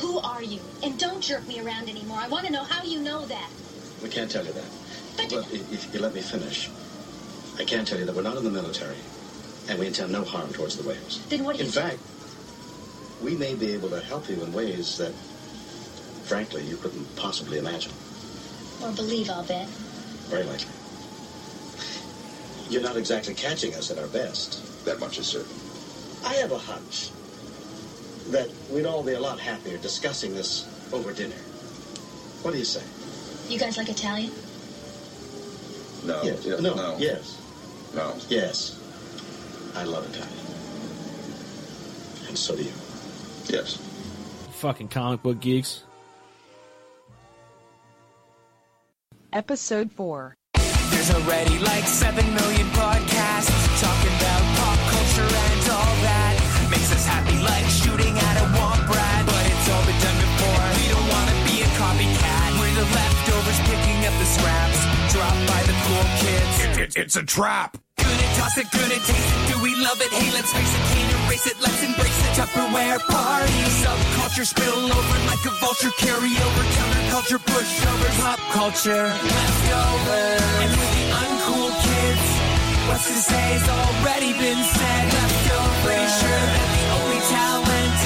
who are you? And don't jerk me around anymore. I want to know how you know that. We can't tell you that. But Well, i- if you let me finish, I can tell you that we're not in the military, and we intend no harm towards the whales. then what do In you fact, we may be able to help you in ways that, frankly, you couldn't possibly imagine. or believe? I'll bet. Very likely. You're not exactly catching us at our best. That much is certain. I have a hunch that we'd all be a lot happier discussing this over dinner. What do you say? You guys like Italian? No. yes. Oh, yeah, no. No. Yes. no. Yes. I love Italian. And so do you. Yes. Fucking comic book geeks. Episode 4. There's already like 7 million podcasts talking about pop culture and all that. Makes us happy like shooting at a womp rat. But it's all been done before. We don't want to be a copycat. We're the leftovers picking up the scraps dropped by the cool kids. it's a trap. Gonna toss it, gonna taste it. Do we love it? Hey, let's face it, can't erase it. Let's embrace it. Tupperware party. Subculture spill over like a vulture. Carry over counterculture, pushovers, pop culture. Leftovers. And with the uncool kids, what's to say has already been said. Leftovers. Pretty sure that the only talent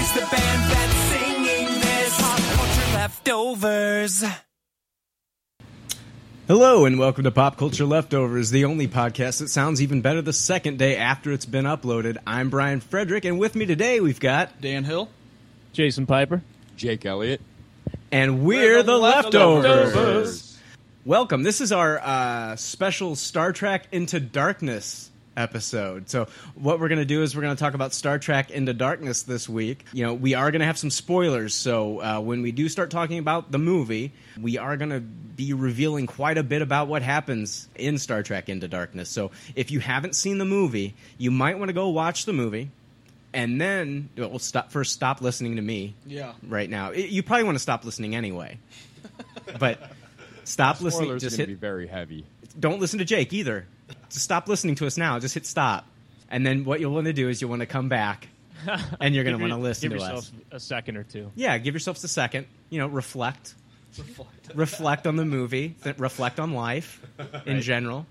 is the band that's singing this. Pop culture leftovers. Hello and welcome to Pop Culture Leftovers, the only podcast that sounds even better the second day after it's been uploaded. I'm Brian Frederick, and with me today we've got, Dan Hill. Jason Piper. Jake Elliott. and we're, the, leftovers. Leftovers. Welcome. This is our uh, special Star Trek Into Darkness episode. So, what we're going to do is we're going to talk about Star Trek Into Darkness this week. You know, we are going to have some spoilers. So, uh, when we do start talking about the movie, we are going to be revealing quite a bit about what happens in Star Trek Into Darkness. So, if you haven't seen the movie, you might want to go watch the movie. And then, well, stop, first, stop listening to me Yeah. right now. It- you probably want to stop listening anyway. But stop listening. Spoilers Just going to be hit. very heavy. Don't listen to Jake either. Just stop listening to us now. Just hit stop. And then what you'll want to do is you'll want to come back, and you're going to want to listen Give to yourself us. a second or two. Yeah, give yourselves a second. You know, reflect, reflect on the movie, th- reflect on life in general,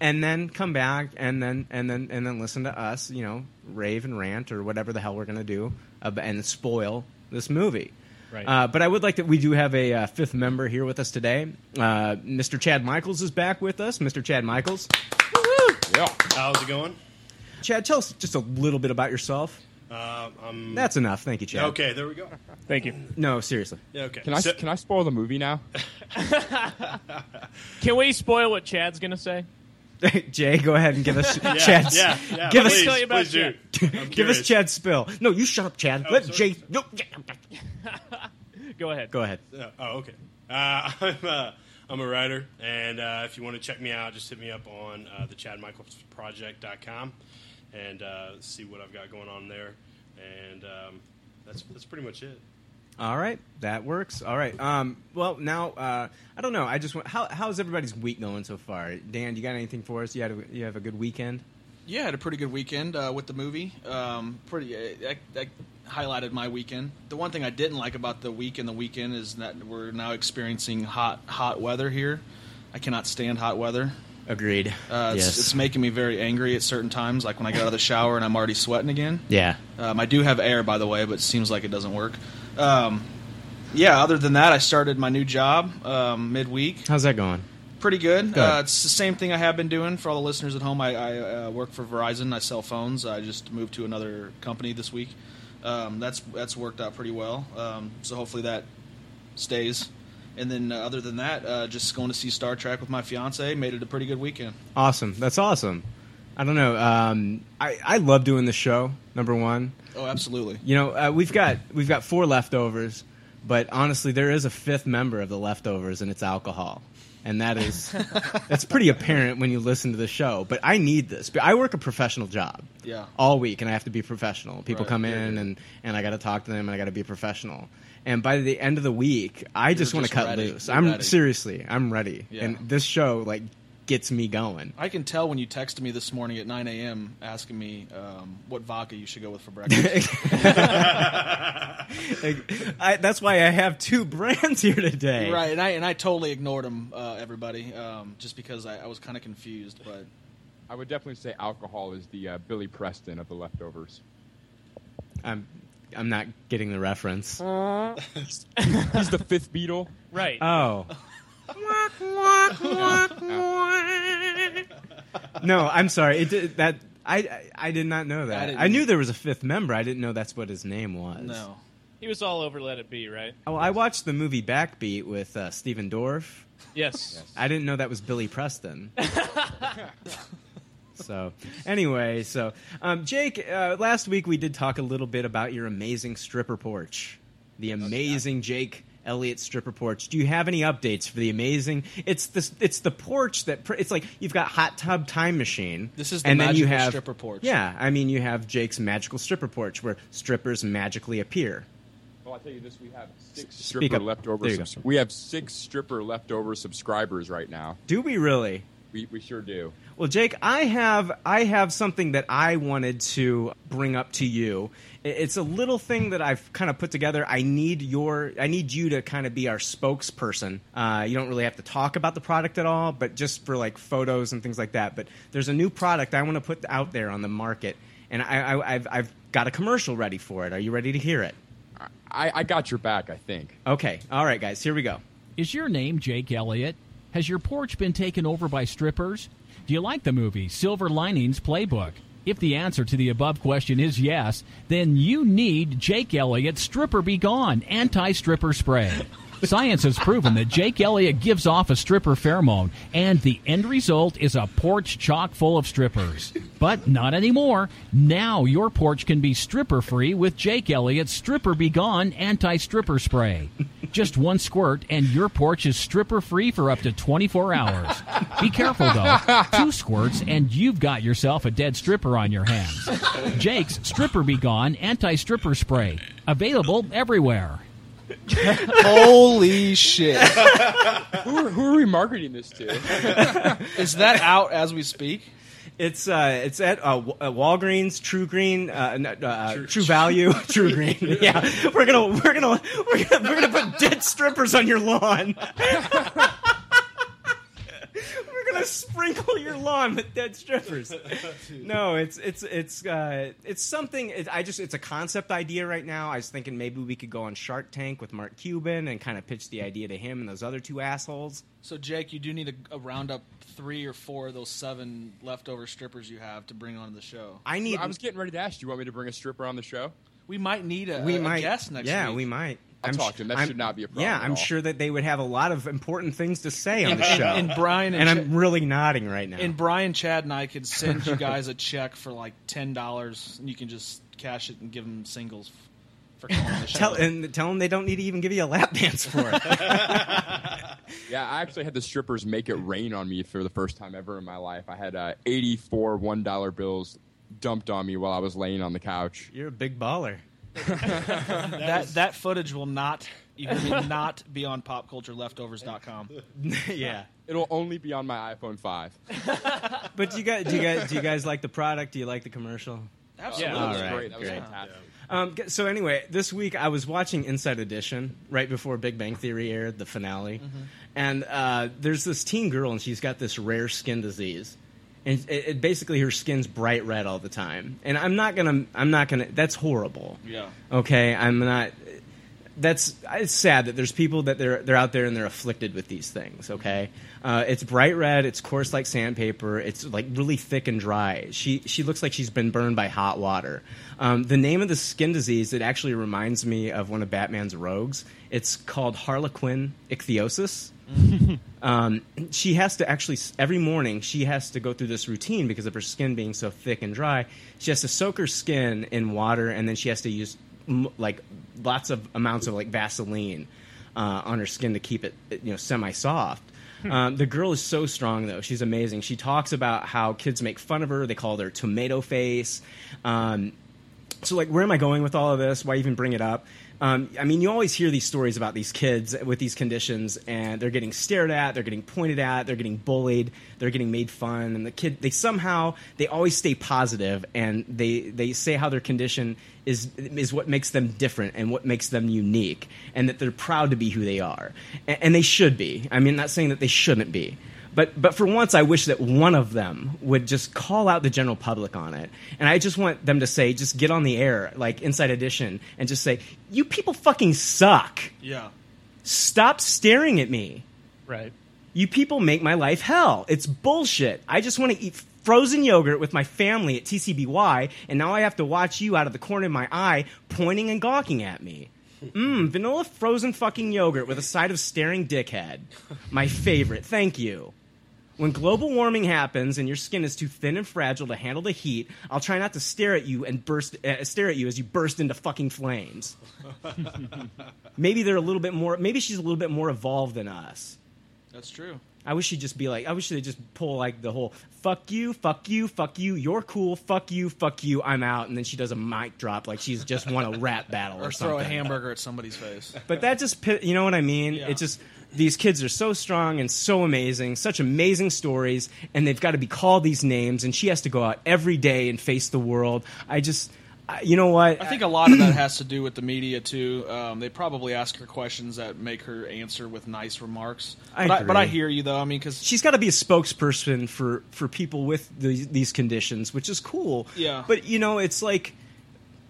and then come back and then and then and then listen to us. You know, rave and rant or whatever the hell we're going to do, ab- and spoil this movie. Right. Uh, but I would like to. We do have a uh, fifth member here with us today. Uh, Mr. Chad Michaels is back with us. Mr. Chad Michaels. Yeah. How's it going? Chad, tell us just a little bit about yourself. Uh, I'm That's enough. Thank you, Chad. okay. There we go. Thank you. No, seriously. Yeah, okay. Can I So- can I spoil the movie now? Can we spoil what Chad's gonna say? Jay, go ahead and give us yeah, Chad's. Yeah, yeah, give please, me tell you about please do. I'm Give us curious. Oh, Chad's spill. No, you shut up, Chad. Let sorry. Jay. No, Jay- Go ahead. go ahead. Uh, oh, okay. Uh, I'm, uh, I'm a writer, and uh, if you want to check me out, just hit me up on uh, the ChadMichaelsProject.com and uh, see what I've got going on there. And um, that's that's pretty much it. All right, that works. All right. Um. Well, now, uh, I don't know. I just want. How, how's everybody's week going so far? Dan, you got anything for us? You had. A, you have a good weekend. Yeah, had a pretty good weekend uh, with the movie. Um, pretty uh, that, that highlighted my weekend. The one thing I didn't like about the week and the weekend is that we're now experiencing hot hot weather here. I cannot stand hot weather. Agreed. Uh, it's, it's making me very angry at certain times, like when I get out of the shower and I'm already sweating again. yeah. Um, I do have air, by the way, but it seems like it doesn't work. Um, yeah, other than that, I started my new job um, midweek. How's that going? Pretty good. Good. Uh, it's the same thing I have been doing for all the listeners at home. I, I uh, work for Verizon. I sell phones. I just moved to another company this week. Um, that's that's worked out pretty well. Um, so hopefully that stays. And then uh, other than that, uh, just going to see Star Trek with my fiance. Made it a pretty good weekend. Awesome. That's awesome. I don't know. Um. I I love doing the show. Number one. Oh, absolutely. You know, uh, we've got we've got four leftovers, but honestly, there is a fifth member of the leftovers, and it's alcohol, and that is that's pretty apparent when you listen to the show. But I need this. But I work a professional job, Yeah. all week, and I have to be professional. People Right, come yeah, in, yeah. and and I got to talk to them, and I got to be professional. And by the end of the week, I just want to just cut ready. loose. You're I'm ready. seriously, I'm ready, Yeah. and this show like gets me going. I can tell when you texted me this morning at 9 a.m. asking me um, what vodka you should go with for breakfast. Like, I, that's why I have two brands here today. Right, and I and I totally ignored them, uh, everybody, um, just because I, I was kind of confused. But I would definitely say alcohol is the uh, Billy Preston of the leftovers. I'm I'm not getting the reference. He's the fifth Beatle. Right. Oh. No, I'm sorry. It did, that I, I I did not know I that. didn't- I, knew there was a fifth member. I didn't know that's what his name was. He was all over Let It Be, right? Oh, I watched the movie Backbeat with uh, Stephen Dorff. Yes. I didn't know that was Billy Preston. so, anyway, so um, Jake, uh, last week we did talk a little bit about your amazing stripper porch, the amazing Jake Elliott stripper porch. Do you have any updates for the amazing? It's this. It's the porch that. Pr- it's like you've got hot tub time machine. This is the and then you magical have stripper porch. Yeah, I mean you have Jake's magical stripper porch where strippers magically appear. Well, I tell you this: we have six Speak stripper up. leftover. There you go. subs- we have six stripper leftover subscribers right now. Do we really? We we sure do. Well, Jake, I have I have something that I wanted to bring up to you. I- It's a little thing that I've kind of put together. I need your I need you to kind of be our spokesperson. Uh, you don't really have to talk about the product at all, but just for like photos and things like that. But there's a new product I want to put out there on the market, and I, I, I've I've got a commercial ready for it. Are you ready to hear it? I, I got your back. I think. Okay. All right, guys. Here we go. Is your name Jake Elliott? Has your porch been taken over by strippers? Do you like the movie Silver Linings Playbook? If the answer to the above question is yes, then you need Jake Elliott Stripper Be Gone Anti Stripper Spray. Science has proven that Jake Elliott gives off a stripper pheromone, and the end result is a porch chock full of strippers. But not anymore. Now your porch can be stripper free with Jake Elliott's Stripper Be Gone anti stripper spray. Just one squirt, and your porch is stripper free for up to 24 hours. Be careful, though. Two squirts, and you've got yourself a dead stripper on your hands. Jake's Stripper Be Gone anti stripper spray. Available everywhere. Holy shit. who, are, who are we marketing this to? is that out as we speak? It's uh, it's at uh, Wa- uh, Walgreens, True Green, uh, n- uh, True, Value, True Green. Yeah, we're gonna we're gonna we're gonna we're gonna put dead strippers on your lawn. we're gonna sprinkle your lawn with dead strippers. No, it's it's it's uh, it's something. It, I just it's a concept idea right now. I was thinking maybe we could go on Shark Tank with Mark Cuban and kind of pitch the idea to him and those other two assholes. So Jake, you do need to uh, round up three or four of those seven leftover strippers you have to bring on the show. I need. I was getting ready to ask. Do you want me to bring a stripper on the show? We might need a, we a might guest next yeah, week. we might. I'll I'm talk sh- to him. That I'm- should not be a problem Yeah, at I'm all. sure that they would have a lot of important things to say on the And- show. and Brian and and I'm really nodding right now. And Brian, Chad, and I could send you guys a check for like ten dollars, and you can just cash it and give them singles f- for calling the show. Tell and tell them they don't need to even give you a lap dance for it. Yeah, I actually had the strippers make it rain on me for the first time ever in my life. I had uh, 84 $1 bills dumped on me while I was laying on the couch. You're a big baller. that that, footage will not you will not be on popcultureleftovers.com. yeah. It'll only be on my iPhone 5. but you guys, do you guys, do you guys like the product? Do you like the commercial? Absolutely. Yeah, that All was right, great. That was fantastic. Um, g- so anyway, this week I was watching Inside Edition right before Big Bang Theory aired, the finale, and uh, there's this teen girl and she's got this rare skin disease, and it, it basically her skin's bright red all the time. And I'm not gonna, I'm not gonna. That's horrible. Yeah. Okay, I'm not. That's it's sad that there's people that they're they're out there and they're afflicted with these things. Okay, uh, it's bright red, it's coarse like sandpaper, it's like really thick and dry. She she looks like she's been burned by hot water. Um, the name of the skin disease it actually reminds me of one of Batman's rogues. It's called Harlequin ichthyosis. um, she has to actually every morning she has to go through this routine because of her skin being so thick and dry. She has to soak her skin in water and then she has to use m- like lots of amounts of like Vaseline uh, on her skin to keep it you know semi soft. Um, the girl is so strong, though. She's amazing. She talks about how kids make fun of her. They call her tomato face. Um, So, like, where am I going with all of this? Why even bring it up? Um, I mean, you always hear these stories about these kids with these conditions, and they're getting stared at, they're getting pointed at, they're getting bullied, they're getting made fun, and the kid they somehow they always stay positive, and they they say how their condition is is what makes them different and what makes them unique, and that they're proud to be who they are, and, and they should be. I mean, not saying that they shouldn't be. But but for once, I wish that one of them would just call out the general public on it, and I just want them to say, just get on the air, like Inside Edition, and just say, "You people fucking suck. Yeah. Stop staring at me. Right. You people make my life hell. It's bullshit. I just want to eat." Frozen yogurt with my family at TCBY, and now I have to watch you out of the corner of my eye pointing and gawking at me. Mmm, vanilla frozen fucking yogurt with a side of staring dickhead. My favorite, thank you. When global warming happens and your skin is too thin and fragile to handle the heat, I'll try not to stare at you and burst uh, stare at you as you burst into fucking flames. Maybe they're a little bit more. Maybe she's a little bit more evolved than us. That's true. I wish she'd just be like. I wish they'd just pull like the whole "fuck you, fuck you, fuck you, you're cool, fuck you, fuck you, I'm out," and then she does a mic drop like she's just won a rap battle or, Or something. throw a hamburger at somebody's face. But that just, pi- you know what I mean? It's just these kids are so strong and so amazing, such amazing stories, and they've got to be called these names, and she has to go out every day and face the world. I just, I, you know what? I think a lot of that has to do with the media too. Um, they probably ask her questions that make her answer with nice remarks. I but, I, but I agree. hear you though. I mean, because she's got to be a spokesperson for for people with the, these conditions, which is cool. Yeah. But you know, it's like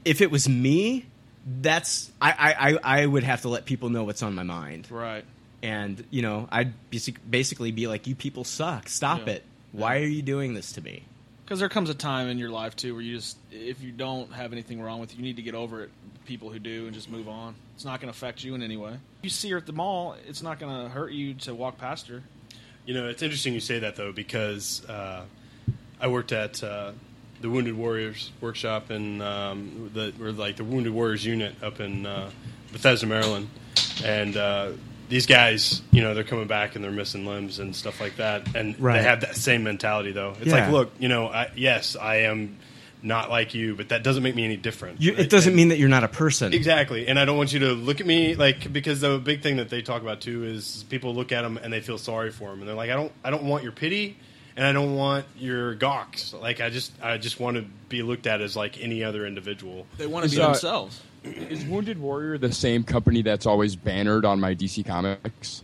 if it was me, that's I I I, I would have to let people know what's on my mind. Right. And you know, I'd basi- basically be like, "You people suck. Stop Yeah. it. Why are you doing this to me?" Because there comes a time in your life too where you just, if you don't have anything wrong with you, you need to get over it. People who do and just move on. It's not going to affect you in any way. You see her at the mall, it's not going to hurt you to walk past her. You know, it's interesting you say that though, because uh, I worked at uh, the Wounded Warriors Workshop and um, the or like the Wounded Warriors unit up in uh, Bethesda, Maryland, and uh, these guys, you know, they're coming back and they're missing limbs and stuff like that, and Right. they have that same mentality though. It's Yeah. like, look, you know, I, yes, I am not like you, but that doesn't make me any different. You, it doesn't mean that you're not a person. Exactly, and I don't want you to look at me like because the big thing that they talk about too is people look at them and they feel sorry for them, and they're like, I don't, I don't want your pity, and I don't want your gawks. Like I just, I just want to be looked at as like any other individual. They want to Is, be uh, themselves. Is Wounded Warrior the same company that's always bannered on my DC Comics?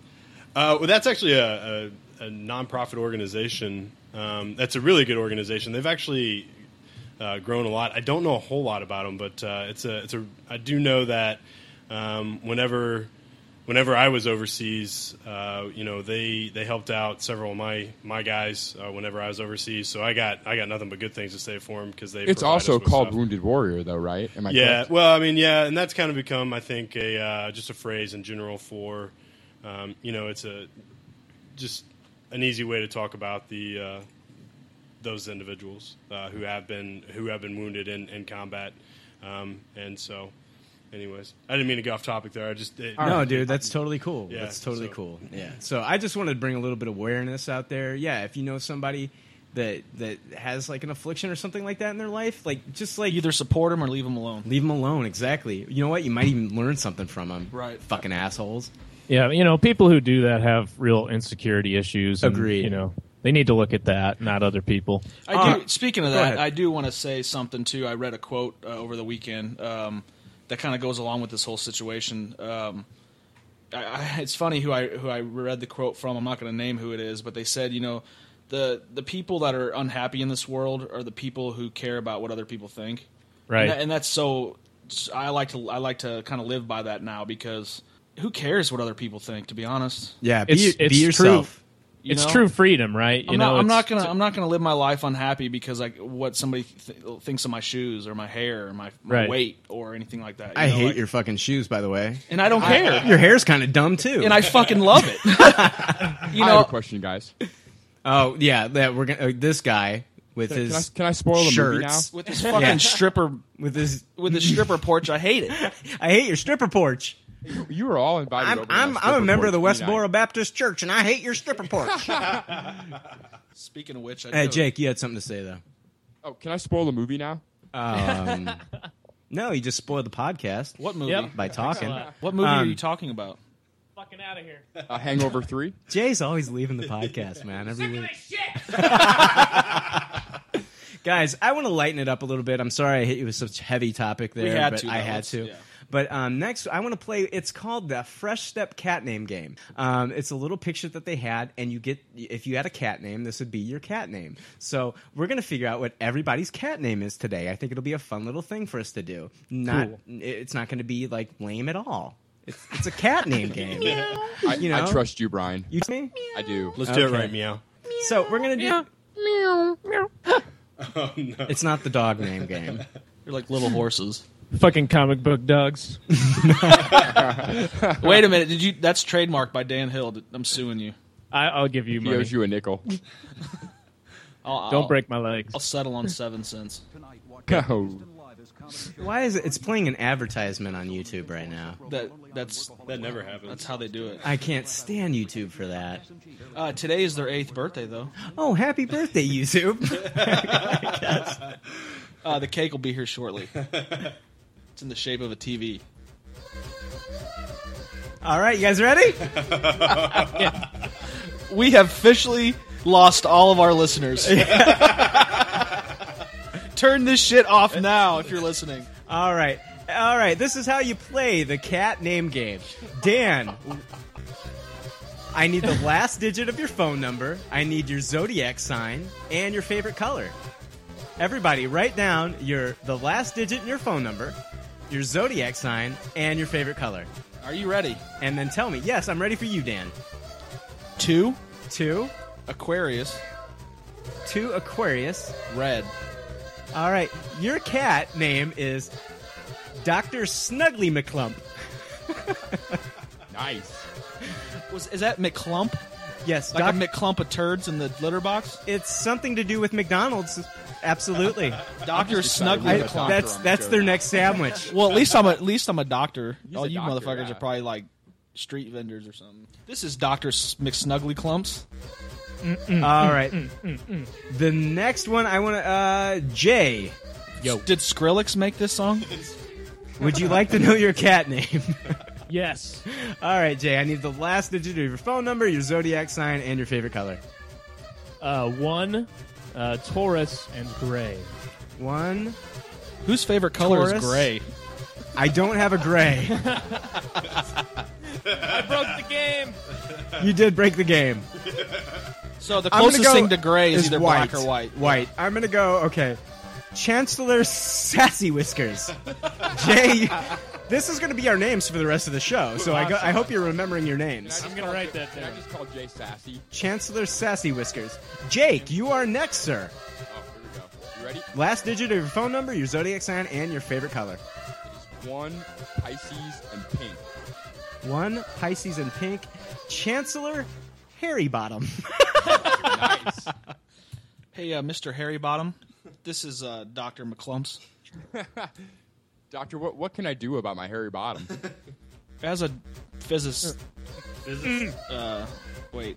Uh, well, that's actually a, a, a nonprofit organization. Um, that's a really good organization. They've actually uh, grown a lot. I don't know a whole lot about them, but uh, it's a it's a. I do know that um, whenever whenever I was overseas, uh, you know they they helped out several of my my guys uh, whenever I was overseas. So I got I got nothing but good things to say for them because they. It's provide us also with called stuff Wounded Warrior, though, right? Am I yeah, correct? well, I mean, yeah, and that's kind of become, I think, a uh, just a phrase in general for, um, you know, it's a just an easy way to talk about the uh, those individuals uh, who have been who have been wounded in, in combat, um, and so, anyways, I didn't mean to go off topic there. I just it- no, dude, that's totally cool. Yeah, that's totally so- cool. Yeah. So I just wanted to bring a little bit of awareness out there. Yeah, if you know somebody that that has like an affliction or something like that in their life, like just like either support them or leave them alone. Leave them alone. Exactly. You know what? You might even learn something from them. Right. Fucking assholes. Yeah, you know, people who do that have real insecurity issues. And, Agreed. You know, they need to look at that, not other people. I do. Speaking of go that, ahead. I do want to say something too. I read a quote uh, over the weekend um, that kind of goes along with this whole situation. Um, I, I, it's funny who I who I read the quote from. I'm not going to name who it is, but they said, you know, the the people that are unhappy in this world are the people who care about what other people think. Right. And, that- and that's so. I like to I like to kind of live by that now because who cares what other people think? To be honest. Yeah, It's- be, it's be yourself. True. You it's know? true freedom, right? You I'm know, not, I'm it's- not gonna I'm not gonna live my life unhappy because like what somebody th- thinks of my shoes or my hair or my, my Right. weight or anything like that. you I know, hate like- your fucking shoes, by the way. And I don't care. Your hair's kind of dumb too. and I fucking love it. you I have know, a question, guys. Oh yeah, that we're gonna. Uh, this guy with Can- can his. I- can I spoil the movie shirts. now? With his fucking stripper with his with his stripper porch. I hate it. I hate your stripper porch. You, you were all invited. I'm over to my I'm, I'm a stripper member of porch the tonight. Westboro Baptist Church, and I hate your stripper porch. Speaking of which, I hey do. Jake, you had something to say though. Oh, can I spoil the movie now? Um, No, you just spoiled the podcast. What movie? By Thanks a talking. lot. What movie are you talking about? Fucking out of here. Uh, Hangover Three. Jay's always leaving the podcast, man. Every Hmm. week. Guys, I want to lighten it up a little bit. I'm sorry I hit you with such heavy topic there, We had but to, I though. had It's- to. yeah. But um, next, I want to play. It's called the Fresh Step Cat Name Game. Um, it's a little picture that they had, and you get if you had a cat name, this would be your cat name. So we're gonna figure out what everybody's cat name is today. I think it'll be a fun little thing for us to do. Not, Cool. it's not gonna be like lame at all. It's, it's a cat name game. I, You know? I trust you, Brian. You trust me? I do. Let's do it right, meow. So we're gonna do. Meow, meow. Oh, no. It's not the dog name game. You're like little horses. Fucking comic book dogs. Wait a minute. Did you? That's trademarked by Dan Hill. I'm suing you. I, I'll give you He money. owes you a nickel. I'll, Don't I'll- break my legs. I'll settle on seven cents. Go. Why is it? It's playing an advertisement on YouTube right now. That that's that never happens. That's how they do it. I can't stand YouTube for that. Uh, today is their eighth birthday, though. Oh, happy birthday, YouTube! Uh, the cake will be here shortly. It's in the shape of a TV. All right, you guys ready? We have officially lost all of our listeners. Turn this shit off now if you're listening. All right, all right. This is how you play the cat name game. Dan, I need the last digit of your phone number. I need your zodiac sign and your favorite color. Everybody, write down your the last digit in your phone number, your zodiac sign, and your favorite color. Are you ready? And then tell me. Yes, I'm ready for you, Dan. Two, two, Aquarius, two Aquarius, red. All right, your cat name is Doctor Snuggly McClump. Nice. Was is that McClump? Yes, like Doc- a McClump of turds in the litter box. It's something to do with McDonald's. Absolutely, Doctor I'm just excited Snuggly I- McClump. on That's the that's show their now. next sandwich. Well, at least I'm a, at least I'm a doctor. He's All a you doctor, motherfuckers yeah. are probably like street vendors or something. This is Doctor McSnuggly Clumps. Mm, All right, the next one I want to uh, Jay. Yo, did Skrillex make this song? Would you like to know your cat name? yes. All right, Jay. I need the last digit of your phone number, your zodiac sign, and your favorite color. Uh, one, uh, Taurus and gray. One. Whose favorite color Taurus. is gray? I don't have a gray. I broke the game. you did break the game. So the I'm gonna closest go thing to gray is, is either white. black or white. White. I'm gonna go. Okay, Chancellor Sassy Whiskers. Jay, this is gonna be our names for the rest of the show. So I, go, I hope you're remembering your names. I'm gonna write that down. Can I just call Jay sassy? Chancellor Sassy Whiskers. Jake, you are next, sir. Oh, here we go. You ready? Last digit of your phone number, your zodiac sign, and your favorite color. One, Pisces, and pink. One Pisces and pink. Chancellor Harry Bottom. Hey, uh, Mr. Harry Bottom, this is uh, Doctor McClumps. Doctor, what what can I do about my hairy bottom? As a physicist, uh, wait,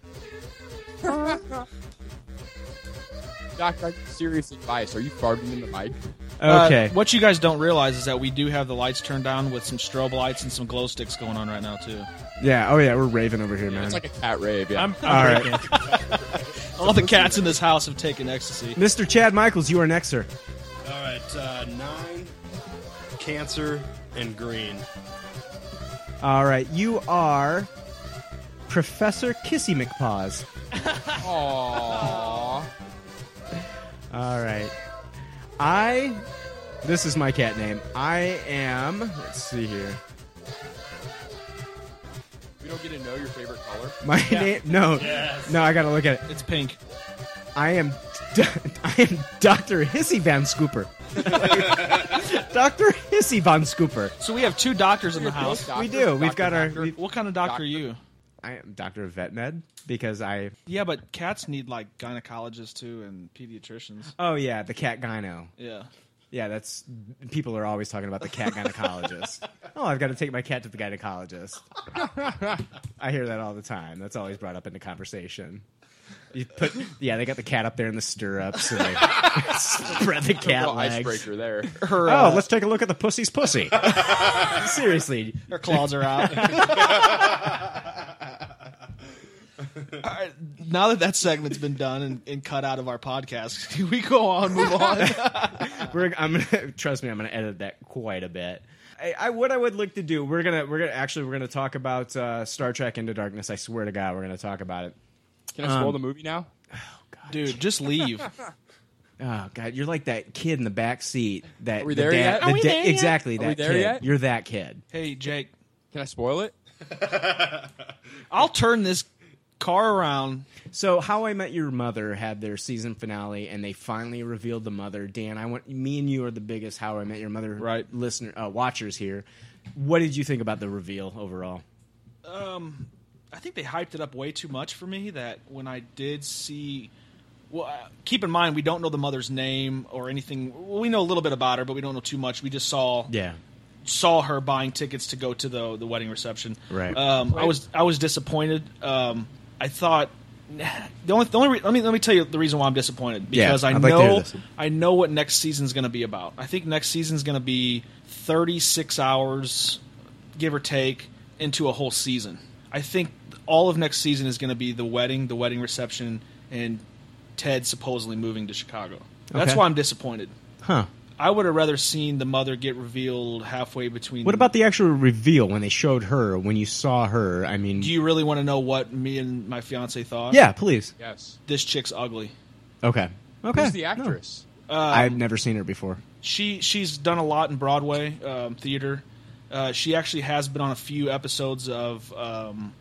Doctor, I'm seriously biased. Are you farting in the mic? Uh, what you guys don't realize is that we do have the lights turned down with some strobe lights and some glow sticks going on right now too. Yeah. Oh yeah, we're raving over here, man. It's like a cat rave. Yeah. I'm- I'm All All the cats in this house have taken ecstasy. Mr. Chad Michaels, you are next, sir. All right, uh, nine, cancer, and green. All right, you are Professor Kissy McPaws. Aww. All right, I. This is my cat name. I am. Let's see here. We don't get to know your favorite color. My name. No, no, I gotta look at it. It's pink. I am. I am Doctor Hissy Van Scooper. Doctor Hissy Van Scooper. So we have two doctors in the house. We do. We've got our. we've- What kind of doctor, are you? I am Doctor of Vet Med because I. Yeah, but cats need like gynecologists too and pediatricians. Oh yeah, the cat gyno. Yeah. Yeah, that's people are always talking about the cat gynecologist. oh, I've got to take my cat to the gynecologist. I hear that all the time. That's always brought up in the conversation. You put, yeah, they got the cat up there in the stirrups. So they spread the cat Little legs. icebreaker there. Her, oh, let's take a look at the pussy's pussy. Seriously, Her claws are out. All right, now that that segment's been done and, and cut out of our podcast, can we go on, move on? we're, I'm gonna trust me. I'm gonna edit that quite a bit. I, I what I would like to do. We're gonna we're gonna actually we're gonna talk about uh, Star Trek Into Darkness. I swear to God, we're gonna talk about it. Can I spoil the movie now? Dude, just leave. Oh God, you're like that kid in the back seat. That Are we the there dad- yet? the Are we da- there yet? Exactly Are that we there kid. yet? You're that kid. Hey, Jake, Can I spoil it? I'll turn this car around. So, How I Met Your Mother had their season finale, and they finally revealed the mother. Dan, I want me and you are the biggest How I Met Your Mother right. listener uh, watchers here. What did you think about the reveal overall? Um, I think they hyped it up way too much for me. That when I did see, well, uh, keep in mind we don't know the mother's name or anything. Well, we know a little bit about her, but we don't know too much. We just saw Yeah, saw her buying tickets to go to the the wedding reception. Right. Um, I was I was disappointed. Um, I thought the only the only re- let me let me tell you the reason why I'm disappointed Yeah, because I I'd like to hear know this. I know what next season's going to be about. I think next season's going to be 36 hours, give or take, into a whole season. I think all of next season is going to be the wedding, the wedding reception, and Ted supposedly moving to Chicago. That's Okay. why I'm disappointed. Huh. I would have rather seen the mother get revealed halfway between. What about the actual reveal when they showed her? When you saw her? I mean, Do you really want to know what me and my fiance thought? Yeah, please. Yes. This chick's ugly. okay, okay. Uh, Who's the actress? Um, I've never seen her before. she she's done a lot in Broadway um, theater. Uh, she actually has been on a few episodes of. Um,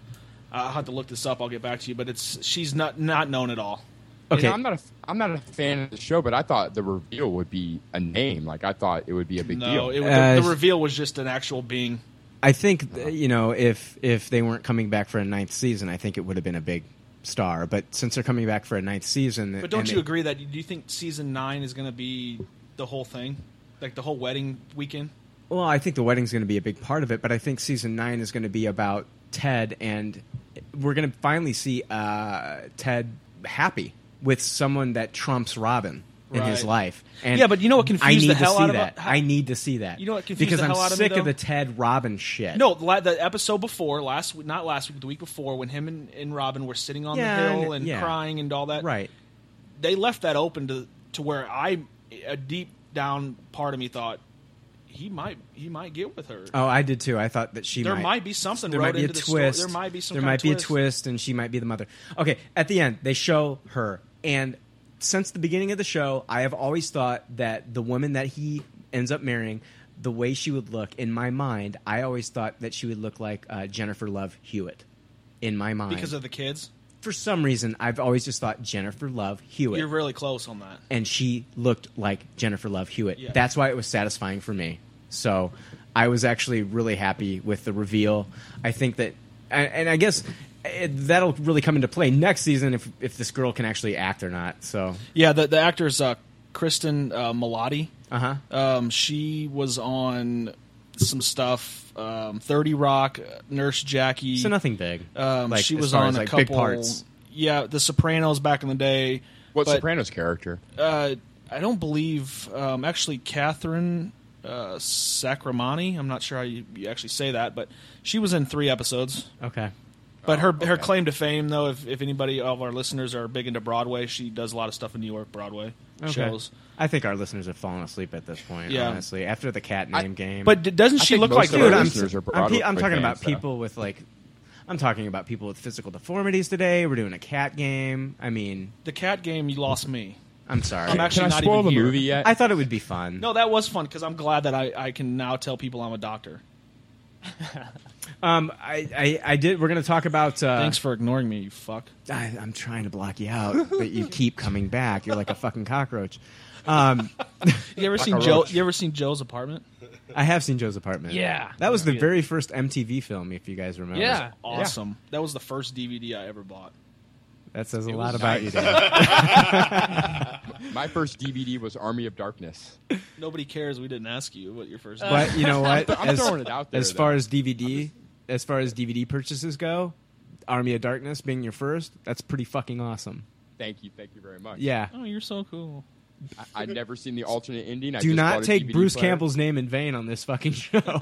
I'll have to look this up. I'll get back to you, but it's she's not not known at all. Okay. I'm not a I'm not a fan of the show, but I thought the reveal would be a name. Like I thought it would be a big deal. No, it, Uh, the, the reveal was just an actual being. I think th- you know if if they weren't coming back for a ninth season, I think it would have been a big star. But since they're coming back for a ninth season, But don't and you they- agree that do you think season nine is going to be the whole thing, like the whole wedding weekend? Well, I think the wedding's going to be a big part of it, but I think season nine is going to be about Ted, and we're going to finally see uh, Ted happy with someone that trumps Robin in his Right. life. And Yeah, but you know what confused I need the hell to see out of- that. I need to see that. You know what confused because the hell I'm out of me, sick though? of the Ted Robin shit. No, la- the episode before last, w- not last week, the week before, when him and, and Robin were sitting on Yeah, the hill and- and yeah. crying and all that. Right. They left that open to to where I, a deep down part of me thought he might he might get with her. Oh, I did too. I thought that she There might, might be something There wrote might be a into the story. twist. There might be some There kind might of be twist. a twist, and she might be the mother. Okay, at the end they show her, and since the beginning of the show, I have always thought that the woman that he ends up marrying, the way she would look in my mind, I always thought that she would look like uh, Jennifer Love Hewitt. In my mind, because of the kids. for some reason, I've always just thought Jennifer Love Hewitt You're really close on that. and she looked like Jennifer Love Hewitt. Yeah. That's why it was satisfying for me. So I was actually really happy with the reveal. I think that, and and I guess it, that'll really come into play next season if if this girl can actually act or not. So Yeah, the the actor is uh, Kristen uh, Milotti. Uh-huh. Um, she was on some stuff, um, Thirty Rock, uh, Nurse Jackie. So nothing big. Um, Like, she as was far on as, a like, couple. big parts. Yeah, The Sopranos back in the day. What but, Sopranos character? Uh, I don't believe. Um, actually, Catherine uh, Sacramani. I'm not sure how you, you actually say that, but she was in three episodes. okay, But her Oh, her claim to fame, though, if, if anybody of our listeners are big into Broadway, she does a lot of stuff in New York Broadway okay. shows. I think our listeners have fallen asleep at this point. Yeah. honestly, after the cat name game. but d- doesn't I she think look most like- of our dude? I'm, listeners are I'm pe- Broadway I'm talking about fans, though. people with like. I'm talking about people with physical deformities today. We're doing a cat game. I mean, The cat game, you lost me. I'm sorry. I'm actually not even here. I thought it would be fun. No, that was fun because I'm glad that I, I can now tell people I'm a doctor. Um, I, I, I did. We're going to talk about. Uh, Thanks for ignoring me, you fuck. I, I'm trying to block you out, but you keep coming back. You're like a fucking cockroach. Um, You ever seen Joe? You ever seen Joe's apartment? I have seen Joe's apartment. Yeah. that was the Yeah. very first MTV film, if you guys remember. That was awesome. That was the first DVD I ever bought. That says a It lot was about you. nice. Dan. My first DVD was Army of Darkness. Nobody cares. We didn't ask you what your first. But you know what? I'm throwing it out there, As far though. as DVD, as far as DVD purchases go, Army of Darkness being your first, that's pretty fucking awesome. Thank you, thank you very much. Yeah. Oh, you're so cool. I, I'd never seen the alternate ending. I do just not bought a take DVD Bruce player. Campbell's name in vain on this fucking show.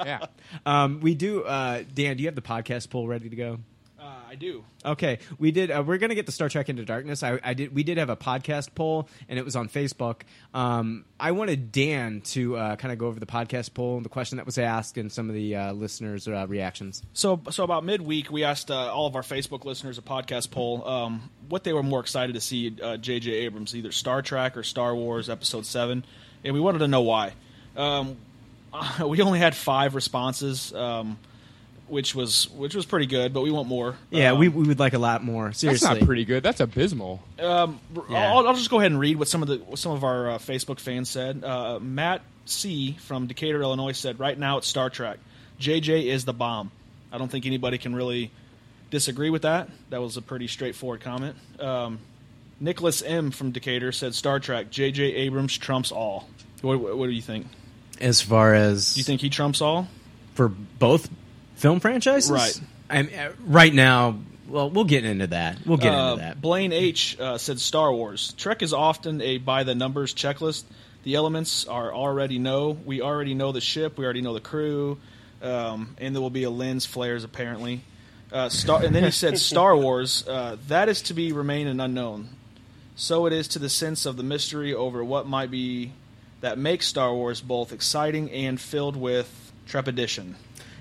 yeah. Um, we do. Uh, Dan, do you have the podcast poll ready to go? Uh, I do. Okay, we did. Uh, we're gonna get the Star Trek Into Darkness. I, I did. We did have a podcast poll, and it was on Facebook. Um, I wanted Dan to uh, kind of go over the podcast poll and the question that was asked, and some of the uh, listeners' uh, reactions. So, so about midweek, we asked uh, all of our Facebook listeners a podcast poll um, what they were more excited to see uh, J.J. Abrams, either Star Trek or Star Wars Episode Seven, and we wanted to know why. Um, we only had five responses, um, which was which was pretty good, but we want more. Um, Yeah, we, we would like a lot more. Seriously, not pretty good. That's abysmal. Um, r- Yeah. I'll, I'll just go ahead and read what some of the what some of our uh, Facebook fans said. Uh, Matt C from Decatur, Illinois, said, "Right now it's Star Trek. JJ is the bomb. I don't think anybody can really disagree with that. That was a pretty straightforward comment." Um, Nicholas M from Decatur said, "Star Trek. JJ Abrams trumps all." What, what, what do you think? as far as do you think he trumps all for both film franchises? Right. I'm, uh, right now, well, we'll get into that. We'll get Uh, into that. Blaine H uh, said Star Wars. Trek is often a by the numbers checklist. The elements are already know. We already know the ship. We already know the crew. Um, and there will be a lens flares apparently. Uh, Star, and then he said Star Wars. Uh, that is to be remain an unknown. So it is to the sense of the mystery over what might be that makes Star Wars both exciting and filled with trepidation.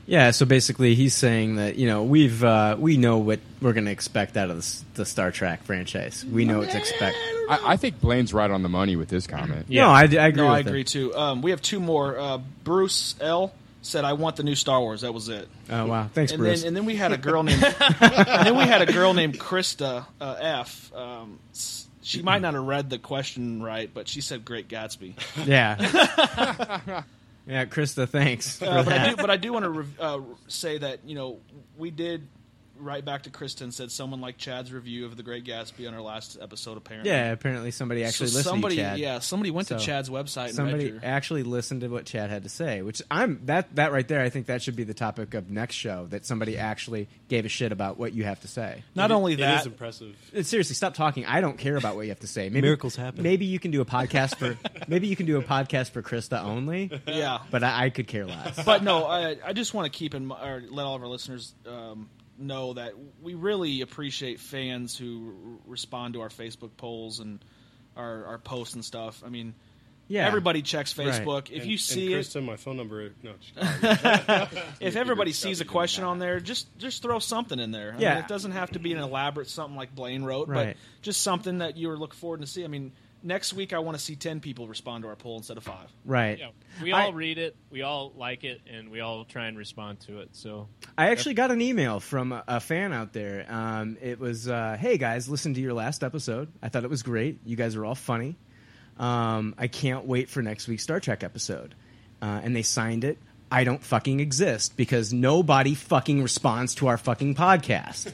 Yeah, so basically, he's saying that you know we've uh, we know what we're going to expect out of the, s- the Star Trek franchise. We know what to expect. I, I think Blaine's right on the money with this comment. No, I, I agree. No, with I him. agree too. Um, we have two more. Uh, Bruce L said, "I want the new Star Wars." That was it. Oh wow, thanks, and Bruce. Then, and then we had a girl named. and then we had a girl named Krista uh, F. Um, s- she might not have read the question right, but she said, "Great Gatsby." yeah, yeah, Krista, thanks. for Uh, but I that. do, but I do want to rev uh, say that you know we did write back to Krista and said someone like Chad's review of The Great Gatsby on our last episode. Apparently, yeah, apparently somebody So actually listened somebody- to Chad. yeah, somebody went to Chad's website and read somebody your- actually listened to what Chad had to say, which I'm that that right there. I think that should be the topic of next show. That somebody actually gave a shit about what you have to say. Uh, Not only It is that- impressive. Seriously, stop talking. I don't care about what you have to say. Maybe, Miracles happen. Maybe you can do a podcast for maybe you can do a podcast for Krista only. Yeah. but I, I could care less. but no, I, I just want to keep in mi- or let all of our listeners um, know that we really appreciate fans who r- respond to our Facebook polls and our, our posts and stuff. I mean, Yeah. everybody checks Facebook. If And- you see and it, Kristen, my phone number. No, just- if everybody sees a question on there, just just throw something in there. I mean, Yeah. it doesn't have to be an elaborate something like Blaine wrote, Right. but just something that you were looking forward to see. I mean, next week I want to see ten people respond to our poll instead of five. Right. Yeah, we all read it, we all like it, and we all try and respond to it. So I actually got an email from a, a fan out there. Um, it was, uh, "Hey guys, listen to your last episode. I thought it was great. You guys were all funny. Um, I can't wait for next week's Star Trek episode." Uh, and they signed it. I don't fucking exist because nobody fucking responds to our fucking podcast.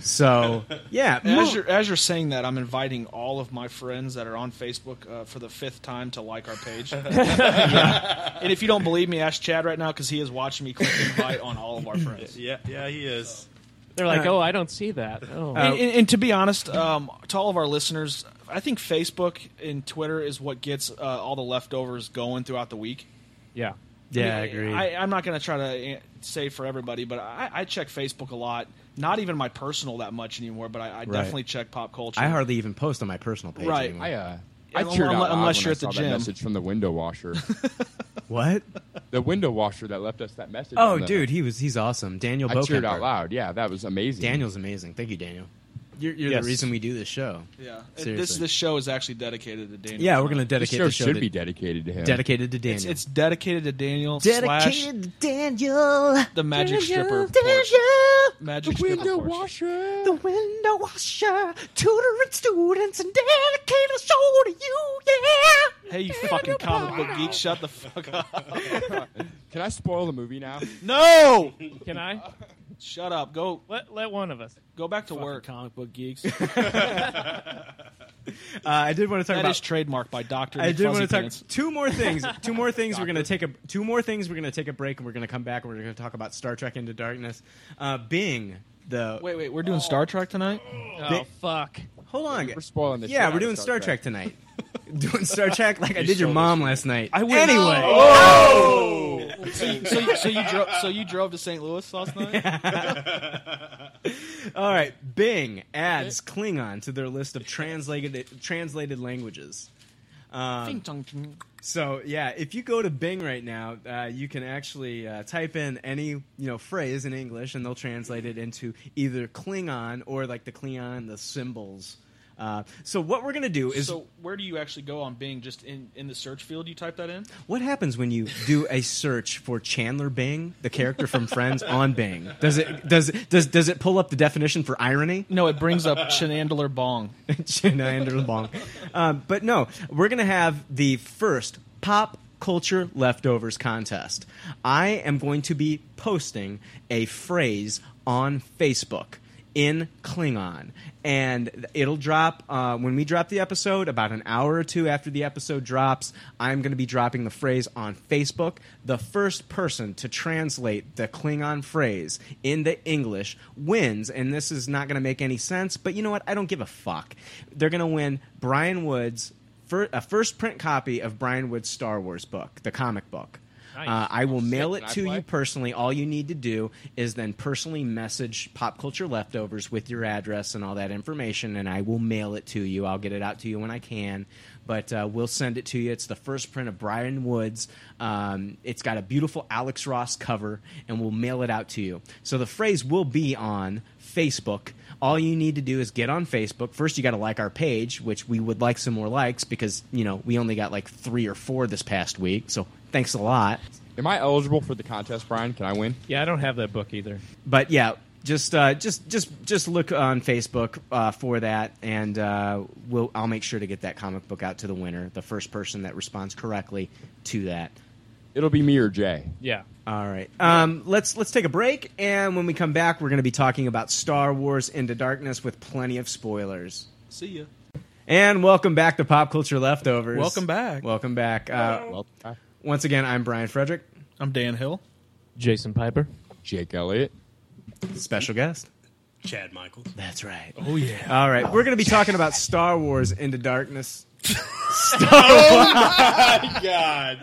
So yeah, as mo- you're as you're saying that, I'm inviting all of my friends that are on Facebook uh, for the fifth time to like our page. Yeah. And if you don't believe me, ask Chad right now because he is watching me click invite on all of our friends. yeah, yeah, he is. they're like, "Oh, I don't see that." Oh. And, and, and to be honest, um, to all of our listeners, I think Facebook and Twitter is what gets uh, all the leftovers going throughout the week. yeah, I mean, I, I'm not going to try to uh, say for everybody, but I, I check Facebook a lot. Not even my personal that much anymore, but I, I definitely check pop culture. I hardly even post on my personal page. Right. anymore. I, uh, I Unle- cheered out loud unless when I you're at the saw gym. That message from the window washer. what? The window washer that left us that message. Oh, on the- dude, he was he's awesome. Daniel. I cheered out Bochamper. loud. Yeah, that was amazing. Daniel's amazing. Thank you, Daniel. You're, you're Yes. the reason we do this show. Yeah, it- Seriously. this this show is actually dedicated to Daniel. Yeah, we're gonna This dedicate the show to- Dedicated to Daniel. It's, it's dedicated to Daniel. slash dedicated to Daniel. the magic stripper. Daniel, Daniel, Magic the stripper window portion. washer, the window washer, tutoring students and dedicated the show to you. Yeah. Hey, you fucking comic book geek, shut the fuck up. Can I spoil the movie now? No. Can I? Shut up. Go. Let let one of us go back to Fucking work. Comic book geeks. Uh, I did want to talk That about is trademarked by Doctor. I did want to talk Pants. two more things. Two more things. we're gonna take a two more things. We're gonna take a break, and we're gonna come back, and we're gonna talk about Star Trek Into Darkness. Uh, Bing, the wait, wait, we're doing Star Trek tonight. Bi- Oh, fuck! Hold on, we're spoiling this. yeah, we're doing Star Trek tonight. doing Star Trek like I did your mom last night. I went- anyway. Oh! so, you, so, you- so you drove. So you drove to St. Louis last night. All right, Bing adds Klingon to their list of translated translated languages. Um, so yeah, if you go to Bing right now, uh, you can actually uh, type in any you know phrase in English, and they'll translate it into either Klingon or like the Klingon, the symbols. Uh, so what we're gonna do is so where do you actually go on Bing? Just in in the search field, you type that in. what happens when you do a search for Chandler Bing, the character from Friends, on Bing? Does it does does does it pull up the definition for irony? No, it brings up Chandler Bong. Chandler Bong. Um, but no, we're gonna have the first pop culture leftovers contest. I am going to be posting a phrase on Facebook in Klingon. And it'll drop uh, when we drop the episode, about an hour or two after the episode drops. I'm going to be dropping the phrase on Facebook. The first person to translate the Klingon phrase into English wins. And this is not going to make any sense, but you know what? I don't give a fuck. They're going to win Brian Wood's. fir- a first print copy of Brian Wood's Star Wars book, the comic book. Nice. Uh, I will mail Sick. it Can I to play? you personally. All you need to do is then personally message Pop Culture Leftovers with your address and all that information, and I will mail it to you. I'll get it out to you when I can, but uh, we'll send it to you. It's the first print of Brian Woods. Um, it's got a beautiful Alex Ross cover, and we'll mail it out to you. So the phrase will be on Facebook. All you need to do is get on Facebook. First, you got to like our page, which we would like some more likes because you know we only got like three or four this past week. So thanks a lot. Am I eligible for the contest, Brian? Can I win? Yeah, I don't have that book either. But yeah, just uh, just just just look on Facebook uh, for that, and uh, we'll I'll make sure to get that comic book out to the winner, the first person that responds correctly to that. It'll be me or Jay. Yeah. All right. Um, let's let's take a break, and when we come back, we're going to be talking about Star Wars Into Darkness with plenty of spoilers. See ya. And welcome back to Pop Culture Leftovers. Welcome back. Welcome back. Uh, once again, I'm Brian Frederick. I'm Dan Hill. Jason Piper. Jake Elliott. Special guest. Chad Michaels. That's right. Oh yeah. All right, we're going to be talking about Star Wars Into Darkness. Star Oh Wars. my god!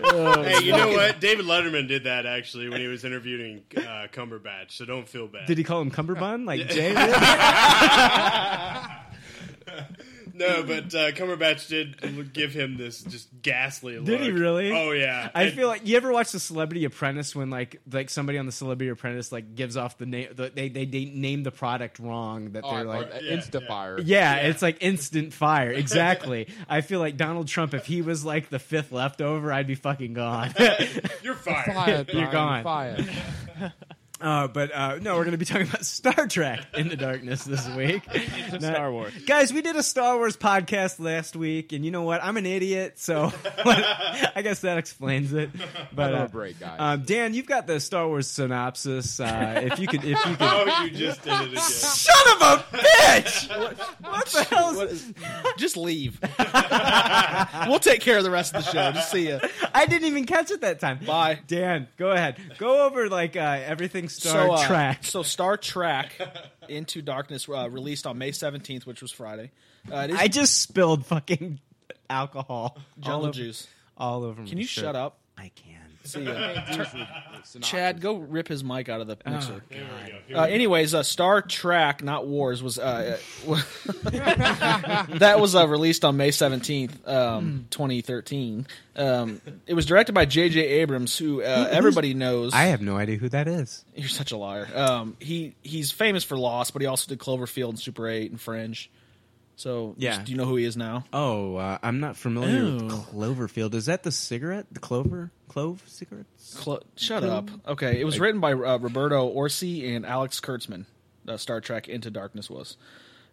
Oh, hey, you know fucking- what? David Letterman did that actually when he was interviewing uh, Cumberbatch. So don't feel bad. Did he call him Cumberbund? Like Jay? no, but uh, Cumberbatch did give him this just ghastly. Look. Did he really? Oh yeah. I And- feel like you ever watch The Celebrity Apprentice when like like somebody on The Celebrity Apprentice like gives off the name the, they, they they name the product wrong that Oh, they're or like Yeah, Instafire. Yeah, it's like instant fire. Exactly. I feel like Donald Trump if he was like the fifth leftover, I'd be fucking gone. You're fired. Fired, You're Brian, gone. fired. Uh, but uh, no, we're going to be talking about Star Trek in the darkness this week. Into Not- Star Wars. guys. We did a Star Wars podcast last week, and you know what? I'm an idiot, so I guess that explains it. But Have a uh, break, guys. Um, Dan, you've got the Star Wars synopsis. Uh, if you could, if you could, Oh, you just did it again. Son of a bitch! what, the hell? just leave. we'll take care of the rest of the show. Just see ya. I didn't even catch it that time. Bye, Dan. Go ahead. Go over like uh, everything Star so, uh, Trek. So Star Trek Into Darkness uh, released on May 17th, which was Friday. Uh, it is I just spilled fucking alcohol, Jungle all over- juice. all over. Can you shut up? I can. See Yeah, ya. dude, Chad, go rip his mic out of the mixer. Here Ah, we go. Here Uh, we go. anyways, uh, Star Trek, not Wars, was uh, uh, that was uh, released on May seventeenth, Hmm. um, twenty thirteen. Um, it was directed by J.J. Abrams, who uh, everybody knows. I have no idea who that is. You're such a liar. Um, he he's famous for Lost, but he also did Cloverfield and Super Eight and Fringe. So Yeah. do you know who he is now? Oh, uh, I'm not familiar Ew. with Cloverfield. Is that the cigarette? The clover? Clove cigarettes? Clo- Shut up. Okay, it was written by uh, Roberto Orsi and Alex Kurtzman. Uh, Star Trek Into Darkness was.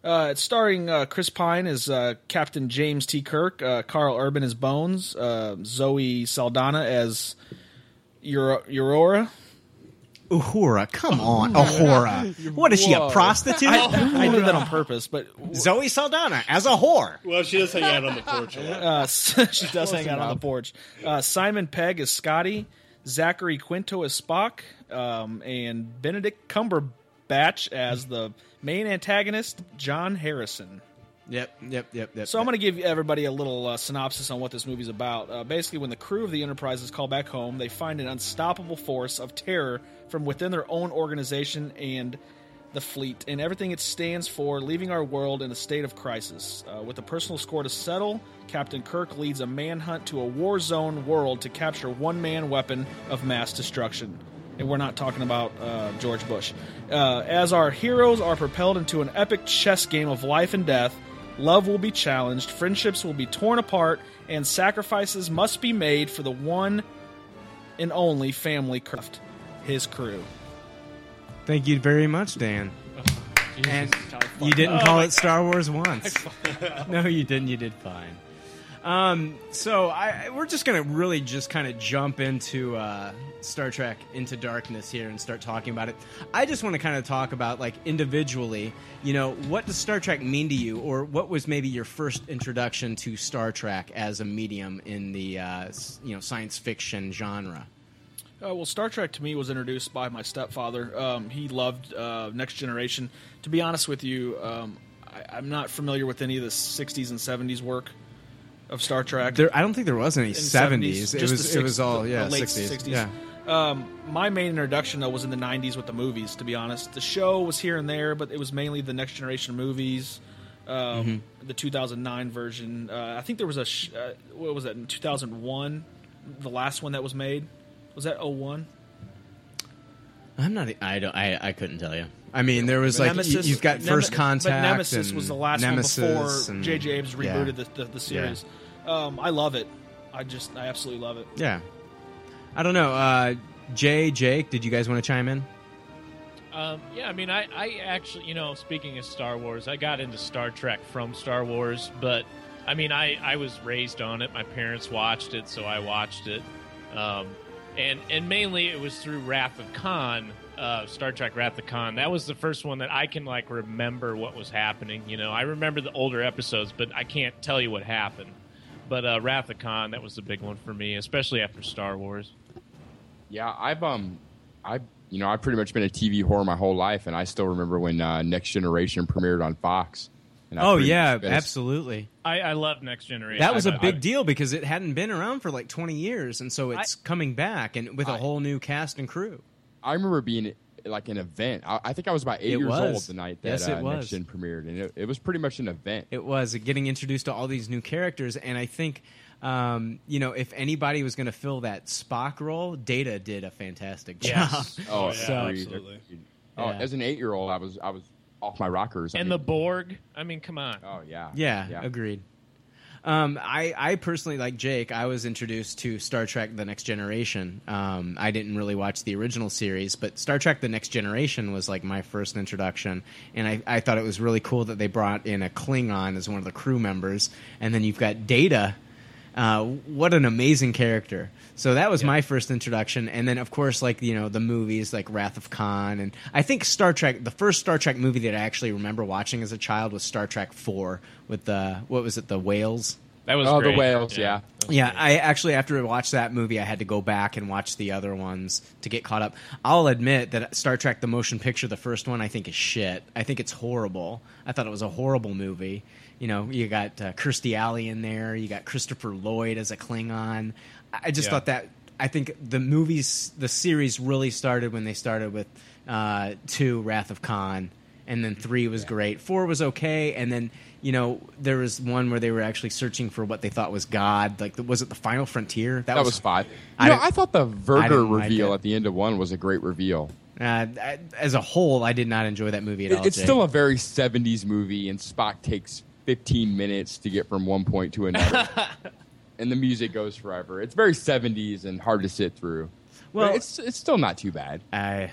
Uh, it's starring uh, Chris Pine as uh, Captain James T. Kirk, uh, Carl Urban as Bones, uh, Zoe Saldana as Eur- Aurora. Uhura, come on, Uhura. What is she, a Oh, Whoa. prostitute? I, I did that on purpose, but Zoe Saldana as a whore. Well, she does hang out on the porch a lot. Uh, s- she does Close hang out on enough. the porch. Uh, Simon Pegg is Scotty. Zachary Quinto is Spock, um, and Benedict Cumberbatch as the main antagonist, John Harrison. Yep, yep, yep, yep. So I'm going to give everybody a little uh, synopsis on what this movie's about. Uh, basically, when the crew of the Enterprise is called back home, they find an unstoppable force of terror from within their own organization and the fleet and everything it stands for, leaving our world in a state of crisis. Uh, with a personal score to settle, Captain Kirk leads a manhunt to a war zone world to capture one man weapon of mass destruction. And we're not talking about uh, George Bush. Uh, as our heroes are propelled into an epic chess game of life and death, love will be challenged, friendships will be torn apart, and sacrifices must be made for the one and only family Kraft, his crew. Thank you very much, Dan. and you didn't Oh call my it Star Wars I once. fucked up. no, you didn't. You did fine. Um, so I, I- we're just gonna really just kind of jump into uh, Star Trek Into Darkness here and start talking about it. I just want to kind of talk about like individually, you know, what does Star Trek mean to you, or what was maybe your first introduction to Star Trek as a medium in the uh, s- you know science fiction genre? Uh, well, Star Trek to me was introduced by my stepfather. Um, he loved uh, Next Generation. To be honest with you, um, I, I'm not familiar with any of the 60s and 70s work of Star Trek. There, I don't think there was any In the seventies. It just was the it was six- all the- yeah the late sixties. Yeah. Um, my main introduction though was in the '90s with the movies. To be honest, the show was here and there, but it was mainly the Next Generation movies. Um, Mhm. The 2009 version. Uh, I think there was a sh- uh, what was that in 2001? The last one that was made was that 01? I'm not. e, I don't. I, I couldn't tell you. I mean, there was But like you, have got Neme- first but contact. Nemesis and was the last Nemesis one and- before J.J. Abrams yeah. rebooted the, the, the series. Um, I love it. I just I absolutely love it. Yeah. I don't know. Uh, Jay, Jake, did you guys want to chime in? Um, yeah, I mean, I, I actually, you know, speaking of Star Wars, I got into Star Trek from Star Wars, but I mean, I, I was raised on it. My parents watched it, so I watched it. Um, and, and mainly it was through Wrath of Khan, uh, Star Trek Wrath of Khan. That was the first one that I can, like, remember what was happening. You know, I remember the older episodes, but I can't tell you what happened. But uh, Wrath of Khan, that was the big one for me, especially after Star Wars. Yeah, I've um, I you know I've pretty much been a TV whore my whole life, and I still remember when uh, Next Generation premiered on Fox. And I've Oh, pretty yeah, much been a- absolutely. I, I love Next Generation. That was a a big deal because it hadn't been around for like 20 years, and so it's coming back and with a whole new cast and crew. I remember being like an event. I, I think I was about eight It years was. old the night that Yes, it uh, was. Next Gen premiered, and it, it was pretty much an event. It was getting introduced to all these new characters, and I think, um, you know, if anybody was going to fill that Spock role, Data did a fantastic job. Yes. Oh, Yeah, agreed, absolutely. agreed. Oh, Yeah. as an eight-year-old, I was I was off my rockers. I And mean, the Borg. I mean, come on. Oh yeah. Yeah, agreed. Um, I, I personally like Jake. I was introduced to Star Trek: The Next Generation. Um, I didn't really watch the original series, but Star Trek: The Next Generation was like my first introduction, and I, I thought it was really cool that they brought in a Klingon as one of the crew members, and then you've got Data. Uh, what an amazing character! So that was my first introduction, and then of course, like you know, the movies like Wrath of Khan, and I think Star Trek. The first Star Trek movie that I actually remember watching as a child was Star Trek Four with the what was it, the whales? That was oh great. the whales. Yeah. Yeah, I actually after I watched that movie, I had to go back and watch the other ones to get caught up. I'll admit that Star Trek: The Motion Picture, the first one, I think is shit. I think it's horrible. I thought it was a horrible movie. You know, you got uh, Kirstie Alley in there. You got Christopher Lloyd as a Klingon. I I just Yeah. thought that. I think the movies, the series, really started when they started with uh, two, Wrath of Khan, and then three was great. Four was okay, and then you know there was one where they were actually searching for what they thought was God. Like, was it the Final Frontier? That, was, five. I You know, didn't- I thought the I Verger didn't like reveal it. at the end of one was a great reveal. Uh, I- as a whole, I did not enjoy that movie at It- all. it's Jay. still a very 70s movie, and Spock takes 15 minutes to get from one point to another. and the music goes forever. It's very 70s and hard to sit through. Well- Well, it's, it's still not too bad. I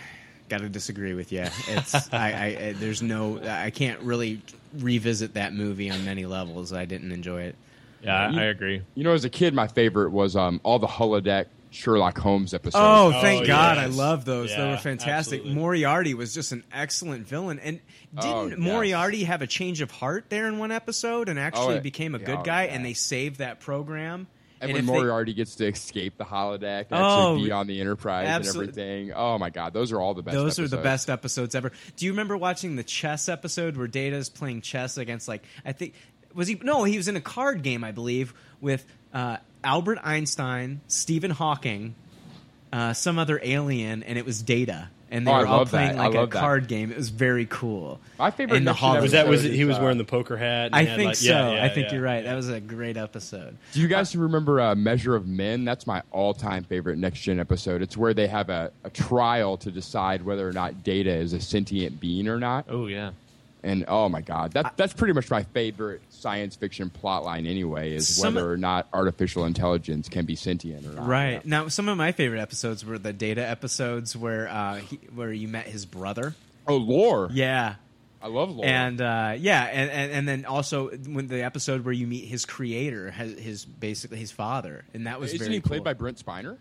got to disagree with you. It's I, I, I there's no I can't really revisit that movie on many levels. I didn't enjoy it. Yeah, You- I agree. You know, as a kid, my favorite was um, all the holodeck Sherlock Holmes episodes. Oh, thank God! I love those. they were fantastic. absolutely. Moriarty was just an excellent villain, and didn't Oh, yes. Moriarty have a change of heart there in one episode and actually yeah. became a Yeah, good oh, guy? And they saved that program. And, when if they- Moriarty gets to escape the holodeck and Oh, actually be on the Enterprise absolute- and everything. Oh my God, those are all the best. those are the episodes. best episodes ever. Do you remember watching the chess episode where Data is playing chess against like I think was he no he was in a card game I believe with uh, Albert Einstein, Stephen Hawking, uh, some other alien, and it was Data. And they Oh, I were all love that. playing I like a love that. card game. It was very cool. My favorite And the Nixon holodeck- was that was it- he was wearing the poker hat. and I he had, think like- so. yeah, yeah, I think yeah. you're right. That was a great episode. Do you guys remember uh, Measure of Men? That's my all-time favorite Next Gen episode. It's where they have a, a trial to decide whether or not Data is a sentient being or not. Oh yeah. And oh my God, that, that's pretty much my favorite science fiction plotline anyway, is Some- whether or not artificial intelligence can be sentient or not. Right now, some of my favorite episodes were the Data episodes where uh, he, where you met his brother. Oh, lore. Yeah, I love lore. And uh, yeah, and, and and then also when the episode where you meet his creator, his, his basically his father, and that was Isn't very he played cool. by Brent Spiner?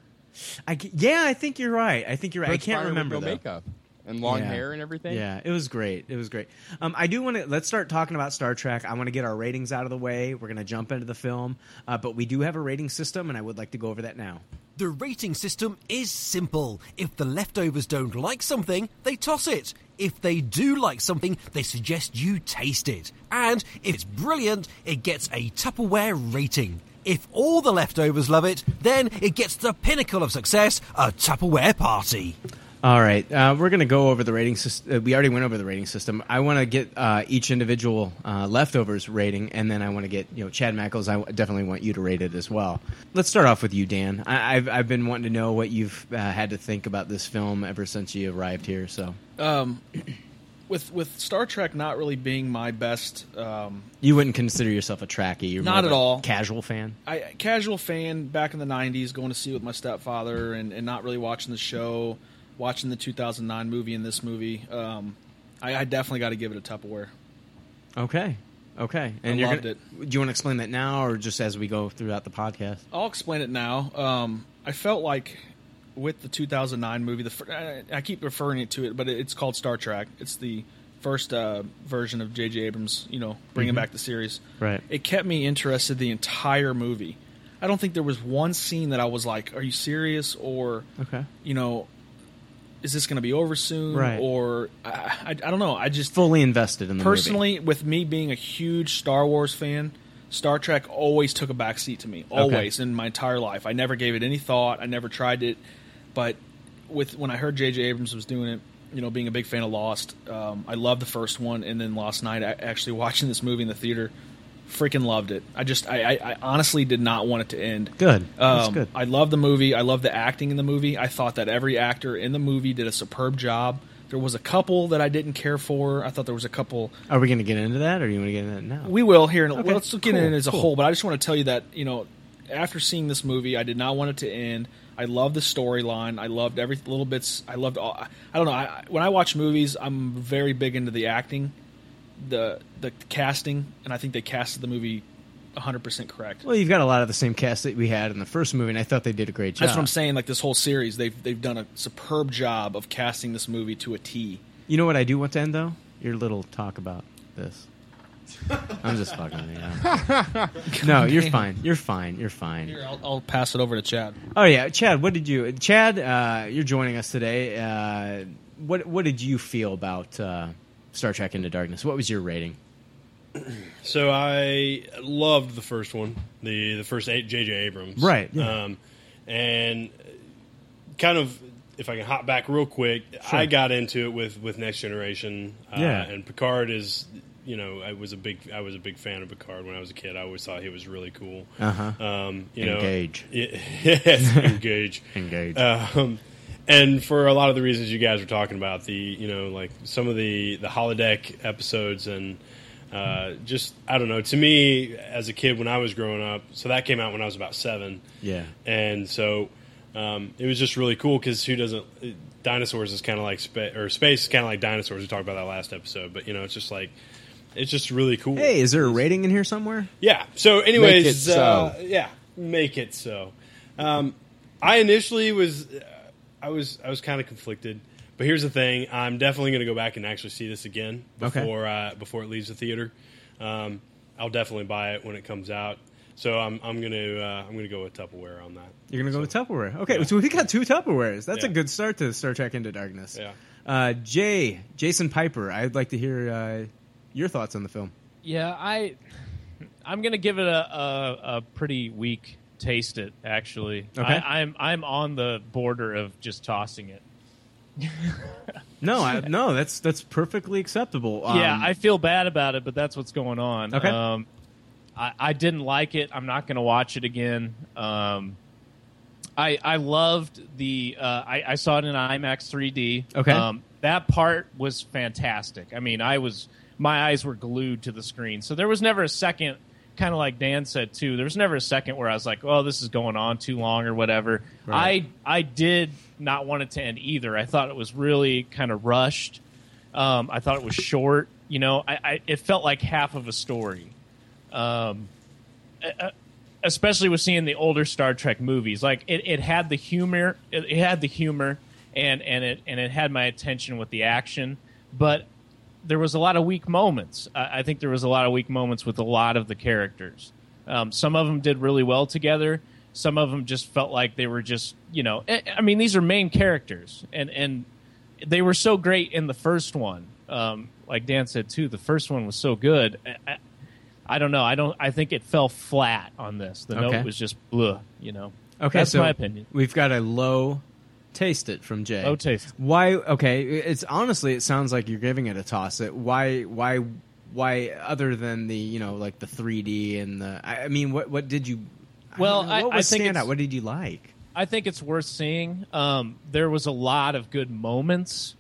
I ca- yeah, I think you're right. I think you're right. Brent I can't Spiner with remember no though. makeup and long Yeah. hair and everything. Yeah, it was great. It was great. Um, I do want to let's start talking about Star Trek. I want to get our ratings out of the way. We're going to jump into the film, uh, but we do have a rating system, and I would like to go over that now. The rating system is simple. If the leftovers don't like something, they toss it. If they do like something, they suggest you taste it. And if it's brilliant, it gets a Tupperware rating. If all the leftovers love it, then it gets the pinnacle of success a Tupperware party. All right, uh, we're going to go over the rating system. Uh, we already went over the rating system. I want to get uh, each individual uh, leftovers rating, and then I want to get you know Chad Mackles. I w- definitely want you to rate it as well. Let's start off with you, Dan. I- I've I've been wanting to know what you've uh, had to think about this film ever since you arrived here. So Um, with with Star Trek not really being my best, um, you wouldn't consider yourself a trackie. You're more Not of at a all. Casual fan. I casual fan back in the '90s, going to see it with my stepfather, and, and not really watching the show, watching the 2009 movie and this movie. Um, I, I definitely got to give it a Tupperware. Okay. Okay, I loved it. Do you want to explain that now, or just as we go throughout the podcast? I'll explain it now. Um, I felt like with the 2009 movie, the fir- I, I keep referring it to it, but it, it's called Star Trek. It's the first uh, version of J.J. Abrams, you know, bringing Mhm. back the series. Right. It kept me interested the entire movie. I don't think there was one scene that I was like, "Are you serious?" or Okay. you know, is this going to be over soon? Right. Or I, I, I don't know. I just Fully invested in the movie. personally, with me being a huge Star Wars fan, Star Trek always took a backseat to me. Okay. Always in my entire life, I never gave it any thought. I never tried it, but with when I heard J.J. Abrams was doing it, you know, being a big fan of Lost, um, I loved the first one, and then last night, I, actually watching this movie in the theater, freaking loved it. I just, I, I, I honestly did not want it to end. Good. That's Um, good. I love the movie. I love the acting in the movie. I thought that every actor in the movie did a superb job. There was a couple that I didn't care for. I thought there was a couple. Are we going to get into that, or do you want to get into that now? We will here. In, Okay, let's get cool, in as a cool. whole, but I just want to tell you that you know, after seeing this movie, I did not want it to end. I love the storyline. I loved every little bits. I loved all. I don't know. I, when I watch movies, I'm very big into the acting, the the casting, and I think they casted the movie 100 percent correct. Well, you've got a lot of the same cast that we had in the first movie, and I thought they did a great job. That's what I'm saying. Like this whole series, they've they've done a superb job of casting this movie to a T. You know what I do want to end though? Your little talk about this. I'm just fucking. with you. no, you're fine. You're fine. You're fine. Here, I'll, I'll pass it over to Chad. Oh yeah, Chad. What did you, Chad? Uh, you're joining us today. Uh, what What did you feel about uh, Star Trek Into Darkness? What was your rating? So I loved the first one, the the first eight J.J. Abrams, Right, yeah. Um, and kind of, if I can hop back real quick, Sure. I got into it with with Next Generation, uh, Yeah. And Picard is, you know, I was a big I was a big fan of Picard when I was a kid. I always thought he was really cool. Uh, Uh-huh. Um, you know, Engage. Yeah, yes, engage, Engage. Um, and for a lot of the reasons you guys were talking about, the you know like some of the the holodeck episodes and uh, just I don't know. To me, as a kid when I was growing up, so that came out when I was about seven, Yeah. and so um, it was just really cool because who doesn't? Dinosaurs is kind of like spa- or space is kind of like dinosaurs. We talked about that last episode, but you know it's just like it's just really cool. Hey, is there a rating in here somewhere? Yeah. So, anyways, Make it uh, so. yeah, make it so. Um, I initially was, uh, I was, I was kind of conflicted. But here's the thing: I'm definitely going to go back and actually see this again Okay. before uh, before it leaves the theater. Um, I'll definitely buy it when it comes uh, out. So I'm I'm gonna uh, I'm gonna go with Tupperware on that. You're gonna go with Tupperware. Okay, so we got two Tupperwares. That's a Yeah. good start to Star Trek Into Darkness. Yeah. Uh, Jay, Jason Piper. I'd like to hear uh, your thoughts on the film. Yeah, I I'm gonna give it a a, a pretty weak taste. It actually, Okay. I, I'm I'm on the border of just tossing it. No, I, no, that's that's perfectly acceptable. yeah, Um, I feel bad about it, but that's what's going on. Okay. Um, I, I didn't like it. I'm not going to watch it again. Um, I I loved the. Uh, I, I saw it in IMAX 3D. Okay. Um, that part was fantastic. I mean, I was my eyes were glued to the screen, so there was never a second. Kind of like Dan said too. There was never a second where I was like, "Oh, this is going on too long" or whatever. Right. I I did not want it to end either. I thought it was really kind of rushed. Um, I thought it was short. You know, I, I it felt like half of a story. Um, e- e- especially with seeing the older Star Trek movies, like it, it had the humor, it, it had the humor, and and it and it had my attention with the action, but there was a lot of weak moments. I, I think there was a lot of weak moments with a lot of the characters. Um, some of them did really well together. Some of them just felt like they were just, you know, I, I mean, these are main characters, and and they were so great in the first one. Um, like Dan said too, the first one was so good. I, I, I don't know. I don't. I think it fell flat on this. The Okay. note was just bleh. You know. Okay, That's so my opinion. We've got a low taste it from Jay. Low taste. Why? Okay, it's honestly, it sounds like you're giving it a toss. It why why why other than the you know like the 3D and the I, I mean what what did you? I don't Well, know, I- what I was think it's- standout? What did you like? I think it's worth seeing. Um, there was a lot of good moments,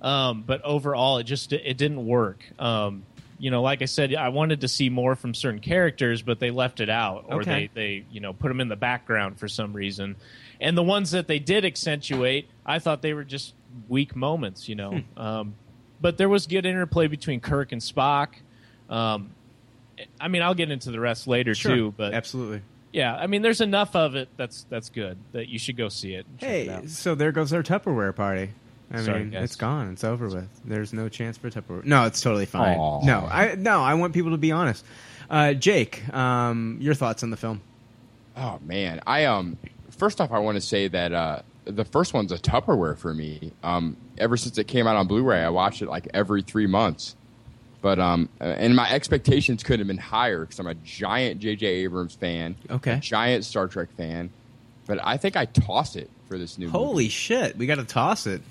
um, but overall, it just it didn't work. Um, you know, like I said, I wanted to see more from certain characters, but they left it out, or Okay. they they you know put them in the background for some reason. And the ones that they did accentuate, I thought they were just weak moments. You know, um, but there was good interplay between Kirk and Spock. Um, I mean, I'll get into the rest later Sure. too, but absolutely. yeah, I mean, there's enough of it that's that's good that you should go see it. and check it Hey, out. so there goes our Tupperware party. I Sorry, mean, guys. it's gone. It's over with. There's no chance for Tupperware. No, it's totally fine. Aw. No, I no, I want people to be honest. Uh, Jake, um, your thoughts on the film? Oh man, I um first off I want to say that uh the first one's a Tupperware for me. Um ever since it came out on Blu-ray, I watched it like every 3 months. But um uh, and my expectations couldn't have been higher cuz I'm a giant JJ Abrams fan. Okay. A giant Star Trek fan. But I think I toss it for this new movie. Holy shit, we got to toss it.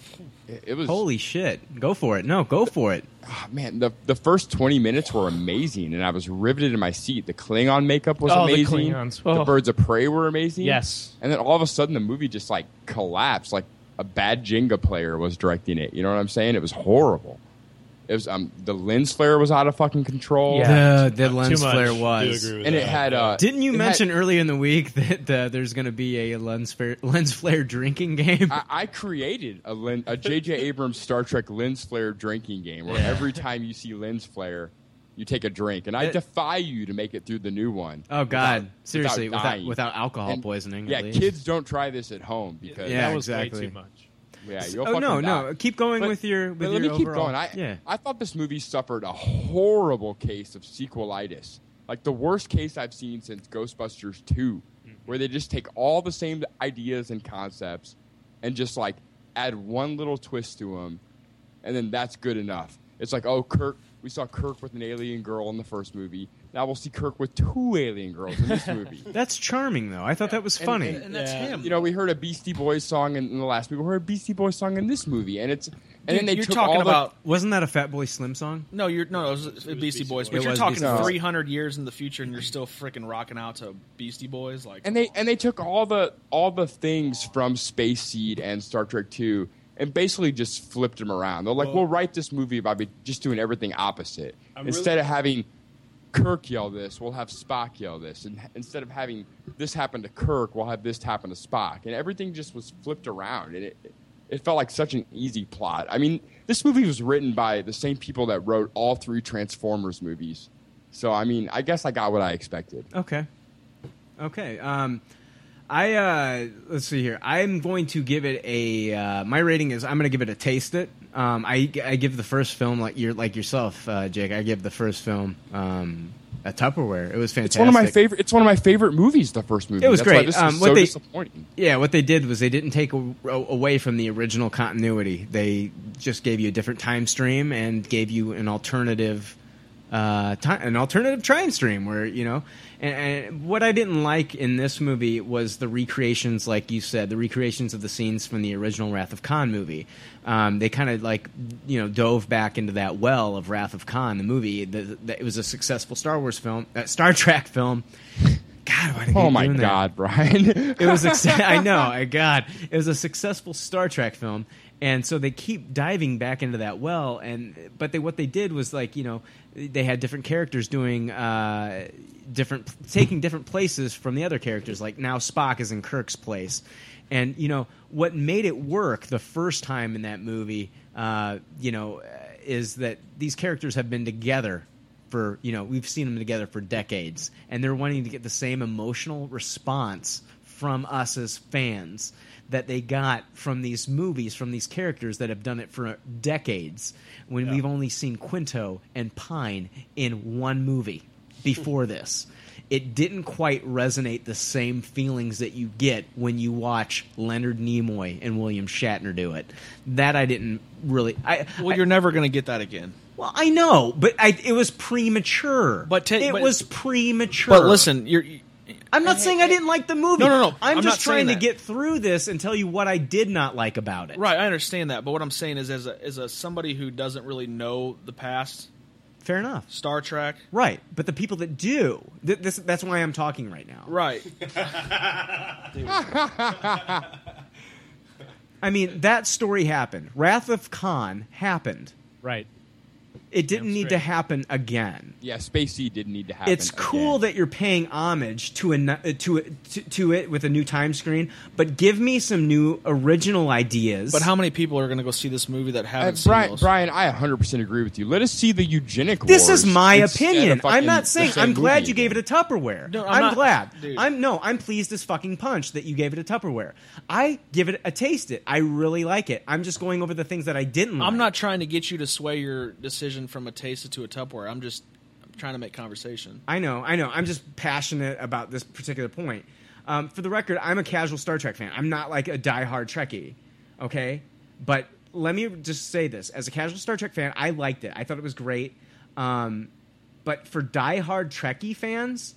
It was holy shit. Go for it. No, go for it. Ah, man, the the first twenty minutes were amazing, and I was riveted in my seat. The Klingon makeup was Oh, the amazing. Klingons. The Oh. birds of prey were amazing. Yes. and then all of a sudden, the movie just like collapsed. Like a bad Jenga player was directing it. You know what I'm saying? It was horrible. It was um the lens flare was out of fucking control. The, the lens flare was, and it had. Uh, Didn't you it had- mention earlier in the week that uh, there's going to be a lens flare, lens flare drinking game? I, I created a len, a J.J. Abrams Star Trek lens flare drinking game where every time you see lens flare, you take a drink, and I It- defy you to make it through the new one. Oh God! Seriously, without dying. without, alcohol And- poisoning. Yeah, at least. kids don't try this at home because Yeah, That was way exactly. too much. Yeah, S- you'll oh, no, fucking die. no, keep going But- with your- with but let your me keep overall- going. I, yeah. I thought this movie suffered a horrible case of sequelitis, like the worst case I've seen since Ghostbusters Two, Mm-hmm. where they just take all the same ideas and concepts and just like add one little twist to them, and then that's good enough. It's like, oh, Kirk. We saw Kirk with an alien girl in the first movie. Now we'll see Kirk with two alien girls in this movie. That's charming though. I thought that was And- funny. And, You know, we heard a Beastie Boys song in, in the last movie. We heard a Beastie Boys song in this movie, and it's and then they you're took talking all the- about- Wasn't that a Fat Boy Slim song? No, you're no, it was, it was Beastie Boys, It but you're was talking Beastie Boys. 300 years in the future, and you're still freaking rocking out to Beastie Boys. Like, and they and they took all the all the things from Space Seed and Star Trek Two, and basically just flipped them around. They're like, Well- we'll write this movie by be- just doing everything opposite. I'm instead really- of having Kirk yell this, we'll have Spock yell this, and instead of having this happen to Kirk, we'll have this happen to Spock, and everything just was flipped around, and it it felt like such an easy plot. I mean, this movie was written by the same people that wrote all three Transformers movies. So I mean, I guess I got what I expected. Okay. Okay. Um, I uh, let's see here. I'm going to give it a. Uh, my rating is I'm going to give it a taste it. Um, I I give the first film like you like yourself, uh, Jake. I give the first film um, a Tupperware. It was It's fantastic. one of my favorite. It's one of my favorite movies. The first movie. It was That's great. Why this is um, so what they, disappointing. Yeah, what they did was they didn't take a, a- away from the original continuity. They just gave you a different time stream and gave you an alternative, uh, time, an alternative time stream where you know. And, and what I didn't like in this movie was the recreations, like you said, the recreations of the scenes from the original Wrath of Khan movie. Um, they kind of like you know dove back into that well of Wrath of Khan, the movie. The, the, it was a successful Star Wars film, uh, Star Trek film. God, why do I Oh keep my doing that? God, Brian. it was. Ex- I know. I God, it was a successful Star Trek film, and so they keep diving back into that well. And but they what they did was like you know they had different characters doing uh, different taking different places from the other characters. Like now Spock is in Kirk's place, and you know what made it work the first time in that movie. Uh, you know, is that these characters have been together for you know we've seen them together for decades and they're wanting to get the same emotional response from us as fans that they got from these movies from these characters that have done it for decades when we've only seen Quinto and Pine in one movie before this it didn't quite resonate the same feelings that you get when you watch Leonard Nimoy and William Shatner do it that I didn't really I Well, you're never going to get that again. well, I know, but I, it was premature. But ta- it but- was premature. But listen, you're I'm not saying I didn't like the movie. No, no, no. I'm I'm, just not saying trying to that. get through this and tell you what I did not like about it. right. I understand that, but what I'm saying is, as a, as a somebody who doesn't really know the past, fair enough. Star Trek, Right, but the people that do, th- this, that's why I'm talking right now. right? I mean, that story happened. Wrath of Khan happened. Right. It didn't Damn need to straight. happen again. Yeah, Space Sea didn't need to happen. it's cool that you're paying homage to a n- uh, to, a- to to it with a new time screen, but give me some new original ideas. But how many people are going to go see this movie that haven't Uh, seen Brian, those? Brian, I 100% agree with you. Let us see the eugenic This wars is my instead of opinion. fucking I'm not the saying same I'm glad movie you gave it a Tupperware. No, I'm I'm, not- glad. Dude. I'm no, I'm pleased as fucking punch that you gave it a Tupperware. I give it a taste it. I really like it. I'm just going over the things that I didn't like. I'm not trying to get you to sway your decision from a taste to a Tupperware. I'm just I'm trying to make conversation. I know, I know. I'm just passionate about this particular point. Um, for the record, I'm a casual Star Trek fan. I'm not like a diehard Trekkie, okay? But let me just say this: as a casual Star Trek fan, I liked it. I thought it was great. Um, but for diehard Trekkie fans,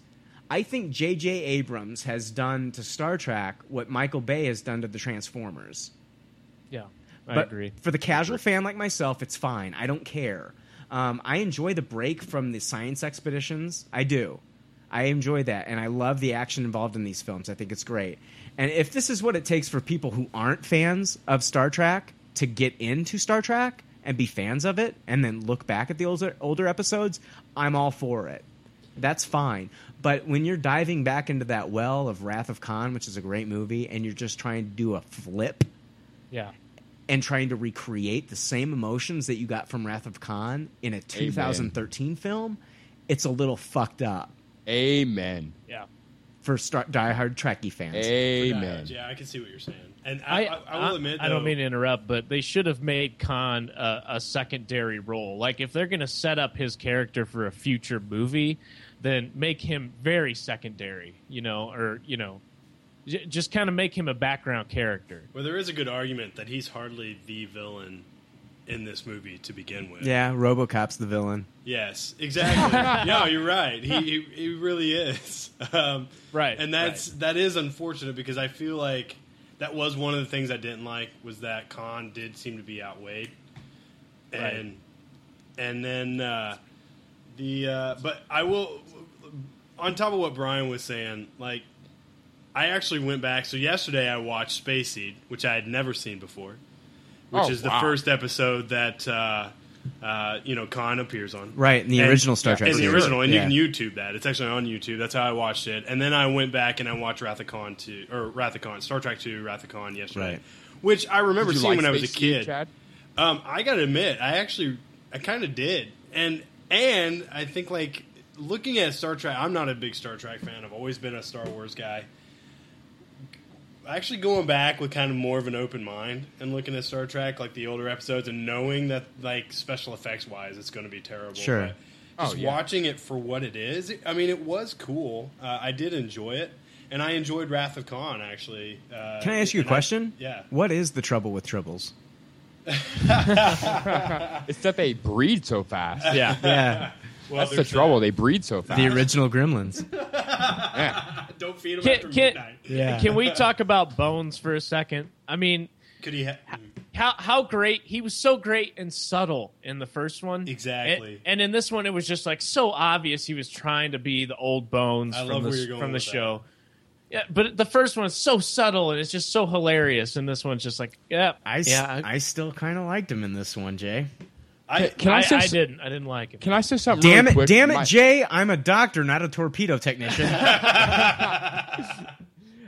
I think J.J. Abrams has done to Star Trek what Michael Bay has done to the Transformers. Yeah, I But agree. For the casual fan like myself, it's fine. I don't care. Um, I enjoy the break from the science expeditions. I do. I enjoy that, and I love the action involved in these films. I think it's great. And if this is what it takes for people who aren't fans of Star Trek to get into Star Trek and be fans of it, and then look back at the older older episodes, I'm all for it. That's fine. But when you're diving back into that well of Wrath of Khan, which is a great movie, and you're just trying to do a flip Yeah. and trying to recreate the same emotions that you got from Wrath of Khan in a 2013 film, it's a little fucked up Amen. Yeah. for star- diehard Trekkie fans. Amen. Yeah, I can see what you're saying, and I, I, I will admit, I don't though- mean to interrupt, but they should have made Khan a, a secondary role. Like, if they're going to set up his character for a future movie, then make him very secondary, you know, or, you know, j- just kind of make him a background character. Well, there is a good argument that he's hardly the villain in this movie to begin with. Yeah, RoboCop's the villain. Yes, exactly. no, you're right. He, he he really is. Um, right. And that's that is unfortunate because I feel like that was one of the things I didn't like was that Khan did seem to be outweighed, and Right. and then uh, the uh, but I will on top of what Brian was saying, like I actually went back. So yesterday I watched Space Seed, which I had never seen before, which Oh, is the wow. first episode that. Uh, uh, you know, Khan appears on Right, in the original Star Trek In the series. original, and Yeah. you can YouTube that. It's actually on YouTube. That's how I watched it. And then I went back and I watched Wrath of Khan two or Wrath of Khan, Star Trek two, Wrath of Khan yesterday, Right. which I remember Did you seeing like when I was a Space Seed, kid. Chad? Um, I gotta admit, I actually I kind of did, and and I think like looking at Star Trek, I'm not a big Star Trek fan. I've always been a Star Wars guy. actually going back with kind of more of an open mind and looking at Star Trek, like the older episodes, and knowing that like special effects wise, it's going to be terrible. Sure. but Just Oh, yeah. watching it for what it is. it- I mean, it was cool. Uh, I did enjoy it, and I enjoyed Wrath of Khan actually. Uh, Can I ask you a and question? yeah. What is the trouble with tribbles? it's that they breed so fast. Yeah. Yeah. Well, That's the there's trouble. They breed so fast. The original Gremlins. Don't feed him after Can, can, midnight. Yeah. can we talk about Bones for a second? I mean, could he? Ha- how how great he was so great and subtle in the first one, Exactly. And, and in this one, it was just like so obvious he was trying to be the old Bones I from love the where s- you're going from the with that. show. Yeah, but the first one's so subtle and it's just so hilarious, and this one's just like, yeah, I, s- yeah. I still kind of liked him in this one, Jay. I, Can I I, say I s- didn't. I didn't like him. Can I say something? Damn really it, quick? damn it, My- Jay! I'm a doctor, not a torpedo technician.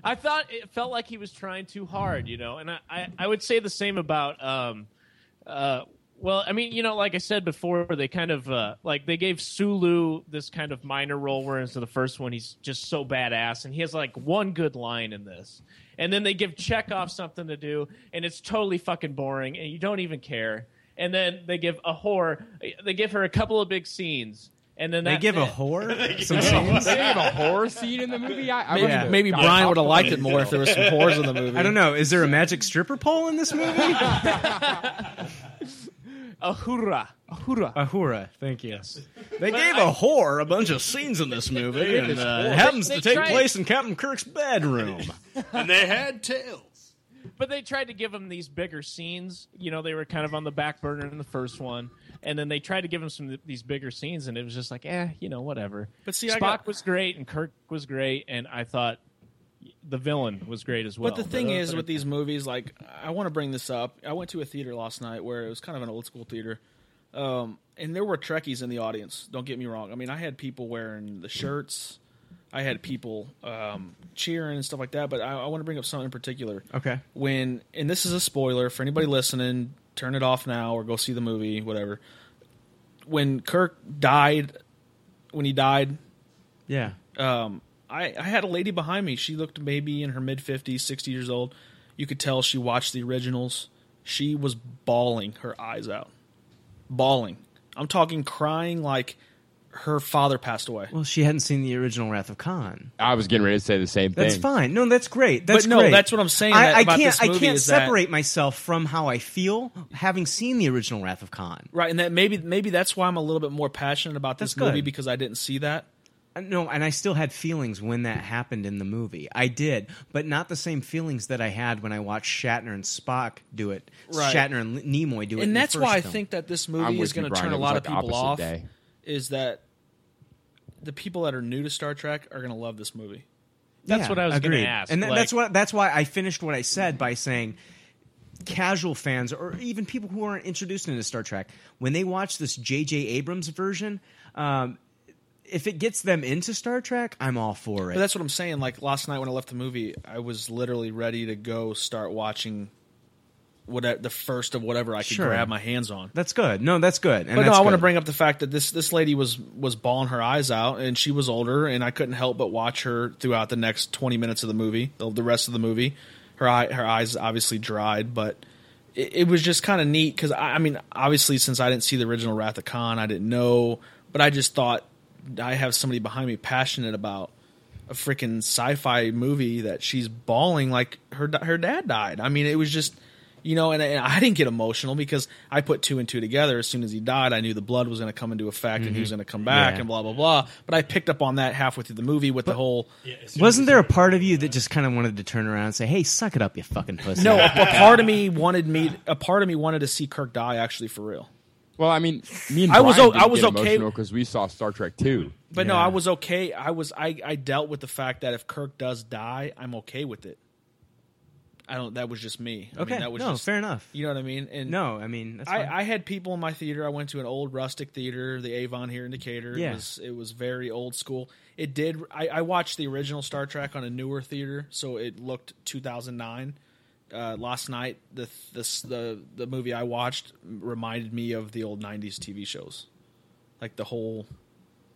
I thought it felt like he was trying too hard, you know. And I, I, I would say the same about, um, uh, well, I mean, you know, like I said before, they kind of uh, like they gave Sulu this kind of minor role, whereas the first one he's just so badass, and he has like one good line in this. And then they give Chekhov something to do, and it's totally fucking boring, and you don't even care. And then they give a whore, they give her a couple of big scenes, and then They that's give a it. whore some scenes? They gave a horror scene in the movie. I, I Maybe- would've- maybe I- Brian I- would've liked it more if there was some whores in the movie. I don't know. Is there a magic stripper pole in this movie? Ahura. Ahura. Ahura. Thank you. They gave a whore a bunch of scenes in this movie, and uh, it happens They- to they take tried- place in Captain Kirk's bedroom. and they had tails. But they tried to give him these bigger scenes. You know, they were kind of on the back burner in the first one, and then they tried to give him some of these bigger scenes, and it was just like, eh, you know, whatever. But see, I Spock got- was great, and Kirk was great, and I thought the villain was great as well. uh, But the thing other is, than- with these movies, like I want to bring this up. I went to a theater last night where it was kind of an old school theater, um, and there were Trekkies in the audience. Don't get me wrong. I mean, I had people wearing the shirts. I had people um, cheering and stuff like that. But I, I want to bring up something in particular. Okay. When and this is a spoiler for anybody listening. Turn it off now or go see the movie, whatever. When Kirk died, when he died, Yeah. um, I, I had a lady behind me. She looked maybe in her mid 50s, 60 years old. You could tell she watched the originals. She was bawling her eyes out. Bawling. I'm talking crying like her father passed away. Well, she hadn't seen the original Wrath of Khan. I was getting ready to say the same thing. That's fine. No, that's great. That's But no, great. that's what I'm saying I, that- I about can't. this movie I can't is that- separate myself from how I feel having seen the original Wrath of Khan. Right, and that maybe maybe that's why I'm a little bit more passionate about this That's good. movie because I didn't see that. Uh, No, and I still had feelings when that happened in the movie. I did, but not the same feelings that I had when I watched Shatner and Spock do it. Right. Shatner and L- Nimoy do it. in and the that's first why I film. think that this I'm movie is with you, going to Brian. turn It a was lot like of the people opposite off. day. Is that the people that are new to Star Trek are going to love this movie? That's what I was gonna agreed. ask, and tha- like- that's what that's why I finished what I said by saying, casual fans or even people who aren't introduced into Star Trek when they watch this J.J. Abrams version, um, if it gets them into Star Trek, I'm all for it. But that's what I'm saying. Like last night when I left the movie, I was literally ready to go start watching what the first of whatever I could Sure. grab my hands on. That's good. No, that's good. And but no, that's I want to good. bring up the fact that this this lady was was bawling her eyes out, and she was older, and I couldn't help but watch her throughout the next 20 minutes of the movie, the, the rest of the movie. Her eye, her eyes obviously dried, but it, it was just kind of neat because I, I mean, obviously, since I didn't see the original Wrath of Khan, I didn't know, but I just thought I have somebody behind me passionate about a freaking sci-fi movie that she's bawling like her her dad died. I mean, it was just you know, and, and I didn't get emotional because I put two and two together. As soon as he died, I knew the blood was going to come into effect and he was going to come back Mm-hmm. Yeah. and blah blah blah. But I picked up on that halfway through the movie with the whole. Wasn't there a part of you that just kind of wanted to turn around and say, "Hey, suck it up, you fucking pussy"? No, a, a part of me wanted me. A part of me wanted to see Kirk die actually for real. Well, I mean, me and I was Brian o- didn't I was get okay- emotional because we saw Star Trek Two. But no, I was okay. I was I, I dealt with the fact that if Kirk does die, I'm okay with it. I don't. That was just me. I Okay, mean, that was no, just, fair enough. You know what I mean? And No, I mean, that's fine. I, I had people in my dealer. I went to an old rustic theater, the Avon here in Decatur. Yeah. It was it was very old school. It did. I, I watched the original Star Trek on a newer theater, so it looked 2009. Uh, last night, the, the the the movie I watched reminded me of the old 90s TV shows, like the whole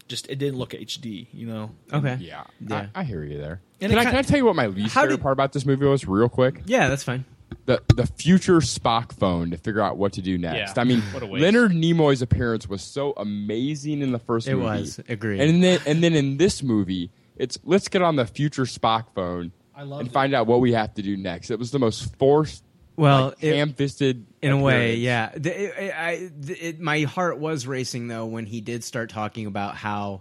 just it didn't look HD, you know. Okay. Yeah. I, I hear you there. And can, it I, kin- can I tell you what my least How favorite did- part about this movie was, real quick? Yeah, that's fine. The the future Spock phone to figure out what to do next. Yeah. I mean, What a waste. Leonard Nimoy's appearance was so amazing in the first It movie. was. Agreed. And then and then in this movie, it's let's get on the future Spock phone I loved and it. find out what we have to do next. It was the most forced, Well, like, it- ham-fisted in a way, appearance. yeah. The, it, it- I, the, it, my heart was racing though when he did start talking about how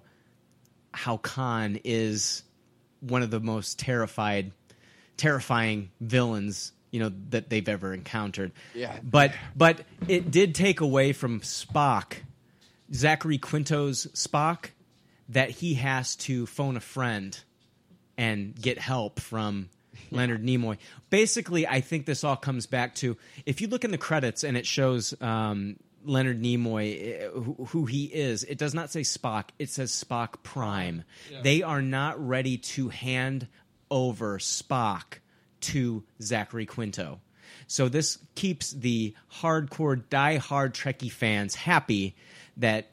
how Khan is one of the most terrified, terrifying villains you know that they've ever encountered. Yeah. but but it did take away from Spock, Zachary Quinto's Spock, that he has to phone a friend and get help from Leonard Nimoy. Basically, I think this all comes back to if you look in the credits and it shows um, Leonard Nimoy uh, who, who he is. It does not say Spock; it says Spock Prime. Yeah. They are not ready to hand over Spock to Zachary Quinto. So this keeps the hardcore, die-hard Trekkie fans happy that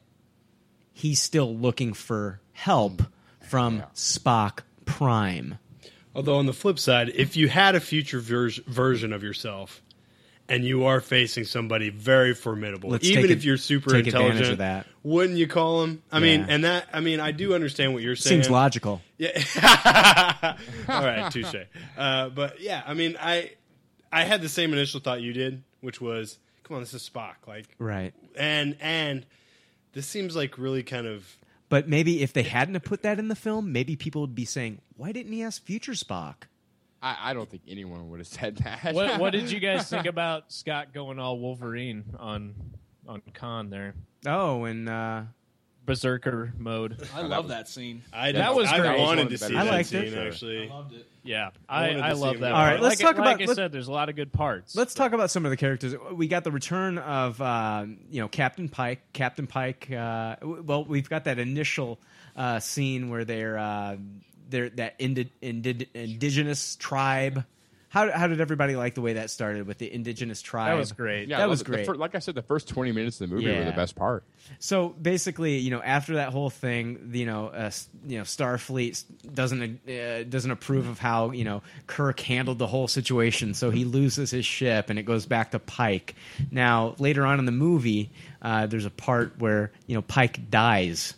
he's still looking for help from Spock Prime. Although on the flip side, if you had a future ver- version of yourself and you are facing somebody very formidable, Let's even take if ad- you're super take advantage intelligent, of that. wouldn't you call him? I mean, Yeah. and that I mean, I do understand what you're saying. Seems logical. Yeah. All right, touche. Uh, but yeah, I mean, I I had the same initial thought you did, which was, come on, this is Spock, like, Right. and and this seems like really kind of But maybe if they hadn't have put that in the film, maybe people would be saying, "Why didn't he ask Future Spock?" I, I don't think anyone would have said that. what, what did you guys think about Scott going all Wolverine on on Khan there? Oh, and uh, Berserker mode. I love that scene. I that was I great. wanted to see I that liked scene it. actually. Yeah, I I, wanted I to see love him that. go. All right, part. let's like, talk about- Like I let's- said, there's a lot of good parts. Let's talk about some of the characters. We got the return of uh, you know Captain Pike. Captain Pike. Uh, w- well, we've got that initial uh, scene where they're uh, they're that indi- indi- indigenous tribe. How, how did everybody like the way that started with the indigenous Yeah, I tribe? that love was it. The great. fir- like I said, the first twenty minutes of the movie were the Yeah. best part. So basically, you know, after that whole thing, you know, uh, s- you know, Starfleet doesn't uh, doesn't approve of how you know Kirk handled the whole situation, so he loses his ship, and it goes back to Pike. Now, later on in the movie, uh, there's a part where you know Pike dies.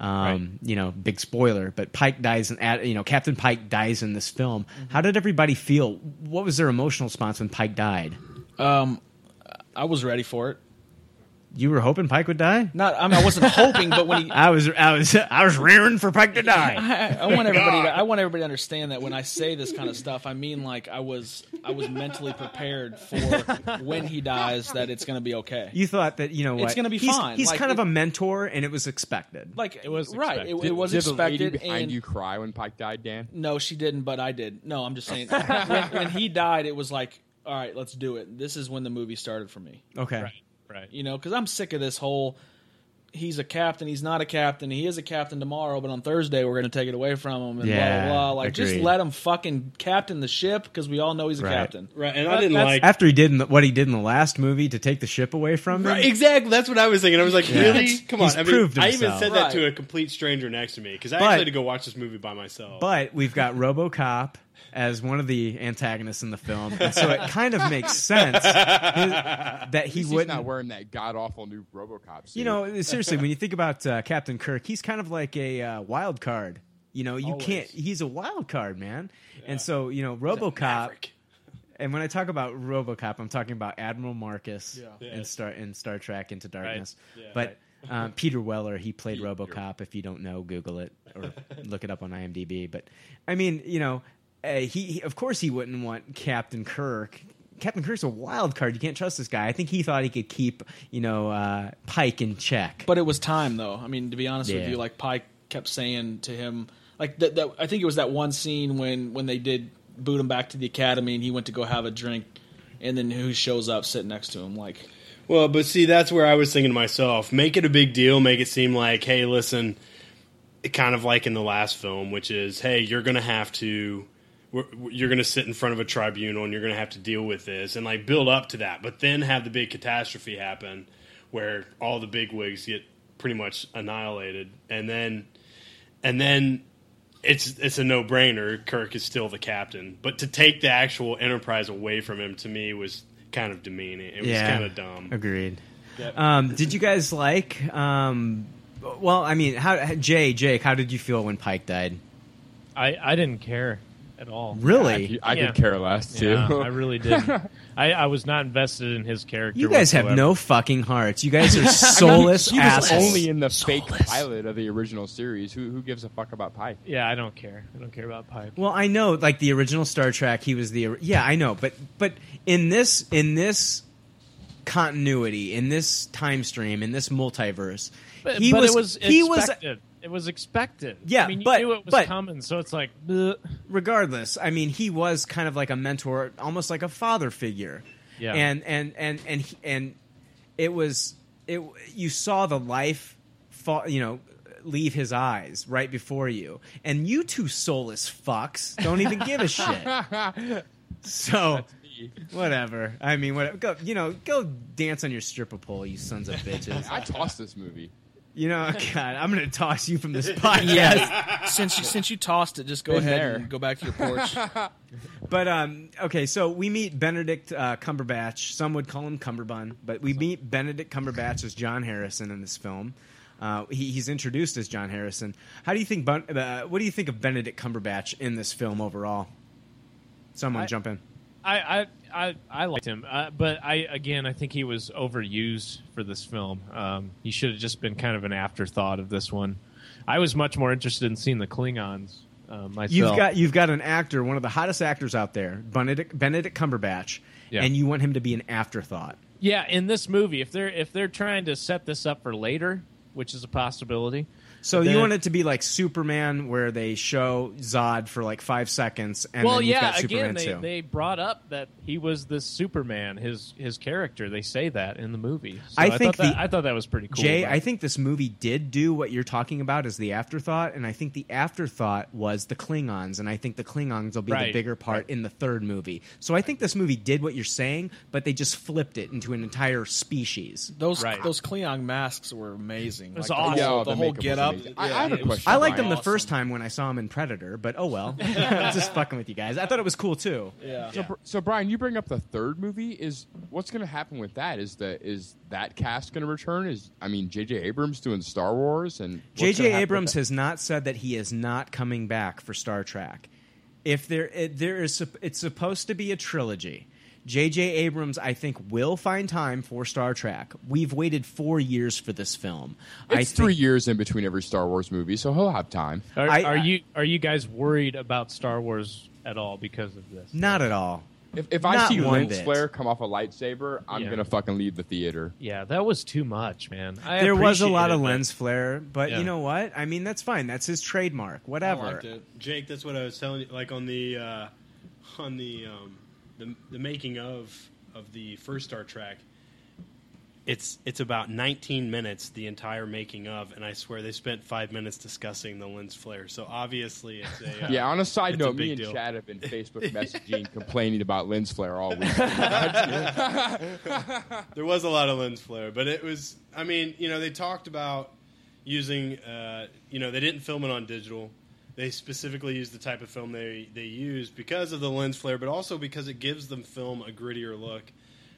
Um, You know, big spoiler, but Pike dies, and at you know Captain Pike dies in this film. How did everybody feel? What was their emotional response when Pike died? Um, I was ready for it. You were hoping Pike would die? Not, I mean, I wasn't hoping, but when he, I was, I was, I was rearing for Pike to die. I, I want everybody. To, I want everybody to understand that when I say this kind of stuff, I mean like I was, I was mentally prepared for when he dies that it's going to be okay. You thought that you know It's what? gonna be he's, fine. He's Like, kind of it- a mentor, and it was expected. Like it was right. It, Did- it was did The expected. lady behind and you cry when Pike died, Dan. no, she didn't, but I did. No, I'm just saying. when, when he died, it was like, all right, let's do it. This is when the movie started for me. Okay. Right, right. You know, because I'm sick of this whole he's a captain, he's not a captain, he is a captain tomorrow, but on Thursday we're going to take it away from him and Yeah, blah, blah, blah. Like, just agreed. let him fucking captain the ship because we all know he's a captain. Right, and I didn't like- after he did in the, what he did in the last movie to take the ship away from him. Right, exactly. That's what I was thinking. I was like, Yeah. really? Come on. He's I, mean, proved I even himself. said that Right. to a complete stranger next to me because I But- actually had to go watch this movie by myself. But we've got RoboCop as one of the antagonists in the film, and so it kind of makes sense his- that At he least wouldn't. He's not wearing that god awful new RoboCop suit. you know, seriously, when you think about uh, Captain Kirk, he's kind of like a uh, wild card. You know, you can't. He's a wild card, man. And so, you know, RoboCop. And when I talk about RoboCop, I'm talking about Admiral Marcus Yeah. in Star in Star Trek Into Darkness. Yeah. But um, Peter Weller, he played RoboCop. If you don't know, Google it or look it up on IMDb. But I mean, you know, uh, he, he of course he wouldn't want Captain Kirk. Captain Kirk's a wild card. You can't trust this guy. I think he thought he could keep, you know, uh, Pike in check. But it was time, though. I mean, to be honest with Yeah. you, like Pike kept saying to him, like that. that I think it was that one scene when when they did boot him back to the academy, and he went to go have a drink, and then who shows up sitting next to him? Like, Well, but see, that's where I was thinking to myself: make it a big deal, make it seem like, hey, listen, kind of like in the last film, which is, hey, you're going to have to, we're- you're going to sit in front of a tribunal and you're going to have to deal with this, and like build up to that, but then have the big catastrophe happen where all the big wigs get pretty much annihilated, and then and then it's it's a no brainer. Kirk is still the captain, but to take the actual Enterprise away from him to me was kind of demeaning. It was kind of dumb. Agreed. Yep. Um, did you guys like? Um, well, I mean, how Jay, Jake, how did you feel when Pike died? I, I didn't care at all. Really? I could- I could care less, too. Yeah, I really did. I, I was not invested in his character. You guys have whatsoever. no fucking hearts. You guys I are mean, soulless he was assholes. only in the fake pilot of the original series. Who, who gives a fuck about Pike? Yeah, I don't care. I don't care about Pike. Well, I know, like the original Star Trek, he was the yeah, I know, but but in this in this continuity, in this time stream, in this multiverse, But, he but was, it was he was expected. it was expected. yeah, I mean, you but knew it was but coming, so it's like regardless, I mean, he was kind of like a mentor, almost like a father figure, Yeah. and and and and he- and it was it you saw the life, fall, you know. Leave his eyes right before you, and you two soulless fucks don't even give a shit. So whatever. I mean, whatever. Go, you know, go dance on your stripper pole, you sons of bitches. I tossed this movie. You know, God, I'm gonna toss you from this But podcast. yeah, since you since you tossed it, just go Been ahead there. and go back to your porch. But um, okay, so we meet Benedict uh, Cumberbatch. Some would call him Cumberbun, but we meet Benedict Cumberbatch as John Harrison in this film. Uh, he, he's introduced as John Harrison. How do you think? Bun- uh, what do you think of Benedict Cumberbatch in this film overall? Someone I- jump in. I I I, I liked him, uh, but I again I think he was overused for this film. Um, he should have just been kind of an afterthought of this one. I was much more interested in seeing the Klingons uh, myself. You've got you've got an actor, one of the hottest actors out there, Benedict, Benedict Cumberbatch, Yeah. and you want him to be an afterthought. yeah in this movie if they're if they're trying to set this up for later, which is a possibility. So then- you want it to be like Superman, where they show Zod for like five seconds, and well, then you've yeah. got Superman again, they, too. they brought up that he was this Superman, his his character. They say that in the movie. So I think thought that, the- I thought that was pretty cool. Jay, but- I think this movie did do what you're talking about as the afterthought, and I think the afterthought was the Klingons, and I think the Klingons will be the Right, bigger part in the third movie. So I think this movie did what you're saying, but they just flipped it into an entire species. Those those Klingon masks were amazing. That's Like, awesome. The whole, the Yeah, the whole makeup was get up. amazing. I- I have a question. I liked him the first time when I saw him in Predator, but oh well. just fucking with you guys. I thought it was cool too. So, Br- so Brian, you bring up the third movie. Is what's going to happen with that? Is the is that cast going to return? Is I mean, J.J. Abrams doing Star Wars and what's gonna J.J. happen with Abrams that? has not said that he is not coming back for Star Trek. If there, it, there is, sup- it's supposed to be a trilogy. J.J. Abrams, I think, will find time for Star Trek. We've waited four years for this film. It's I three years in between every Star Wars movie, so he'll have time. Are, are you are you guys worried about Star Wars at all because of this? Not at all. If, if I Not see one lens bit. flare come off a lightsaber, I'm Yeah. gonna fucking leave the theater. Yeah, that was too much, man. I there was a appreciate lot it, of but- lens flare, but Yeah. you know what? I mean, that's fine. That's his trademark. Whatever. I liked it. Jake, that's what I was telling you. Like on the uh, on the, um, the the making of of the first Star Trek, it's it's about 19 minutes the entire making of, and I swear they spent five minutes discussing the lens flare. So obviously, it's a uh, Yeah, on a side it's note, big me and deal. Chad have been Facebook messaging, complaining about lens flare all week. there was a lot of lens flare, but it was. I mean, you know, they talked about using. Uh, you know, they didn't film it on digital. They specifically used the type of film they they used because of the lens flare, but also because it gives them film a grittier look,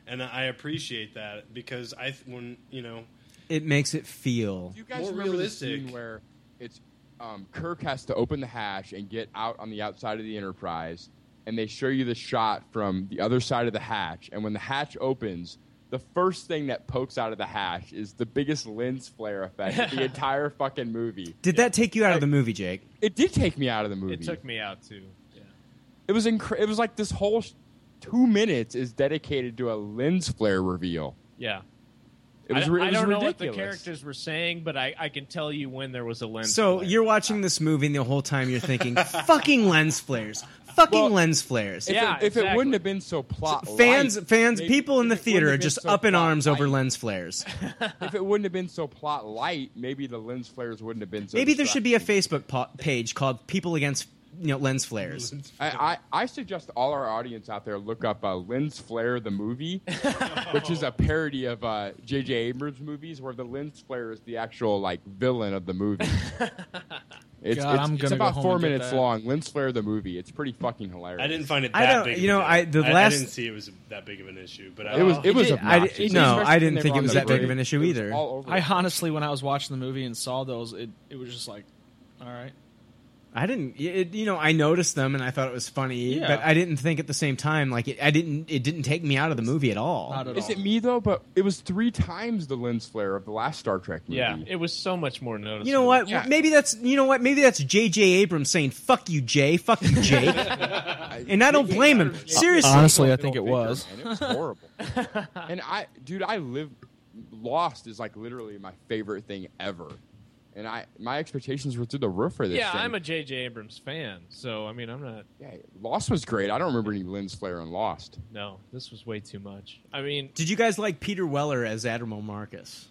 and I appreciate that because I th- when you know It makes it feel. you guys More remember the realistic. scene where it's um, Kirk has to open the hatch and get out on the outside of the Enterprise, and they show you the shot from the other side of the hatch. And when the hatch opens, the first thing that pokes out of the hatch is the biggest lens flare effect of the entire fucking movie. Did that take you out of the movie, Jake? It did take me out of the movie. It took me out too. It was incre- It was like this whole sh- two minutes is dedicated to a lens flare reveal. Yeah. It was. I, ri- I it was don't know ridiculous. what the characters were saying, but I, I can tell you when there was a lens. So you're watching this movie, and the whole time you're thinking, "Fucking lens flares, fucking lens flares." If it, if it wouldn't have been so plot fans, light, fans, maybe- people in the if it wouldn't theater have are been just so up in plot arms over light- lens flares. if it wouldn't have been so plot light, maybe the lens flares wouldn't have been so. Maybe there should be a Facebook po- page called "People Against you know lens flares. I, I, I suggest all our audience out there look up uh, Lens Flare the movie, which is a parody of uh, J.J. Abrams movies where the lens flare is the actual like villain of the movie. It's, God, it's, I'm it's gonna go about home four and get minutes that. long. Lens Flare the movie. It's pretty fucking hilarious. I didn't find it that I don't- big. you know, of a I- deal. the I, last- didn't see it was that big of an issue, but I, It was- I- it was did- I obnoxious. did- no, Especially I when didn't they think were it on was the that big of parade. an issue It was either. all over I the honestly, when I was watching the movie and saw those, it it was just like, all right. I didn't, it, you know, I noticed them and I thought it was funny, Yeah. but I didn't think at the same time like it, I didn't. It didn't take me out of the movie at all. Is it me though? But it was three times the lens flare of the last Star Trek movie. Yeah, it was so much more noticeable. You know what? Maybe that's you know what? Maybe that's J.J. Abrams saying "fuck you, Jay," "fuck you, Jake," and I don't blame him. Seriously, Honestly, I think it was. And it was horrible. and I, dude, I live. Lost is like literally my favorite thing ever, and I my expectations were through the roof for this. Yeah, thing. I'm a J.J. Abrams fan, so I mean, I'm not. Yeah, Lost was great. I don't remember any lens flare on Lost. No, this was way too much. I mean, Did you guys like Peter Weller as Admiral Marcus?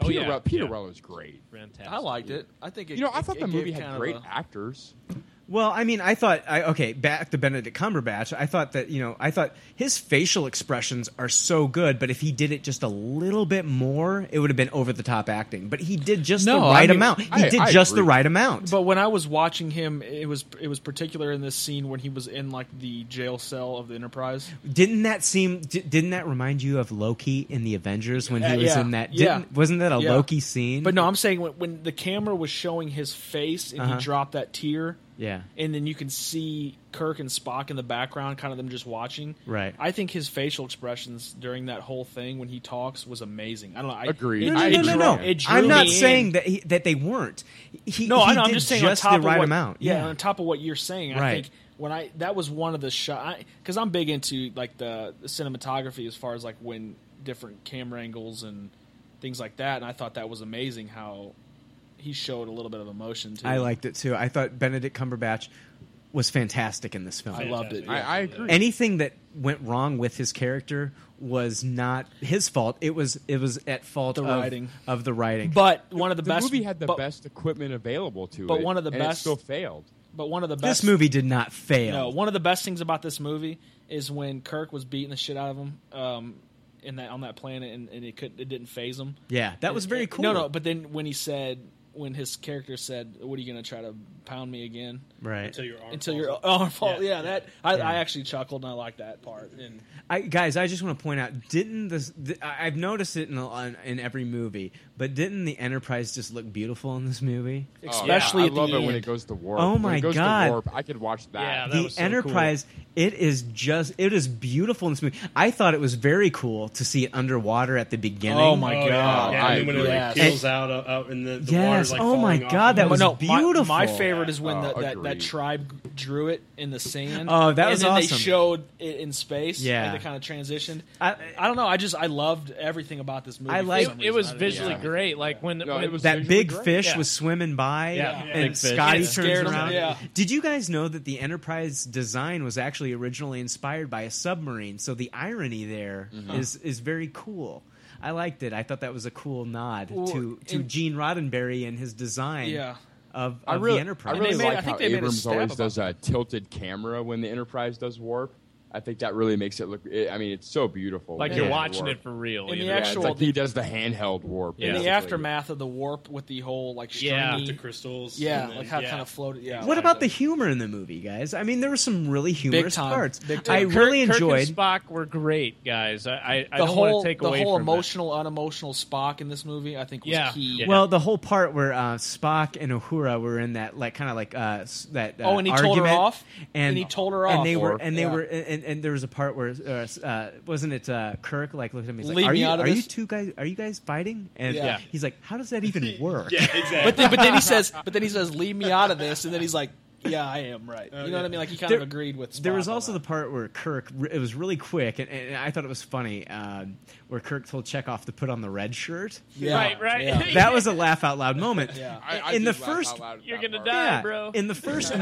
Oh, Peter yeah, Well- Peter yeah. Well was great. Fantastic. I liked it. I think it, you know, I it- thought it the gave movie had kind of great a- actors. Well, I mean, I thought I okay, back to Benedict Cumberbatch. I thought that, you know, I thought his facial expressions are so good, but if he did it just a little bit more, it would have been over the top acting. But he did just the I right mean- amount. He did just the right amount. But when I was watching him, it was it was particular in this scene when he was in like the jail cell of the Enterprise. Didn't that seem di- didn't that remind you of Loki in the Avengers when he Uh, was yeah, in that yeah. didn't wasn't that a Yeah. Loki scene? But no, I'm saying when, when the camera was showing his face and Uh-huh. he dropped that tear, Yeah. and then you can see Kirk and Spock in the background, kind of them just watching. Right. I think his facial expressions during that whole thing when he talks was amazing. I don't know. I, Agreed. It, No, no, it no, no, drew- no. it drew I'm not me in. saying that he, that they weren't. He, no, he I know, I'm did just saying just on top the right of what, amount. Yeah, on top of what you're saying, I Right. think when I that was one of the shots because I'm big into like the, the cinematography as far as like when different camera angles and things like that, and I thought that was amazing how he showed a little bit of emotion. Too. I liked it too. I thought Benedict Cumberbatch was fantastic in this film. I loved it. I, I agree. Anything that went wrong with his character was not his fault. It was it was at fault The of, writing. of the writing. But one of the, the best movie had the but, best equipment available to it, but one of the and best- it still failed. But one of the this best movie did not fail. No, one of the best things about this movie is when Kirk was beating the shit out of him um, in that on that planet, and, and it could not it didn't phase him. Yeah, that And- was very and- cool. No, no, but then when he said, when his character said, "What are you going to try to pound me again?" right. until your arm Until falls your off. arm falls. Yeah. Yeah, that I, Yeah. I actually chuckled and I liked that part. And I, guys, I just want to point out: didn't this? Th- I- I've noticed it in, a, on, in every movie, but didn't the Enterprise just look beautiful in this movie? especially oh, yeah. at I the love end. it when it goes to warp. Oh When my it goes God. to warp, I could watch that. Yeah, that the was so Enterprise, it is just it is beautiful in this movie. I thought it was very cool to see it underwater at the beginning. Oh my Oh, god! Yeah, I and then when it like, yes. peels out uh, out in the, the Yes, water's like oh my falling off God, that of it. But was no, my- beautiful. My, favorite is when Oh, the, that, that agreed. tribe drew it in the sand. Oh, that and was then awesome. They showed it in space. Yeah. like they kind of transitioned. I- I, I don't know. I just I loved everything about this movie. I for like- some It, it was reason. I didn't- visually yeah. great. Like when, No, when it was that visually big great. fish Yeah. was swimming by, Yeah. Yeah. and Big fish. Scotty And it turns scared him, around. yeah. Did you guys know that the Enterprise design was actually originally inspired by a submarine? So the irony there is is very cool. I liked it. I thought that was a cool nod Well, to to and- Gene Roddenberry and his design Yeah. of, of I really, the Enterprise. I really And they made- like I think how they made a Abrams stab always about does a tilted camera when the Enterprise does warp. I think that really makes it look. It, I mean, it's so beautiful. like when you're does watching warp. it for real. In you the know? Yeah, it's actual- like he does the handheld warp. Yeah. in the basically. aftermath of the warp with the whole like stringy, Yeah. the crystals. yeah, and then- like how it yeah. kind of floated. Yeah, What about the humor in the movie, guys? I mean, there were some really humorous time. parts. Big I time. Kirk- really Kirk enjoyed. and Spock were great guys. I, I, the I don't whole want to take the away whole from that. emotional, unemotional Spock in this movie? I think was Yeah. key. Yeah. Well, the whole part where uh, Spock and Uhura were in that like kind of like uh, s- that uh, Oh, and he told her argument, off? And he told her and off. they were Or- and they Yeah. were and, and there was a part where uh, uh, wasn't it uh, Kirk like looked at me he's like Leave are me you out of are you this." two guys are you guys fighting and Yeah. he's like how does that even work Yeah, exactly. But then, but then he says, but then he says, "Leave me out of this," and then he's like, "Yeah, I am right." You know what I mean? Like he kind of There- agreed with. Spock There was on also that. the part where Kirk. It was really quick, and, and I thought it was funny. Um, where Kirk told Chekhov to put on the red shirt. Yeah, Right, right. yeah. That was a laugh out loud moment. Yeah. I- I in did the laugh out first, loud at You're that gonna part. die. yeah, bro. in the first.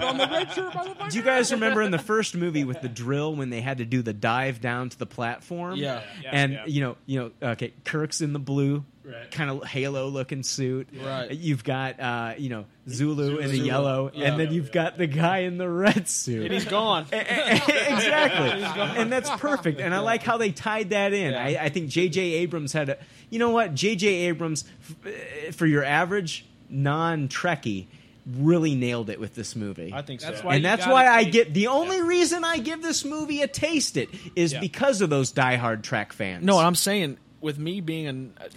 Do you guys remember in the first movie with the drill when they had to do the dive down to the platform? Yeah. Yeah, and yeah. you know, you know, okay, Kirk's in the blue, Right. kind of halo looking suit. Right. You've got uh, you know Zulu in the Zulu. yellow, Yeah. and then you've got the guy in the red suit. And he's gone. exactly. He's gone. And that's perfect. And I like how they tied that in. I, I think J.J. Abrams had a. You know what? J.J. Abrams, f- eh, for your average non Trekkie, really nailed it with this movie. I think so. That's why and you that's gotta why I taste- get. The only reason I give this movie a taste it is Yeah. because of those diehard Trek fans. No, what I'm saying with me being a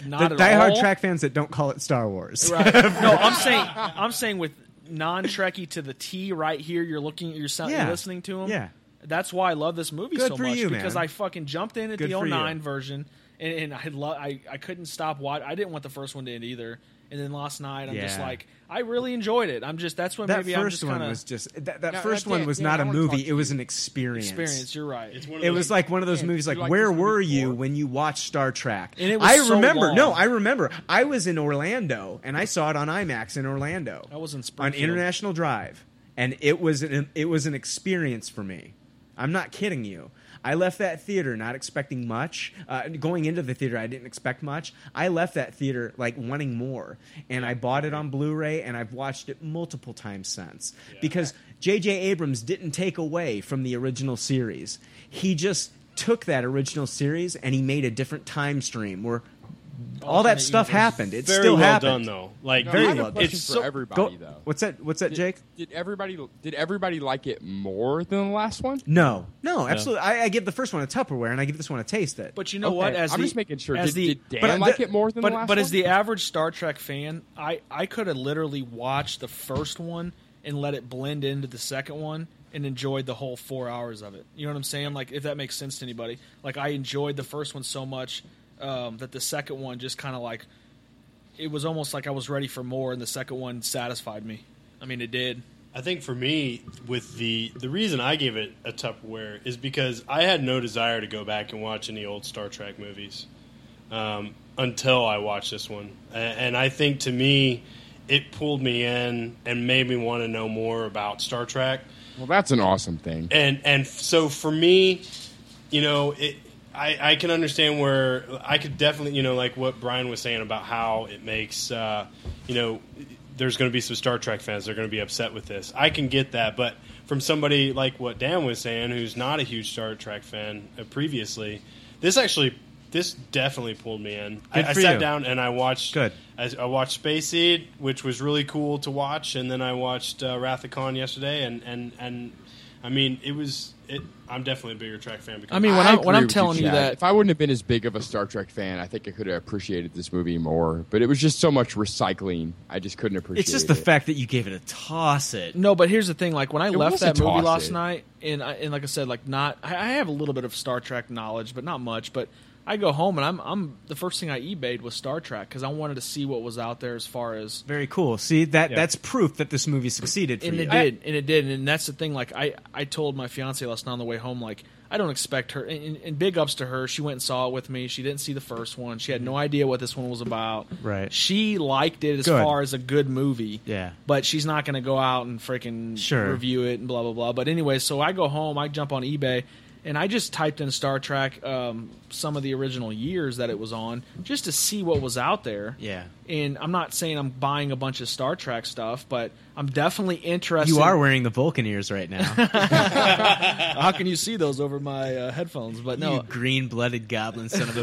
not the at diehard all, Trek fans that don't call it Star Wars. Right. No, I'm saying I'm saying with non Trekkie to the T right here. You're looking. You're, sound, Yeah. you're listening to him. Yeah. That's why I love this movie Good so for much you, because man. I fucking jumped in at Good the for you. 09 version and, and I love. I I couldn't stop watching. I didn't want the first one to end either. And then last night, I'm just Yeah. like, I really enjoyed it. I'm just that's when that maybe I'm first just one kinda, was just that, that No, first that's one it. was Yeah, not I a wanna movie. talk It was an experience. experience. You're right. It's one It was like one of those movies. Like, where were you when you watched Star Trek? And it was I so remember. No, long. I remember. I was in Orlando and I saw it on IMAX in Orlando. I was in on Springfield. International Drive, and it was an it was an experience for me. I'm not kidding you. I left that theater not expecting much. Uh, going into the theater, I didn't expect much. I left that theater like wanting more, and I bought it on Blu-ray, and I've watched it multiple times since because J.J. Abrams didn't take away from the original series. He just took that original series and he made a different time stream where all that Alternate stuff universe. happened. It Very still well happened. done, though. Like, No, I very have a well done. question It's for so- everybody, though. What's that? What's that, Jake? Did everybody did everybody like it more than the last one? No, no, absolutely. I, I give the first one a Tupperware, and I give this one a taste it. But you know what? As I'm the- just making sure. Did- As the, did Dan But- like it more than the but, last But as one? the average Star Trek fan, I I could have literally watched the first one and let it blend into the second one and enjoyed the whole four hours of it. You know what I'm saying? Like if that makes sense to anybody. Like I enjoyed the first one so much um, that the second one just kind of like it was almost like I was ready for more, and the second one satisfied me. I mean, it did. I think for me, with the the reason I gave it a Tupperware is because I had no desire to go back and watch any old Star Trek movies um, until I watched this one, A- and I think to me, it pulled me in and made me want to know more about Star Trek. Well, that's an awesome thing. And and so for me, you know, it, I I can understand where I could definitely, you know, like what Brian was saying about how it makes, uh, you know, there's going to be some Star Trek fans they're going to be upset with this. I can get that, but from somebody like what Dan was saying, who's not a huge Star Trek fan uh, previously, this actually. This definitely pulled me in. I, Good I for sat you. down and I watched. Good. I, I watched Space Seed, which was really cool to watch, and then I watched uh, Wrath of Khan yesterday, and, and, and I mean, it was. It, I'm definitely a bigger track fan. Because agree with Chad. if I wouldn't have been as big of a Star Trek fan, I think I could have appreciated this movie more. But it was just so much recycling. I just couldn't appreciate. It's just the it. fact that you gave it a toss it. No, but here's the thing. Like when I It left was a that movie toss last it. night, and I, and like I said, like not I, I have a little bit of Star Trek knowledge, but not much. But I go home and I'm I'm the first thing I eBayed was Star Trek because I wanted to see what was out there as far as Very cool. See that that's proof that this movie succeeded. For and you. it did, and it did, and that's the thing. Like I, I told my fiance last night on the way home, like I don't expect her. And, and- and big ups to her. She went and saw it with me. She didn't see the first one. She had no idea what this one was about. Right. She liked it as Good. far as a good movie. Yeah. But she's not going to go out and freaking Sure. review it and blah blah blah. But anyway, so I go home. I jump on eBay. And I just typed in Star Trek, um, some of the original years that it was on, just to see what was out there. Yeah. And I'm not saying I'm buying a bunch of Star Trek stuff, but I'm definitely interested. You are wearing the Vulcan ears right now. How can you see those over my uh, headphones? But you no. green blooded goblin son of a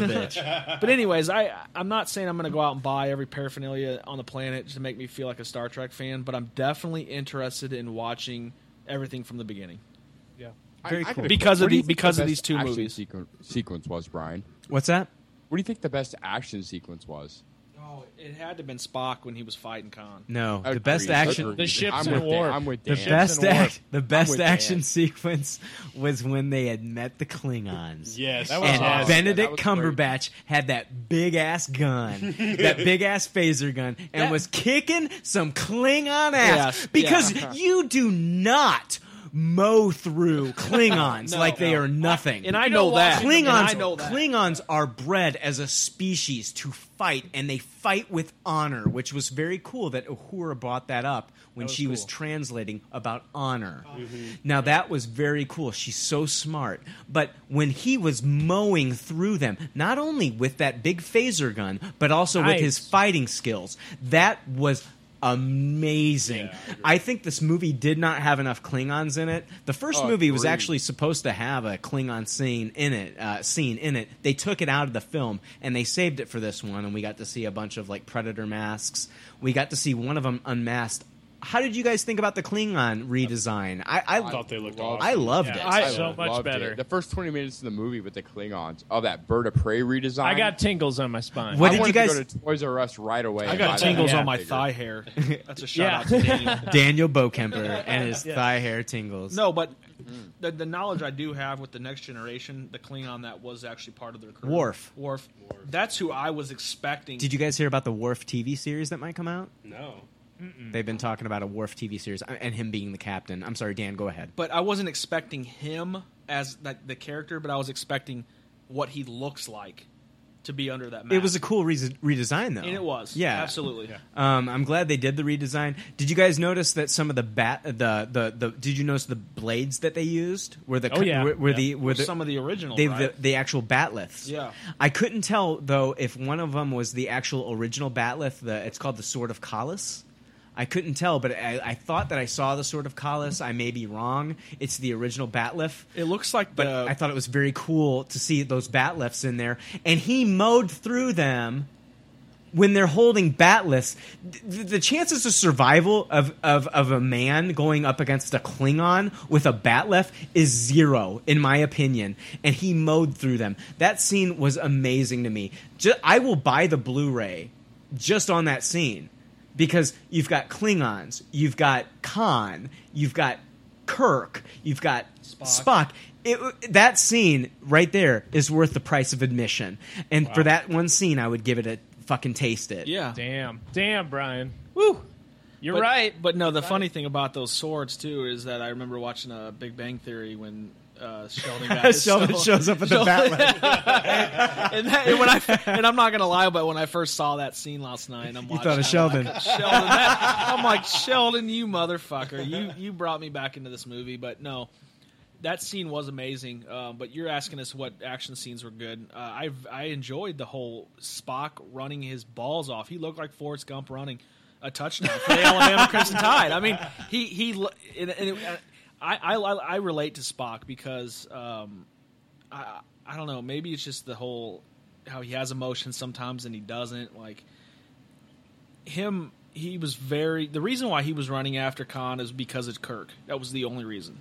bitch. but anyways, I I'm not saying I'm going to go out and buy every paraphernalia on the planet to make me feel like a Star Trek fan, but I'm definitely interested in watching everything from the beginning. Yeah. I- I could- because what of do the, you think because of best these two action movies. sequen- sequence was Brian. What's that? What do you think the best action sequence was? Oh, it had to have been Spock when he was fighting Khan. No, the Agreed. best action. Agreed. The ships I'm in with Dan. war. I'm with The Dan. best Ships in war. act. The I'm best with Dan. action sequence was when they had met the Klingons. Yes. That was and awesome. Benedict That was great. Cumberbatch had that big ass gun, that big ass phaser gun, and was kicking some Klingon ass Yes, because yeah. you do not mow through Klingons No, like they no. are nothing. And I You know know why? that. Klingons, And I know that. Klingons are bred as a species to fight, and they fight with honor, which was very cool that Uhura brought that up when That was she was cool. translating about honor. Mhm. Now that was very cool. She's so smart. But when he was mowing through them, not only with that big phaser gun, but also with his Nice. fighting skills, that was amazing. I, think this movie did not have enough Klingons in it. The first Oh, movie was agreed. actually supposed to have a Klingon scene in it. Uh, scene in it. They took it out of the film and they saved it for this one. And we got to see a bunch of like Predator masks. We got to see one of them unmasked. How did you guys think about the Klingon redesign? I, I, thought they looked awesome. I loved it. loved it. The first 20 minutes of the movie with the Klingons, oh, that Bird of Prey redesign. I got tingles on my spine. I wanted to go to Toys R Us right away. and buy that action figure. hair. That's a shout Yeah. out to Daniel. Daniel Bokemper and his Yeah. thigh hair tingles. No, but the, the knowledge I do have with the next generation, the Klingon that was actually part of their crew, Worf. Worf. That's who I was expecting. Did you guys hear about the Worf TV series that might come out? No. They've been talking about a Worf TV series uh, and him being the captain. I'm sorry, Dan, go ahead. But I wasn't expecting him as that, the character, but I was expecting what he looks like to be under that mask. It was a cool re- redesign, though. And it was. yeah, Absolutely. Yeah. Um, I'm glad they did the redesign. Did you guys notice that some of the bat, uh, the the, the did you notice the blades that they used were the Oh, yeah. were, were Yeah. the were Were the, some of the original, they, right? the, the actual batliths. Yeah. I couldn't tell though if one of them was the actual original batlith. The it's called the Sword of Kallus. I couldn't tell, but I, I thought that I saw the Sword of Kallus. I may be wrong. It's the original batlith. It looks like, but the- I thought it was very cool to see those batliths in there, and he mowed through them when they're holding batliths, the, the chances of survival of, of, of a man going up against a Klingon with a batleth is zero, in my opinion. And he mowed through them. That scene was amazing to me. Ju- I will buy the Blu ray just on that scene because you've got Klingons, you've got Khan, you've got Kirk, you've got Spock. It, that scene right there is worth the price of admission. And for that one scene, I would give it a fucking taste it. Yeah. Damn. Damn, Brian. Woo. You're But- right. But no, the funny thing about those swords too is that I remember watching a Big Bang Theory when uh, Sheldon got his Sheldon stone- shows up at the Sheldon- Batman. and, that, and when I and I'm not gonna lie, but when I first saw that scene last night, I'm You watching. thought of Sheldon. Sheldon, that- I'm like Sheldon, you motherfucker, you you brought me back into this movie, but no. That scene was amazing, uh, but you're asking us what action scenes were good. Uh, I I enjoyed the whole Spock running his balls off. He looked like Forrest Gump running a touchdown for the Alabama Crimson Tide. I mean, he he. lo- And, and it, uh, I, I I relate to Spock because um, I I don't know. Maybe it's just the whole how he has emotions sometimes and he doesn't. Like him, he was very. The reason why he was running after Khan is because of Kirk. That was the only reason.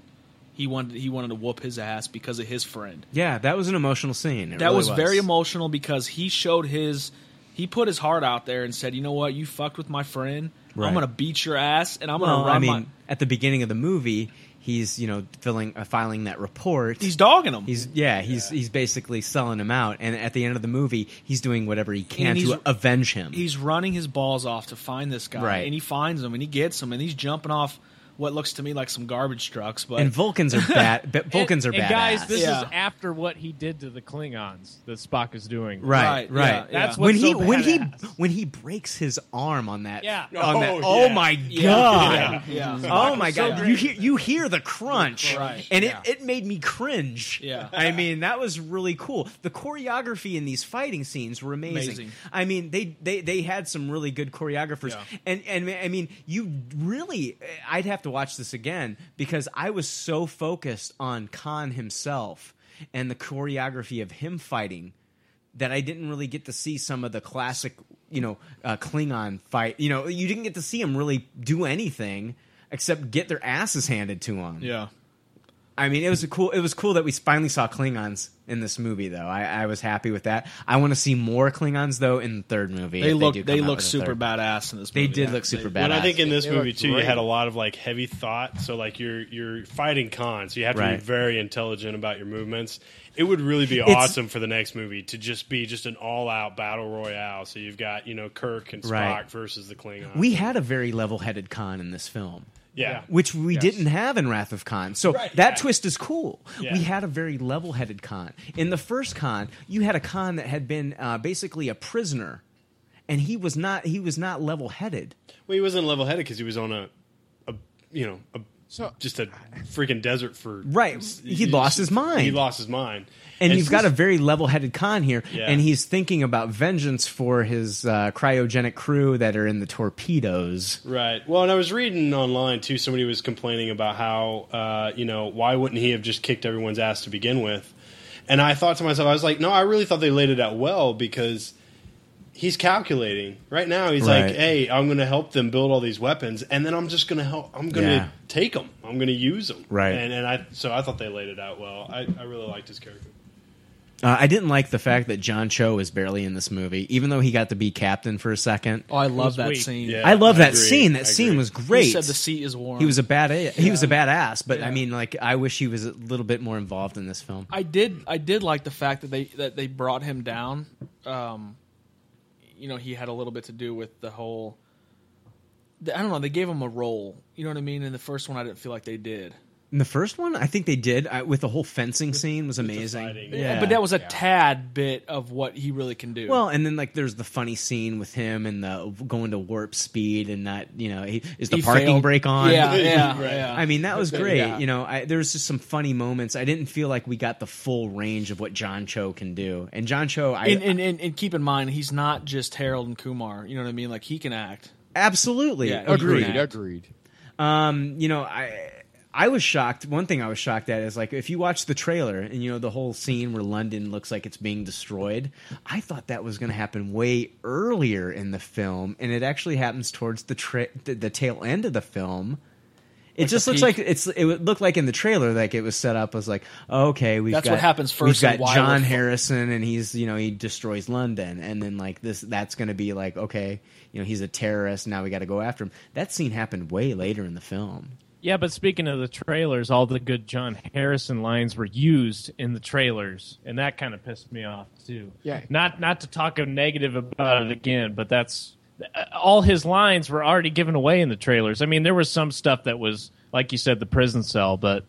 He wanted he wanted to whoop his ass because of his friend. Yeah, that was an emotional scene. It that really was, very emotional because he showed his he put his heart out there and said, "You know what? You fucked with my friend. Right. I'm going to beat your ass and I'm going Well, to run I mean, my at the beginning of the movie, he's you know filling uh, filing that report. He's dogging him. He's yeah. He's he's basically selling him out. And at the end of the movie, he's doing whatever he can And he's- to avenge him. He's running his balls off to find this guy, Right. and he finds him, and he gets him, and he's jumping off what looks to me like some garbage trucks. But And Vulcans are bad. but Vulcans and, are bad. guys, this Yeah. is after what he did to the Klingons that Spock is doing. Right, right. That's when what's he so when he badass. when he breaks his arm on that. Yeah. on that- Oh, oh, yeah. my Yeah. god. Yeah. Yeah. Oh my It's so god. great. you hear you hear the crunch, Right. and Yeah. it, it made me cringe. Yeah. I mean that was really cool. The choreography in these fighting scenes were amazing. Amazing. I mean they they they had some really good choreographers, Yeah. and and I mean you really I'd have to watch this again because I was so focused on Khan himself and the choreography of him fighting that I didn't really get to see some of the classic, you know, uh, Klingon fight. You know, you didn't get to see him really do anything except get their asses handed to him. Yeah. I mean, it was a cool. It was cool that we finally saw Klingons in this movie, though. I, I was happy with that. I want to see more Klingons though in the third movie. they if look do they, come out look with a super third. badass in this. They movie. did look super badass. But I think in this They movie looked too, you great. had a lot of like heavy thought. So like you're you're fighting cons. So you have to Right. be very intelligent about your movements. It would really be It's- awesome for the next movie to just be just an all out battle royale. So you've got you know Kirk and Spock Right. versus the Klingons. We had a very level-headed con in this film. Yeah. which we didn't have in Wrath of Khan. So Right, that yeah. twist is cool. Yeah. We had a very level-headed Khan. In the first Khan, you had a Khan that had been uh, basically a prisoner, and he was not he was not level-headed. Well, he wasn't level headed because he was on a, a you know, a, just a freaking desert for Right, he lost his mind. He lost his mind, And, you've got a a. very level-headed Khan here, Yeah. and he's thinking about vengeance for his uh, cryogenic crew that are in the torpedoes. Right. Well, and I was reading online too. Somebody was complaining about how uh, you know why wouldn't he have just kicked everyone's ass to begin with? And I thought to myself, I was like, no, I really thought they laid it out well because he's calculating right now. He's Right. like, hey, I'm going to help them build all these weapons, and then I'm just going to help. I'm going to Yeah. take them. I'm going to use them. Right. And and I so I thought they laid it out well. I, I really liked his character. Uh, I didn't like the fact that John Cho is barely in this movie, even though he got to be captain for a second. Oh, I It love was that weak. scene. Yeah, I love I that agree. scene. That I scene agree. was great. He said the seat is warm. He was a bad. He was a Yeah. badass, but I Yeah. mean, like, I wish he was a little bit more involved in this film. I did. I did like the fact that they that they brought him down. Um, you know, he had a little bit to do with the whole. the- I don't know. They gave him a role. You know what I mean? In the first one, I didn't feel like they did. In the first one, I think they did I, with the whole fencing scene was amazing. but that was a tad bit of what he really can do. Well, and then like there's the funny scene with him and the going to warp speed and not you know he, is the He parking failed. brake on? Yeah, yeah, Right. yeah. I mean that was Okay, great. yeah. You know, I, there was just some funny moments. I didn't feel like we got the full range of what John Cho can do. And John Cho, I and, and, and, and keep in mind, he's not just Harold and Kumar. You know what I mean? Like he can act. absolutely Yeah, he can agreed, act. agreed. Um, you know, I I was shocked. One thing I was shocked at is like if you watch the trailer and you know the whole scene where London looks like it's being destroyed, I thought that was going to happen way earlier in the film, and it actually happens towards the tra- the, the tail end of the film. It Like just the looks peak? like it's. It would- looked like in the trailer, like it was set up as like, okay, we've That's got what happens first We've and got why John we're- Harrison, and he's you know he destroys London, and then like this, that's going to be like, okay, you know he's a terrorist. Now we got to go after him. That scene happened way later in the film. Yeah, but speaking of the trailers, all the good John Harrison lines were used in the trailers, and that kind of pissed me off too. Yeah. Not not to talk of negative about it again, but that's uh, all his lines were already given away in the trailers. I mean, there was some stuff that was like you said the prison cell, but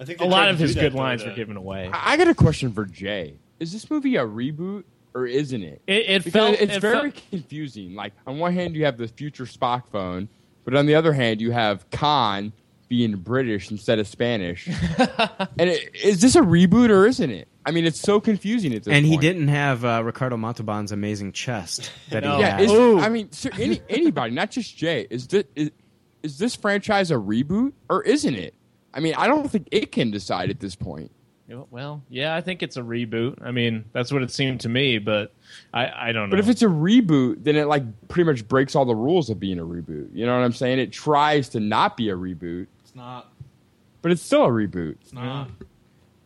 I think a lot of his good lines were given away. I I got a question for Jay. Is this movie a reboot or isn't it? It- it Because felt- it's it very felt- confusing. Like on one hand you have the future Spock phone, but on the other hand you have Khan being British instead of Spanish. and it, is this a reboot or isn't it? I mean, it's so confusing at this And he point. didn't have uh, Ricardo Montalban's amazing chest that he Yeah, had. is, I mean, sir, any, anybody, not just Jay. Is this is, is this franchise a reboot or isn't it? I mean, I don't think it can decide at this point. Yeah, Well, yeah, I think it's a reboot. I mean, that's what it seemed to me, but I, I don't know. But if it's a reboot, then it like pretty much breaks all the rules of being a reboot. You know what I'm saying? It tries to not be a reboot, It's not. but it's still a reboot. It's not.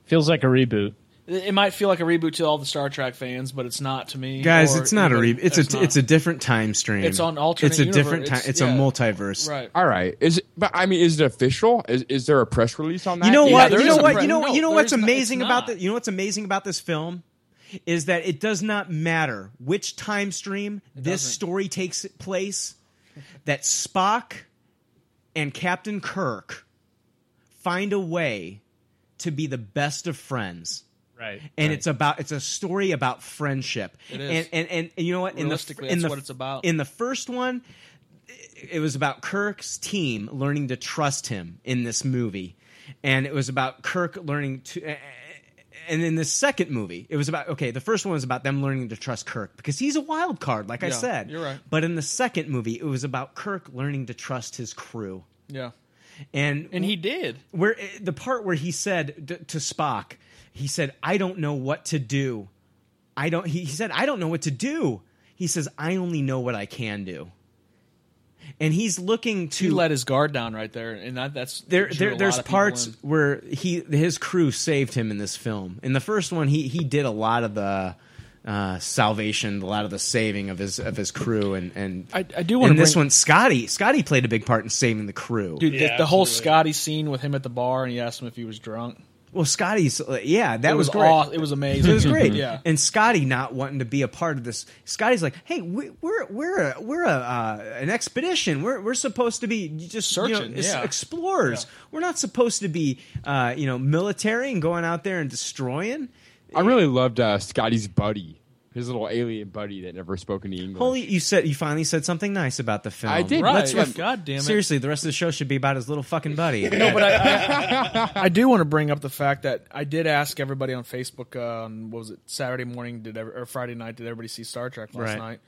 feels like a reboot. It it might feel like a reboot to all the Star Trek fans, but it's not to me. Guys, or it's not a anybody. re- it's a it's a different time stream. It's on alternate It's a universe. different time. It's- It's yeah. a multiverse. Right. All right. Is it, but I mean, is it official? Is, is there a press release on that? You know Yeah, what? there You is know a what? press- You know no, you know there what's is not- it's amazing about not. the you know what's amazing about this film is that it does not matter which time stream this story takes place that Spock and Captain Kirk find a way to be the best of friends. Right. and it's about it's a story about friendship. It is. And, and and and you know what? Realistically, that's what it's about. In the first one, i- it was about Kirk's team learning to trust him in this movie, and it was about Kirk learning to. And in the second movie, it was about okay. The first one was about them learning to trust Kirk because he's a wild card, like I Yeah, said. you're right. But in the second movie, it was about Kirk learning to trust his crew, Yeah. and And he did. where eh, the part where he said d- to Spock, he said, "I don't know what to do. I don't." He, he said, "I don't know what to do." He says, "I only know what I can do." And he's looking to He let his guard down right there, and that, that's there, drew a there lot there's of people parts in. where he his crew saved him in this film. In the first one, he he did a lot of the uh, salvation, a lot of the saving of his of his crew, and and I- I do wanna in this bring- one, Scotty Scotty played a big part in saving the crew. Dude, the, the whole Scotty scene with him at the bar, and he asked him if he was drunk. Well, Scotty's uh, yeah, that It was great. aw- it was amazing. it was great. Yeah. and Scotty not wanting to be a part of this. Scotty's like, hey, we, we're we're a, we're a uh, an expedition. We're we're supposed to be just you know, Searching, it's yeah. explorers. We're not supposed to be uh, you know military and going out there and destroying. I really loved uh, Scotty's buddy, his little alien buddy that never spoke any English. Holy, you said you finally said something nice about the film. I did. Right. Let's ref- God damn it. Seriously, the rest of the show should be about his little fucking buddy. No, but I, I, I do want to bring up the fact that I did ask everybody on Facebook uh, on what was it Saturday morning did every, or Friday night did everybody see Star Trek last Right. night?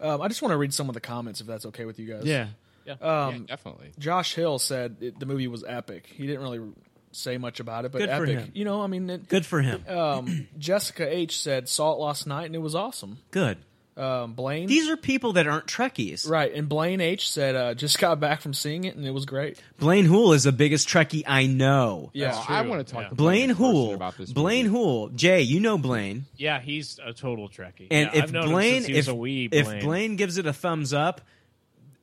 Um, I just want to read some of the comments if that's okay with you guys. Yeah. Yeah. um, Yeah, definitely. Josh Hill said it, the movie was epic. He didn't really say much about it, but Good for epic. him. You know, I mean, it, Good for him. Um, Jessica H said saw it last night and it was awesome. Good. Um, Blaine, These are people that aren't Trekkies. right, and Blaine H said uh, just got back from seeing it and it was great. Blaine Hool is the biggest Trekkie I know. Yeah, Oh, I want to talk. Blaine Hool. Blaine Hool. Jay, you know Blaine. Yeah, he's a total Trekkie. And yeah, if I've known him Blaine, since he was if, a wee Blaine. if Blaine gives it a thumbs up,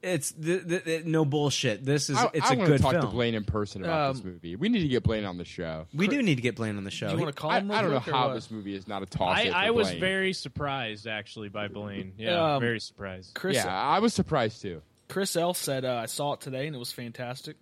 it's th- th- th- no bullshit. This is I, it's I a wanna good talk film. to Blaine in person about this Um, movie. We need to get Blaine on the show. We do need to get Blaine on the show. you wanna call I, him real I don't know quick or how what? this movie is not a toss. I, up for I was Blaine. very surprised actually by Blaine. Yeah, Um, very surprised. Chris, Yeah, I was surprised too. Chris L said, uh, "I saw it today and it was fantastic."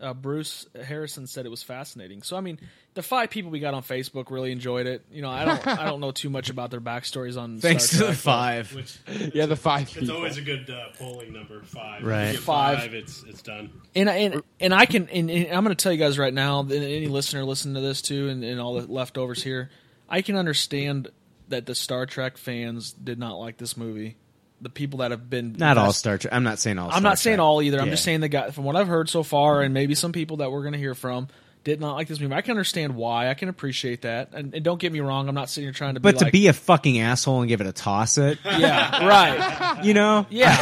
Uh, Bruce Harrison said it was fascinating. So I mean, the five people we got on Facebook really enjoyed it. You know, I don't, I don't know too much about their backstories on. Thanks Star to the Trek, five. Which Yeah, the five It's people. always a good uh, polling number five. Right. If you get Five. five. It's it's done. And I- and and I can and, and I'm going to tell you guys right now. that Any listener listening to this too, and, and all the leftovers here, I can understand that the Star Trek fans did not like this movie. The people that have been Not all invested- Star Trek. I'm not saying all. I'm not Star saying Trek. all either. I'm Yeah. just saying the guy from what I've heard so far, and maybe some people that we're going to hear from did not like this movie. I can understand why. I can appreciate that. And, and don't get me wrong, I'm not sitting here trying to. But be to like, be a fucking asshole and give it a toss it, yeah, right, you know? yeah.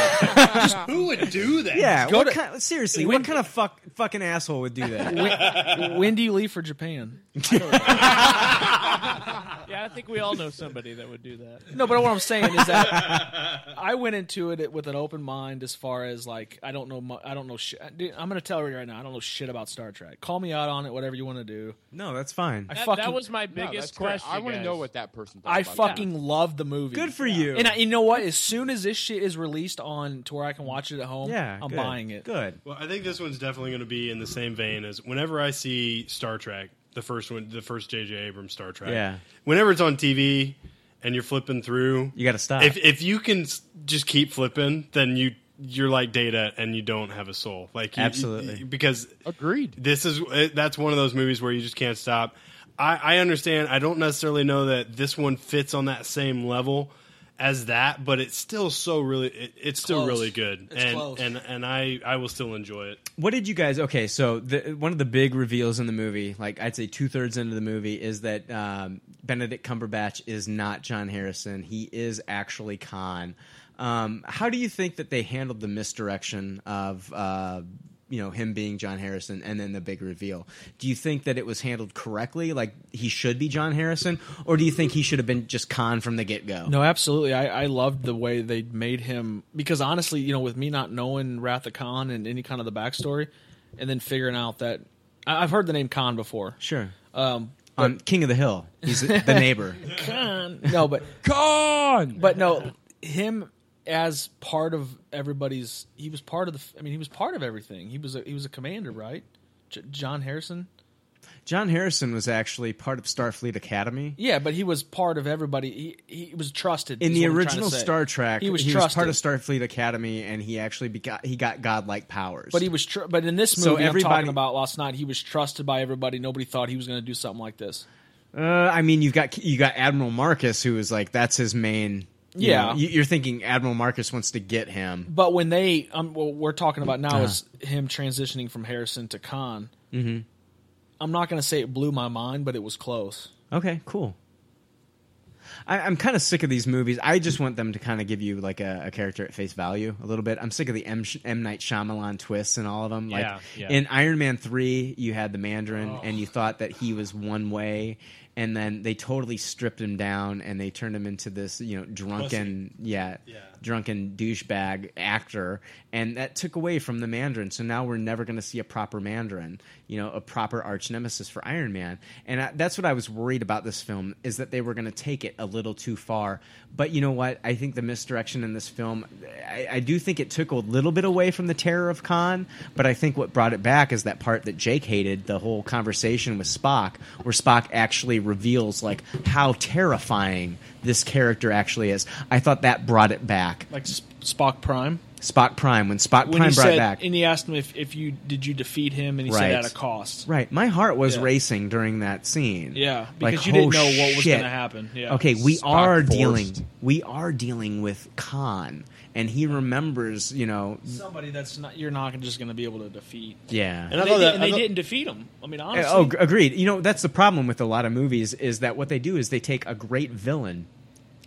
Who would do that? Yeah. Go what to- kind, seriously, what kind of fuck, fucking asshole would do that? When, when do you leave for Japan? Yeah, I think we all know somebody that would do that. No, but what I'm saying is that I went into it with an open mind as far as like I don't know, mu- I don't know shit. Dude, I'm going to tell you right now, I don't know shit about Star Trek. Call me out on it, whatever you want to do. No, that's fine. I That, fucking, that was my No, biggest that's correct. question. I want to guys. know what that person. thought I about fucking that. love the movie. Good for you. And I, you know what? As soon as this shit is released on to where I can watch it at home, yeah, I'm good. buying it. Good. Well, I think this one's definitely going to be in the same vein as whenever I see Star Trek, the first one, the first J.J. Abrams Star Trek. Yeah. Whenever it's on TV and you're flipping through, You got to stop. if if you can s- just keep flipping, then you you're like data and you don't have a soul. Like you, Absolutely. you- because agreed. this is it- that's one of those movies where you just can't stop. I, I understand. I don't necessarily know that this one fits on that same level as that, but it's still so really it, it's still close. really good, It's and close. and and I I will still enjoy it. what did you guys? Okay, so the, one of the big reveals in the movie, like I'd say two thirds into the movie, is that um, Benedict Cumberbatch is not John Harrison. He is actually Khan. Um, how do you think that they handled the misdirection of? Uh, you know him being John Harrison, and then the big reveal. Do you think that it was handled correctly, like he should be John Harrison, or do you think he should have been just Khan from the get go? No, absolutely. I, I loved the way they made him because honestly, you know, with me not knowing Wrath of Khan and any kind of the backstory, and then figuring out that I, I've heard the name Khan before. sure. Um, On King of the Hill, he's the neighbor. no, but Con. but no, him as part of everybody's. He was part of the. I mean, he was part of everything. He was a, he was a commander, right? J- John Harrison. John Harrison was actually part of Starfleet Academy. Yeah, but he was part of everybody. He he was trusted In is the what I'm trying to original say. Star Trek, He was trusted, part of Starfleet Academy, and he actually begot, he got godlike powers. but he was. Tr- but in this movie, So I'm everybody- talking about last night, he was trusted by everybody. Nobody thought he was going to do something like this. uh, I mean, you've got you got Admiral Marcus, who is like that's his main. you Yeah. know, you- you're thinking Admiral Marcus wants to get him. But when they, um, what we're talking about now is Uh-huh. him transitioning from Harrison to Khan. Mm-hmm. I'm not going to say it blew my mind, but it was close. Okay, cool. I, I'm kind of sick of these movies. I just want them to kind of give you like a, a character at face value a little bit. I'm sick of the M, Sh- M Night Shyamalan twists and all of them. Like Yeah, Oh. yeah. in Iron Man three, you had the Mandarin, and you thought that he was one way, and then they totally stripped him down and they turned him into this you know drunken yeah, drunken douchebag actor and that took away from the mandarin so now we're never going to see a proper mandarin you know a proper arch nemesis for iron man and I, that's what i was worried about this film is that they were going to take it a little too far but you know what i think the misdirection in this film I, I do think it took a little bit away from the terror of khan but i think what brought it back is that part that jake hated the whole conversation with spock where spock actually reveals like how terrifying this character actually is i thought that brought it back like Sp- Spock Prime. spock prime when spock When prime he brought said, it back and he asked him if, if you did you defeat him, and he said at a cost. Right. My heart was Yeah. racing during that scene. Yeah, Like, because you didn't oh, know what was shit. gonna happen. Yeah. Okay, we Spock are forced. dealing we are dealing with Khan and he remembers, you know, Somebody that's not you're not just going to be able to defeat. yeah. And, they, did- and they didn't defeat him. I mean, honestly, Oh, g- agreed. You know, that's the problem with a lot of movies is that what they do is they take a great villain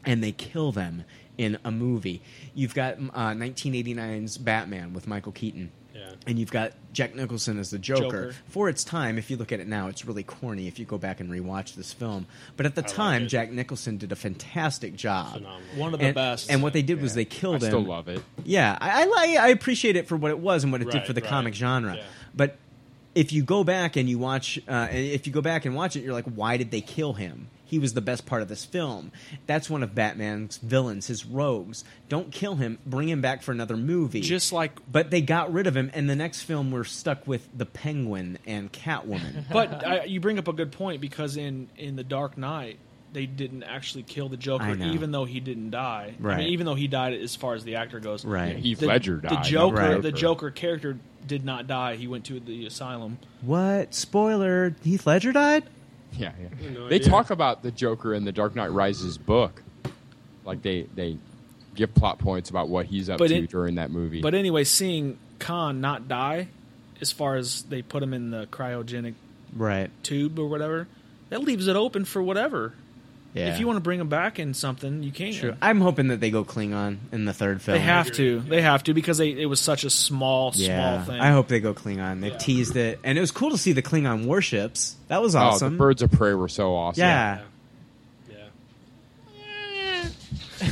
and they kill them in a movie. You've got uh, 1989's Batman with Michael Keaton. Yeah. And you've got Jack Nicholson as the Joker. Joker. For its time, if you look at it now, it's really corny if you go back and rewatch this film. But at the I like time, Jack Nicholson did a fantastic job. One of the And- best. And what they did was they killed I him. still love it. Yeah, I, I, li- I appreciate it for what it was and what it did Right, for the right. comic genre. But if you go back and you watch, uh, if you go back and watch it, you're like, why did they kill him? He was the best part of this film. That's one of Batman's villains, his rogues. Don't kill him. Bring him back for another movie. Just like, but they got rid of him, and the next film we're stuck with the Penguin and Catwoman. but I, you bring up a good point because in in the Dark Knight, they didn't actually kill the I Joker, know. even though he didn't die. I Right. mean, even though he died as far as the actor goes. Right. Heath The, Ledger the died, not Joker, Joker. the Joker character did not die. He went to the asylum. what spoiler? Heath Ledger died. Yeah, yeah. No they idea. talk about the Joker in the Dark Knight Rises book. Like they they give plot points about what he's up But to it- during that movie. But anyway, seeing Khan not die, as far as they put him in the cryogenic Right. tube or whatever, that leaves it open for whatever. Yeah. If you want to bring him back in something, you can. True. I'm hoping that they go Klingon in the third film. They have to. They have to because they, it was such a small, small thing. I hope they go Klingon. They've teased it, and it was cool to see the Klingon warships. That was awesome. Oh, the Birds of Prey were so awesome. Yeah.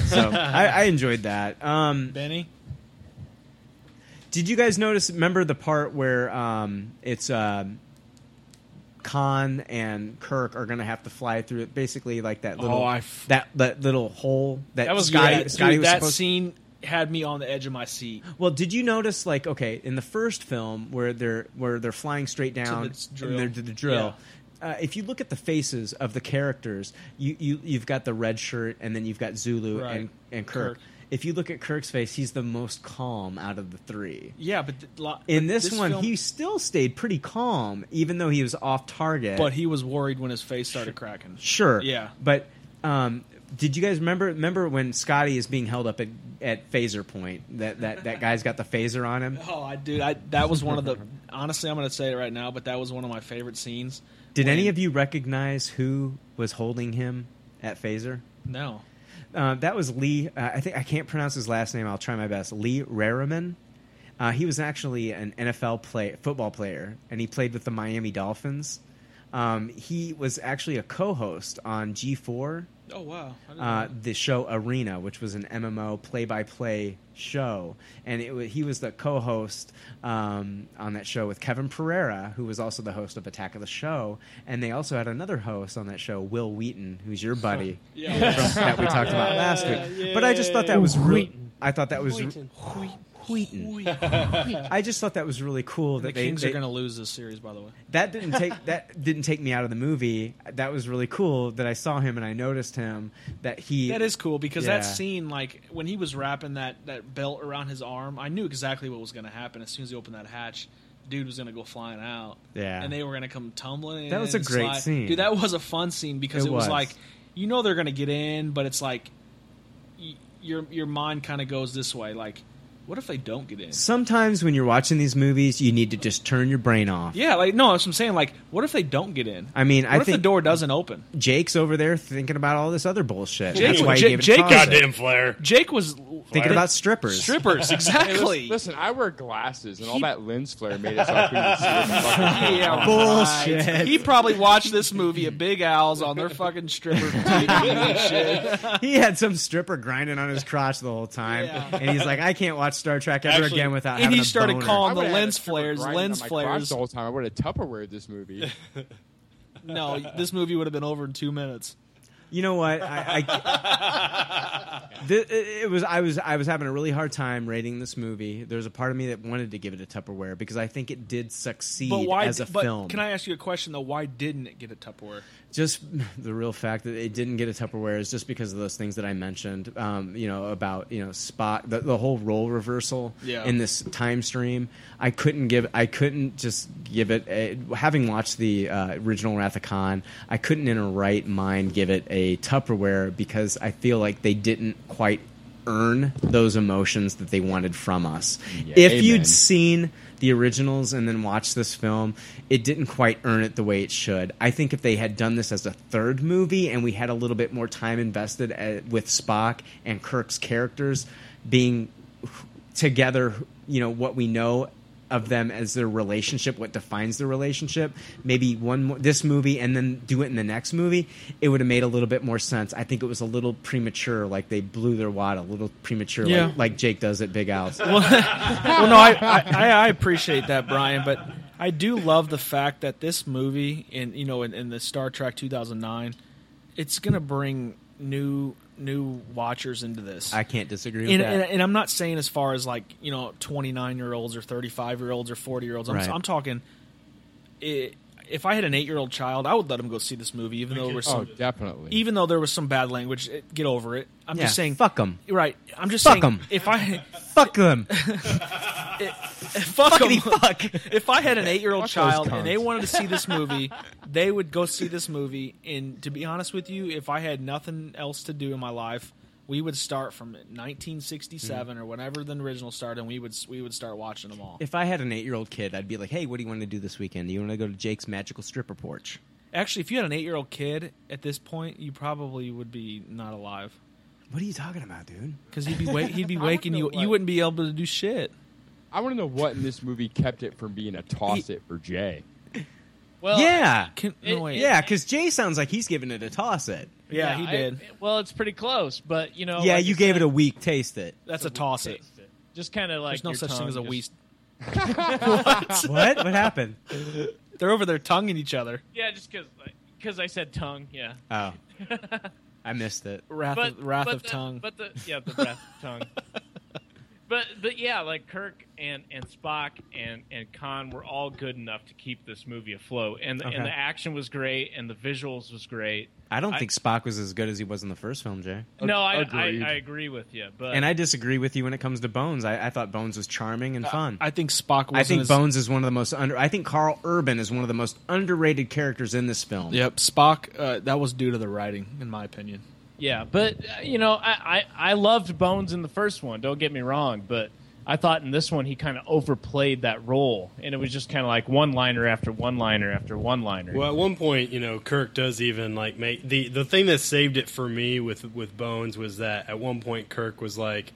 so I, I enjoyed that. Um, Benny, did you guys notice? Remember the part where um, it's um, Khan and Kirk are going to have to fly through it, basically like that little Oh, I f- that that little hole that, that was Scotty, great. Scotty Dude, Uh, was that supposed to scene had me on the edge of my seat. Well, did you notice like okay in the first film where they're where they're flying straight down the s- drill. and they're to the drill? Uh, if you look at the faces of the characters, you, you you've got the red shirt and then you've got Zulu Right. and and Kirk. Kirk. If you look at Kirk's face, he's the most calm out of the three. Yeah, but th- lo- In but this, one, film- he still stayed pretty calm, even though he was off target. but he was worried when his face started cracking. Sure. Yeah. But um, did you guys remember remember when Scotty is being held up at, at phaser point? That that that guy's got the phaser on him. Oh, I dude, I, that was one of the. honestly, I'm going to say it right now, but that was one of my favorite scenes. Did When- any of you recognize who was holding him at phaser? No. Uh, that was Lee. Uh, I think I can't pronounce his last name. I'll try my best. Lee Rariman. Uh, he was actually an NFL play football player, and he played with the Miami Dolphins. Um, he was actually a co-host on G4 Oh wow. I didn't uh, know. the show Arena, which was an MMO play-by-play show, and it wa he was the co-host um, on that show with Kevin Pereira, who was also the host of Attack of the Show, and they also had another host on that show, Will Wheaton, who's your buddy Yeah. from- that we talked about Yeah, last week. But I just thought that yeah. was really, Wheaton. I thought that was Wheaton. Wheaton. I just thought that was really cool that the they, Kings they are going to lose this series, by the way. that didn't take that didn't take me out of the movie. That was really cool that I saw him and I noticed him that he That is cool because that Yeah. scene, like when he was wrapping that, that belt around his arm, I knew exactly what was going to happen. As soon as he opened that hatch, dude was going to go flying out. Yeah. and they were going to come tumbling. in That was a and great slide. scene. dude. That was a fun scene because It it, was. was. like you know they're going to get in, but it's like y- your your mind kind of goes this way, like. What if they don't get in? Sometimes when you're watching these movies, you need to just turn your brain off. Yeah, like no, that's what I'm saying. Like, what if they don't get in? I mean, what I if think the door doesn't open. Jake's over there thinking about all this other bullshit. Jake- That's why he Jake- gave it a Jake- concert. Goddamn Flair. Jake was thinking about strippers. Strippers, Hey, exactly. listen, listen, I wear glasses, and all that lens flare made it so I couldn't see what the fuck was Yeah, going on. right. He probably watched this movie at Big Al's on their fucking stripper TV and shit. he had some stripper grinding on his crotch the whole time, and he's like, "I can't watch Star Trek ever Actually- again without." and having he a started boner. calling I the would've had lens a stripper flares, grinding lens on my crotch flares. The whole time I would have Tupperware this movie. No, this movie would have been over in two minutes. You know what? I, I Th- it was I was I was having a really hard time rating this movie. There was a part of me that wanted to give it a Tupperware because I think it did succeed But why? as a but film. Can I ask you a question though? Why didn't it get a Tupperware? just the real fact that it didn't get a Tupperware is just because of those things that I mentioned. Um, you know about you know spot the, the whole role reversal Yeah. in this time stream. I couldn't give I couldn't just give it a, having watched the uh, original Wrath of Khan. I couldn't in a right mind give it a Tupperware because I feel like they didn't quite earn those emotions that they wanted from us. Yeah, if amen. you'd seen the originals and then watched this film, it didn't quite earn it the way it should. I think if they had done this as a third movie and we had a little bit more time invested uh with Spock and Kirk's characters being together, you know, what we know of them as their relationship, what defines their relationship, maybe one more, this movie and then do it in the next movie, it would have made a little bit more sense. I think it was a little premature, like they blew their wad a little premature, Yeah. like, like Jake does at Big Al's. well, no, I, I- I, I appreciate that, Brian, but I do love the fact that this movie, and you know, in, in the Star Trek 2009, it's going to bring new new watchers into this. I can't disagree with and, that. and, and I'm not saying as far as like you know 29 year olds or 35 year olds or 40 year olds. I'm, Right. I'm talking. i if I had an eight year old child, I would let him go see this movie, even though there was Oh, some, definitely. even though there was some bad language. eh, Get over it. I'm Yeah, just saying, fuck 'em. Right. I'm just Fuck saying, 'em. if I fuck them. it- fuck 'em. Fuckity fuck. If I had an eight-year-old Fuck those child cunts. and they wanted to see this movie, they would go see this movie. And to be honest with you, if I had nothing else to do in my life, we would start from 1967 or whenever the original started, and we would we would start watching them all. If I had an eight-year-old kid, I'd be like, "Hey, what do you want to do this weekend? Do you want to go to Jake's magical stripper porch?" Actually, if you had an eight-year-old kid at this point, you probably would be not alive What are you talking about, dude? because he'd be wa- he'd be I wouldn't waking know you. what- You wouldn't be able to do shit. I want to know what in this movie kept it from being a toss it for Jay. Well, yeah, Can- no, it- wait. yeah, because Jay sounds like he's giving it a toss. It. Yeah, he I- did. well, it's pretty close, but you know. yeah, Oh, like you I gave said, it a weak taste. It. That's a toss it. Just kind of like There's no your such thing as a tongue waste. just- what? What? What happened? They're over there tonguing each other. Yeah, just because because I said tongue. Yeah. Oh, I missed it. Wrath But- of, wrath but of the- tongue. But the yeah, the wrath of tongue. But but yeah, like Kirk and and Spock and and Khan were all good enough to keep this movie afloat, and Okay. and the action was great, and the visuals was great. I don't think Spock was as good as he was in the first film, Jay. No, I, I Agreed. I agree with you, but And I disagree with you when it comes to Bones. I, I thought Bones was charming and fun. I think Spock. Wasn't I think as- Bones is one of the most under. I think Carl Urban is one of the most underrated characters in this film. Yep, Spock. Uh, that was due to the writing, in my opinion. Yeah, but uh, you know, I, I I loved Bones in the first one. Don't get me wrong, but I thought in this one he kind of overplayed that role, and it was just kind of like one liner after one liner after one liner. Well, at one point, you know, Kirk does even like make the the thing that saved it for me with with Bones was that at one point Kirk was like,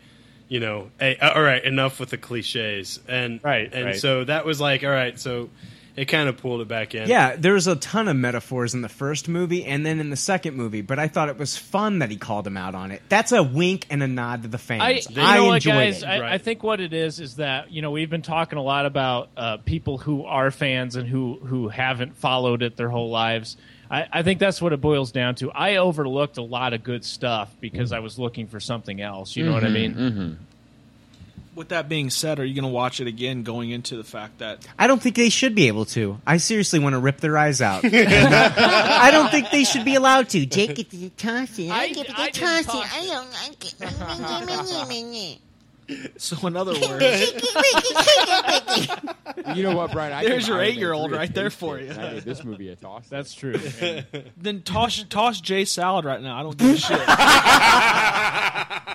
you know, hey, all right, enough with the cliches, and Right, and right. so that was like, all right, so it kind of pulled it back in. Yeah, there's a ton of metaphors in the first movie and then in the second movie, but I thought it was fun that he called him out on it. That's a wink and a nod to the I, fans. you I, know what, enjoyed guys? it. I, I think what it is is that you know we've been talking a lot about uh, people who are fans and who who haven't followed it their whole lives. I, I think that's what it boils down to. I overlooked a lot of good stuff because Mm. I was looking for something else. You know what I Mm-hmm, Mhm, mean? mhm. With that being said, are you going to watch it again? Going into the fact that I don't think they should be able to. I seriously want to rip their eyes out. uh, I don't think they should be allowed to. Jake, it's a toss it. I give it a toss it. I don't like it. so, in other words, You know what, Brian? I gave There's your Iron Man eight-year-old 3 a right there taste for it, you. and I gave this movie a toss. That's true. then toss toss Jay salad right now. I don't give a shit.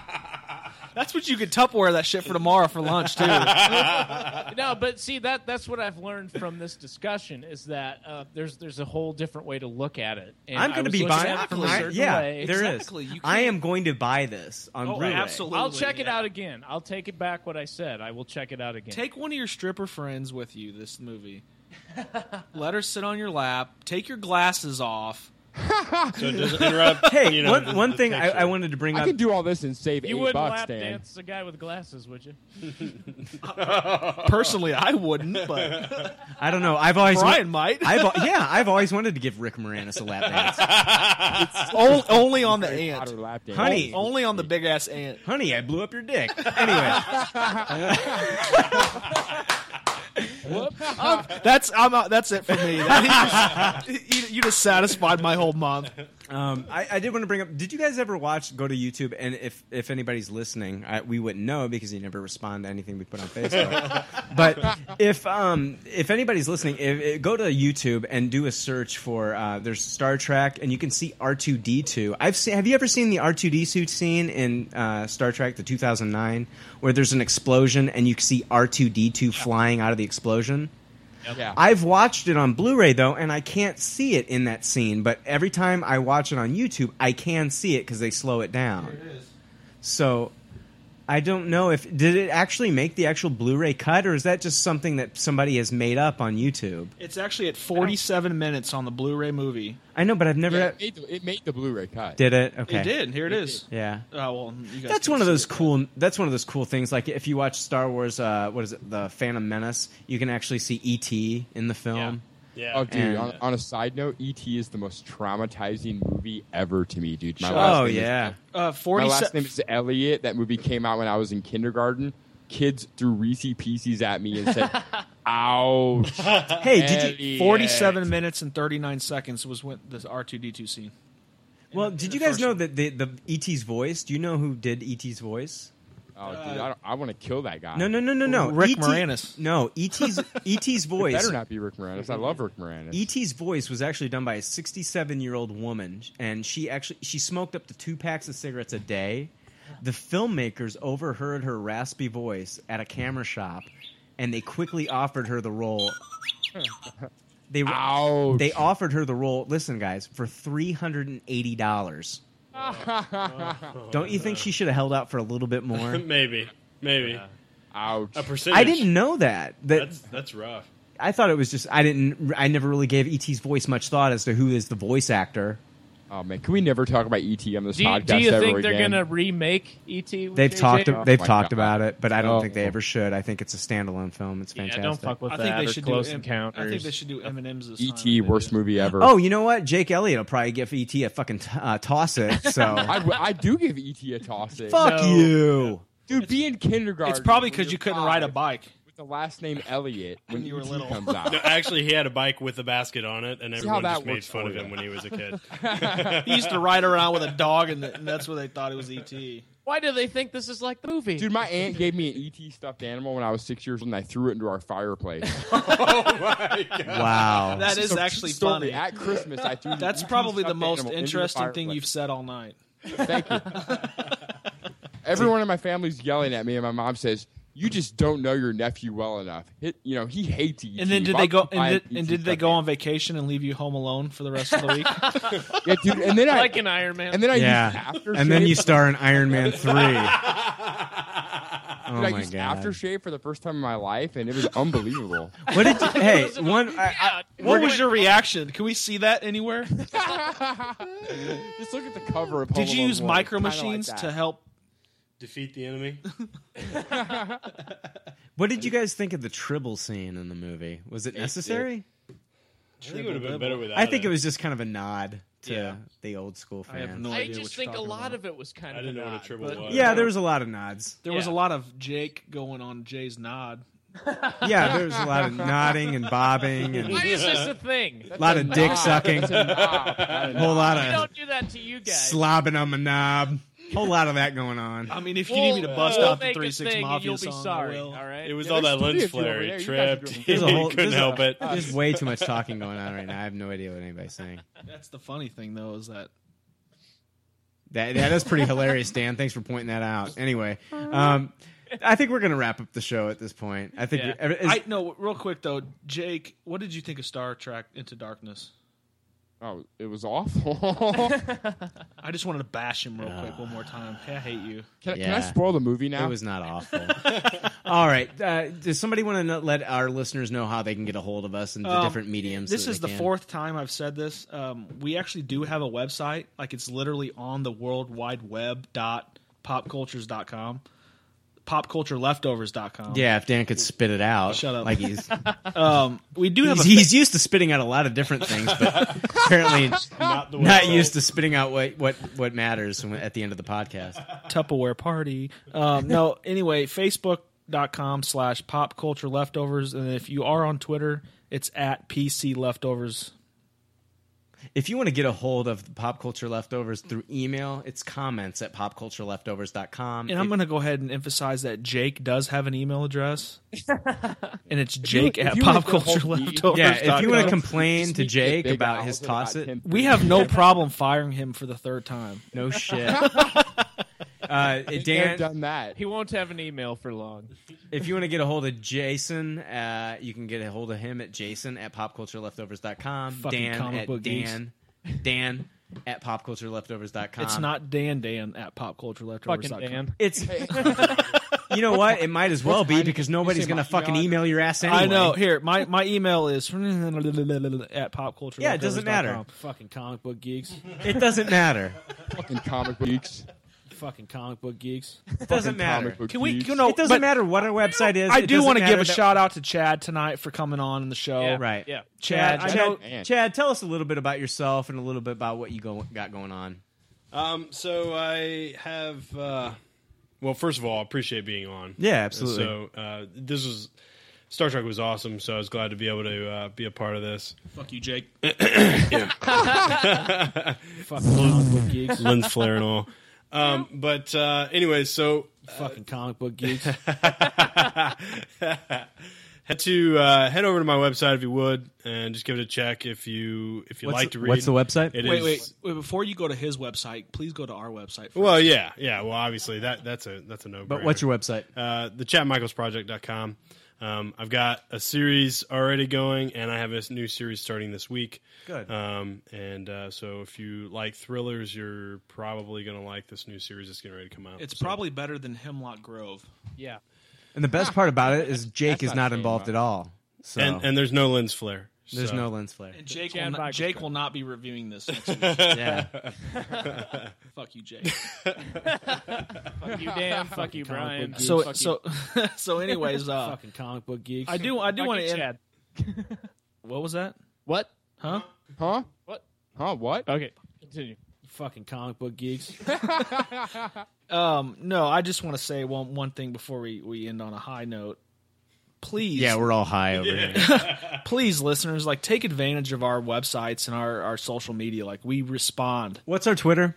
That's But you could Tupperware that shit for tomorrow for lunch too. no, but see that that's what I've learned from this discussion is that uh, there's there's a whole different way to look at it. And I'm I going to was be looking buying. at it from a I- certain yeah, way. there is. I am going to buy this on Oh, Blu-ray. absolutely. I'll check it out again. I'll take it back what I said. I will check it out again. Take one of your stripper friends with you this movie. Let her sit on your lap. Take your glasses off. so it doesn't interrupt. Hey, you know, one, the- one the thing I, picture. I wanted to bring I up. could do all this and save you wouldn't lap dance a guy with glasses, would you? Personally, I wouldn't, but I don't know. I've always Brian might. I've, al- yeah, I've always wanted to give Rick Moranis a lap dance. only, only on the Harry ant, Potter lap dance. Honey. O- Only on the big ass ant. Honey, I blew up your dick. Anyway, I'm- that's I'm out, that's it for me. That- you, just, you- you just satisfied my whole month. Um, I, I did want to bring up. Did you guys ever watch? Go to YouTube, and if if anybody's listening, I, we wouldn't know because you never respond to anything we put on Facebook. but if um, if anybody's listening, if, if- go to YouTube and do a search for uh, there's Star Trek, and you can see R two D two. I've seen. Have you ever seen the R two D two scene in uh, Star Trek the 2009 where there's an explosion and you see R two D two flying out of the explosion? Yeah. I've watched it on Blu-ray though, and I can't see it in that scene. But every time I watch it on YouTube, I can see it because they slow it down. So I don't know if did it actually make the actual Blu-ray cut, or is that just something that somebody has made up on YouTube? It's actually at 47 minutes on the Blu-ray movie. I know, but I've never. Yeah, it, made the, it made the Blu-ray cut. Did it? Okay. It did. Here it is. Yeah. Oh well, you guys That's can one of see those it. cool. That's one of those cool things. Like if you watch Star Wars, uh, what is it, the Phantom Menace? You can actually see E.T. in the film. Yeah. Oh, dude. And- on, on a side note, ET is the most traumatizing movie ever to me, dude. My Shut last up. Oh, name is- yeah. Uh, my 47 last name is Elliot. That movie came out when I was in kindergarten. Kids threw Reese Pieces at me and said, "Ouch!" Hey, did you- Elliot." 47 minutes and 39 seconds was when the R2D2 scene. Well, did you guys know that the, the ET's voice? Do you know who did ET's voice? Oh, dude, I, don't- I want to kill that guy. No, no, no, no, no. Rick E.T. Moranis. No, E ET's ET's voice. It better not be Rick Moranis. I love Rick Moranis. ET's E voice was actually done by a 67 year old woman, and she actually she smoked up to two packs of cigarettes a day. The filmmakers overheard her raspy voice at a camera shop, and they quickly offered her the role. They they offered her the role. Listen, guys, for three hundred and eighty dollars. Don't you think she should have held out for a little bit more? maybe, maybe. Ouch. A percentage. I didn't know that. That That's that's rough. I thought it was just I didn't I never really gave ET's voice much thought as to who is the voice actor. Oh man, can we never talk about ET on this Do you, podcast do you ever think they're again? gonna remake ET? with They've JJ? talked they've Oh my talked God. about it, but I don't Oh. think they ever should. I think it's a standalone film. It's fantastic. don't fuck with I I think that. they or should Close do M- Encounters. I think they should do M&M's this time. ET E worst movie ever. Oh, you know what? Jake Elliott will probably give ET a fucking t- uh, toss it. So I, w- I do give ET a toss. It. fuck you. dude. Be in kindergarten. It's probably when 'cause you you're couldn't five ride a bike. with the last name Elliot when you were little. Comes No, out. actually, he had a bike with a basket on it, and See everyone how that just made works fun for of you. him when he was a kid. he used to ride around with a dog, and, th- and that's where they thought it was E ET. Why do they think this is like the movie? Dude, my aunt gave me an ET stuffed animal when I was six years old, and I threw it into our fireplace. Wow. That This is a true actually story. funny. At Christmas, I threw. That's the ET probably the stuffed most animal into the interesting thing fireplace. you've said all night. Thank you. Everyone in my family's yelling at me, and my mom says, "You just don't know your nephew well enough. Hit, you know, he hates E ET. And then did Why they go? would you buy And an did, and ET did they E stuffed go on vacation and leave you home alone for the rest of the week? Yeah, dude. And then I like an Iron Man. and then I Yeah, used aftershave. and then you star in Iron Man three. Dude, Oh I my used god! aftershave for the first time in my life, and it was unbelievable. What did you, hey one? I, I, what was your reaction? Can we see that anywhere? Just look at the cover of. Home Did you Alone use 1. micro Kinda like machines that. to help? Defeat the enemy. what did you guys think of the tribble scene in the movie? Was it necessary? I think it would have been better without. I think it was just kind of a nod to Yeah. the old school fans. I just think a lot of it was kind I of. didn't know what a nod, tribble but- was. yeah, there was a lot of nods. There was a Yeah. lot of Jake going on Jay's nod. Yeah, there was a lot of nodding and bobbing and Why is this a thing? a lot of dick sucking, a whole lot We of don't do that to you guys. slobbing on my knob, whole lot of that going on. Um, I mean, if you We'll- need me to bust we'll out the make a Three Six thing and Mafia you'll be song, I sorry, will. all right? It was Yeah, all there's that lens three of you over flare. there. He You guys are tripped. doing- He There's a whole, couldn't there's a- help it. There's way too much talking going on right now. I have no idea what anybody's saying. That's the funny thing, though, is that That that is pretty hilarious, Dan. Thanks for pointing that out. Anyway, um, I think we're gonna wrap up the show at this point. I think Yeah. every- is- I no. Real quick though, Jake, what did you think of Star Trek Into Darkness? Oh, it was awful. I just wanted to bash him real quick one more time. Hey, I hate you. Can, can I Yeah. spoil the movie now? It was not awful. All right. Uh, does somebody want to let our listeners know how they can get a hold of us and the Um, different mediums? This that is they the can? fourth time I've said this. Um, we actually do have a website. Like it's literally on the World Wide Web dot popcultures.com, popcultureleftovers.com. Yeah, if Dan could spit it out. Shut up. Like he's um, we do have he's, a fa- he's used to spitting out a lot of different things, but apparently Not not, the way I used to spitting out what, what, what matters when- at the end of the podcast. Tupperware party. Um, no, anyway, facebook.com slash pop culture leftovers. And if you are on Twitter, it's at PC leftovers. If you want to get a hold of Pop Culture Leftovers through email, it's comments at popcultureleftovers.com. And I'm going to go ahead and emphasize that Jake does have an email address. and it's you- Jake if at you wanna get a popculture hold of me- leftovers. Yeah, if you wanna complain to Jake about his toss-it- we have no problem firing him for the third time. No shit. I uh, think Dan, I've done that. He won't have an email for long. if you want to get a hold of Jason, uh, you can get a hold of him at jason at popcultureleftovers.com. Fucking Dan comic at book geeks. Dan. Dan at popcultureleftovers.com. It's not Dan Dan at popcultureleftovers.com. Fucking Dan. It's- You know what? It might as well be because nobody's going to fucking email your ass anyway. I know. Here, my, my email is at popculture. Yeah, it doesn't matter. Fucking comic book geeks. It doesn't matter. Fucking comic book geeks. Fucking comic book geeks. It doesn't matter. Can we- geeks. you know, it doesn't but- matter what our website is. I It do doesn't want to matter give a that- shout out to Chad tonight for coming on in the show. Yeah, right. Yeah. Chad, I know. Chad, Chad, tell us a little bit about yourself and a little bit about what you go, got going on. Um, so I have. Uh, well, first of all, I appreciate being on. Yeah, absolutely. So uh, this was Star Trek was awesome. So I was glad to be able to uh, be a part of this. Fuck you, Jake. Yeah. Fucking comic book geeks. Lens flare and all. Um, but uh, anyway, so fucking comic book geeks. head to uh, head over to my website if you would, and just give it a check if you if you What's like the- to read. what's the website? It wait, is- wait, wait. Before you go to his website, please go to our website. First. Well, Oh, yeah, yeah. Well, obviously that that's a that's a no. But what's your website? Uh, the chatmichaelsproject.com. Um, I've got a series already going, and I have a new series starting this week. Good. Um, and uh, so, if you like thrillers, you're probably going to like this new series that's getting ready to come out. It's probably better than Hemlock Grove. Yeah. And the Ah. best part about it is Jake That's is not not shame, involved huh? at all. So and and there's no lens flare. There's so- no lens flare. And Jake, Chad will not, Michaels Jake Project. will not be reviewing this. Next week. Yeah. Fuck you, Jake. Fuck you, Dan. Fuck you, Brian. So Fuck you. so so. Anyways, uh, fucking comic book geeks. I do I do Fuck want you, to end. Chad. What was that? What? Huh? Huh? What? Huh? What? Okay. Continue. Fucking comic book geeks. Um, no, I just want to say one one thing before we we end on a high note. Please, yeah, we're all high over here. please, listeners, like take advantage of our websites and our our social media. Like we respond What's our Twitter?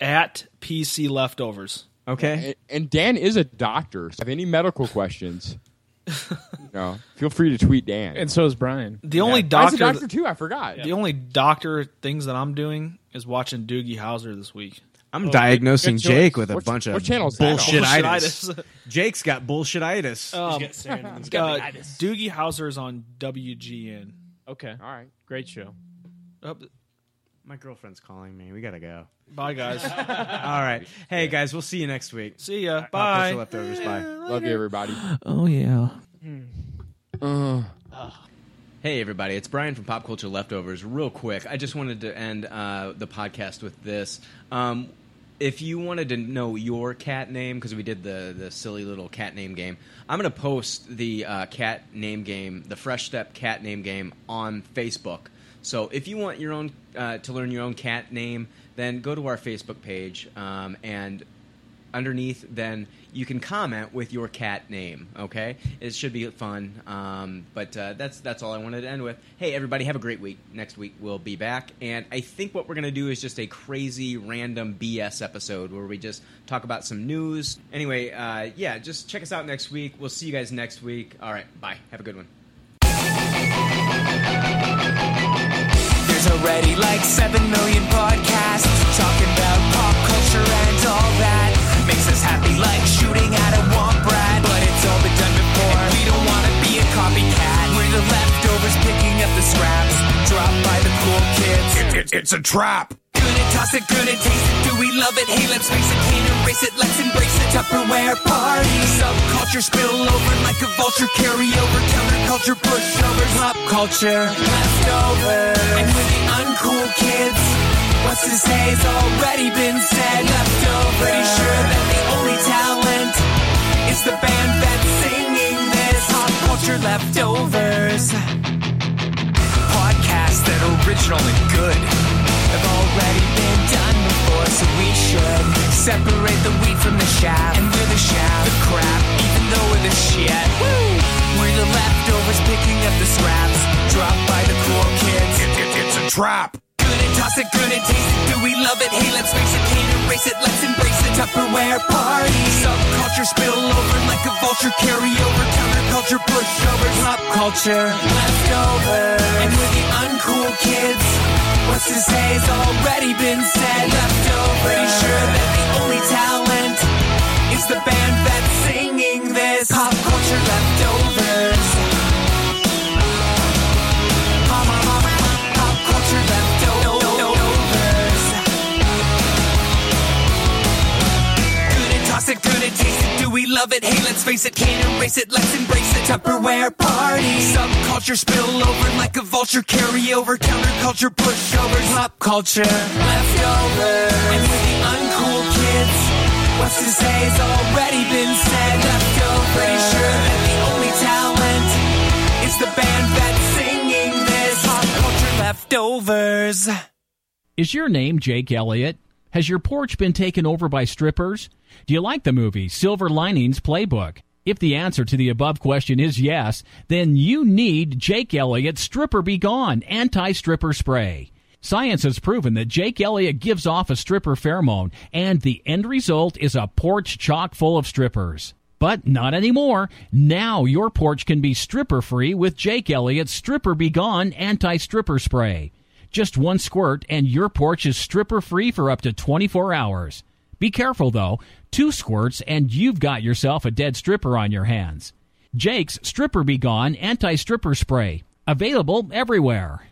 at PC leftovers. Okay. And, and Dan is a doctor. So if you have any medical questions, you know, feel free to tweet Dan. And so is Brian. The only I was a doctor, doctor too. I forgot. the only doctor things that I'm doing is watching Doogie Howser this week. I'm oh, diagnosing good choice. Jake with a What- bunch of what channel is that on? bullshititis. Bullshititis. Jake's got bullshititis. Um, got sand in his uh, gut. Doogie Howser is on WGN. Okay. All right. Great show. Oh, My girlfriend's calling me. We gotta go. Bye, guys. all right. Hey guys, we'll see you next week. See ya. Pop Culture Bye. Leftovers. Bye. Love you, everybody. Oh yeah. Hey everybody, it's Brian from Pop Culture Leftovers. Real quick, I just wanted to end uh, the podcast with this. Um, if you wanted to know your cat name, because we did the the silly little cat name game, I'm going to post the uh, cat name game, the Fresh Step cat name game on Facebook. So if you want your own uh, to learn your own cat name, then go to our Facebook page um, and underneath, then you can comment with your cat name. Okay, it should be fun. Um, but uh, that's that's all I wanted to end with. Hey, everybody, have a great week. Next week we'll be back, and I think what we're gonna do is just a crazy random BS episode where we just talk about some news. Anyway, uh, yeah, just check us out next week. We'll see you guys next week. All right, bye. Have a good one. There's already like 7 million podcasts talking about pop culture pressure and all that makes us happy like shooting at a womp rat. But it's all been done before. And we don't wanna be a copycat. We're the leftovers picking up the scraps dropped by the cool kids. it's a trap. Gonna toss it, gonna taste it. Do we love it? Hey, let's face it, can't erase it. Let's embrace the Tupperware party. Subculture spill over like a vulture. Carry over counterculture, pushovers, pop culture, leftovers. And we're the uncool kids. What's to say has already been said. Leftovers. Pretty sure that the only talent is the band that's singing this. Pop culture leftovers podcasts that are original and good have already been done before, so we should separate the wheat from the chaff. And we're the chaff, the crap, even though we're the shit. Woo! We're the leftovers picking up the scraps dropped by the cool kids. it's a trap. Gonna toss it, gonna taste it. Do we love it? Hey, let's face it, can't erase it. Let's embrace the Tupperware party. Subculture spill over like a vulture. Carry over counterculture, pushovers, pop culture, leftovers. And we're the uncool kids. What's to say has already been said. Leftovers. Pretty sure that the only talent is the band that's singing this. Pop culture leftovers. Pop culture leftovers. Good and toss it, good and taste it. Do we love it? Hey, let's face it, can't erase it. Let's embrace the Tupperware party. Subculture spill over like a vulture. Carry over counterculture, pushovers, pop culture, leftovers. And we're the uncool kids. What's to say has already been said. Leftovers. Pretty sure that the only talent is the band that's singing this. Pop culture leftovers. Is your name Jake Elliott? Has your porch been taken over by strippers? Do you like the movie Silver Linings Playbook? If the answer to the above question is yes, then you need Jake Elliott Stripper Be Gone Anti Stripper Spray. Science has proven that Jake Elliott gives off a stripper pheromone, and the end result is a porch chock full of strippers. But not anymore. Now your porch can be stripper free with Jake Elliott's Stripper Be Gone Anti Stripper Spray. Just one squirt, and your porch is stripper free for up to 24 hours. Be careful though, two squirts, and you've got yourself a dead stripper on your hands. Jake's Stripper Be Gone Anti Stripper Spray. Available everywhere.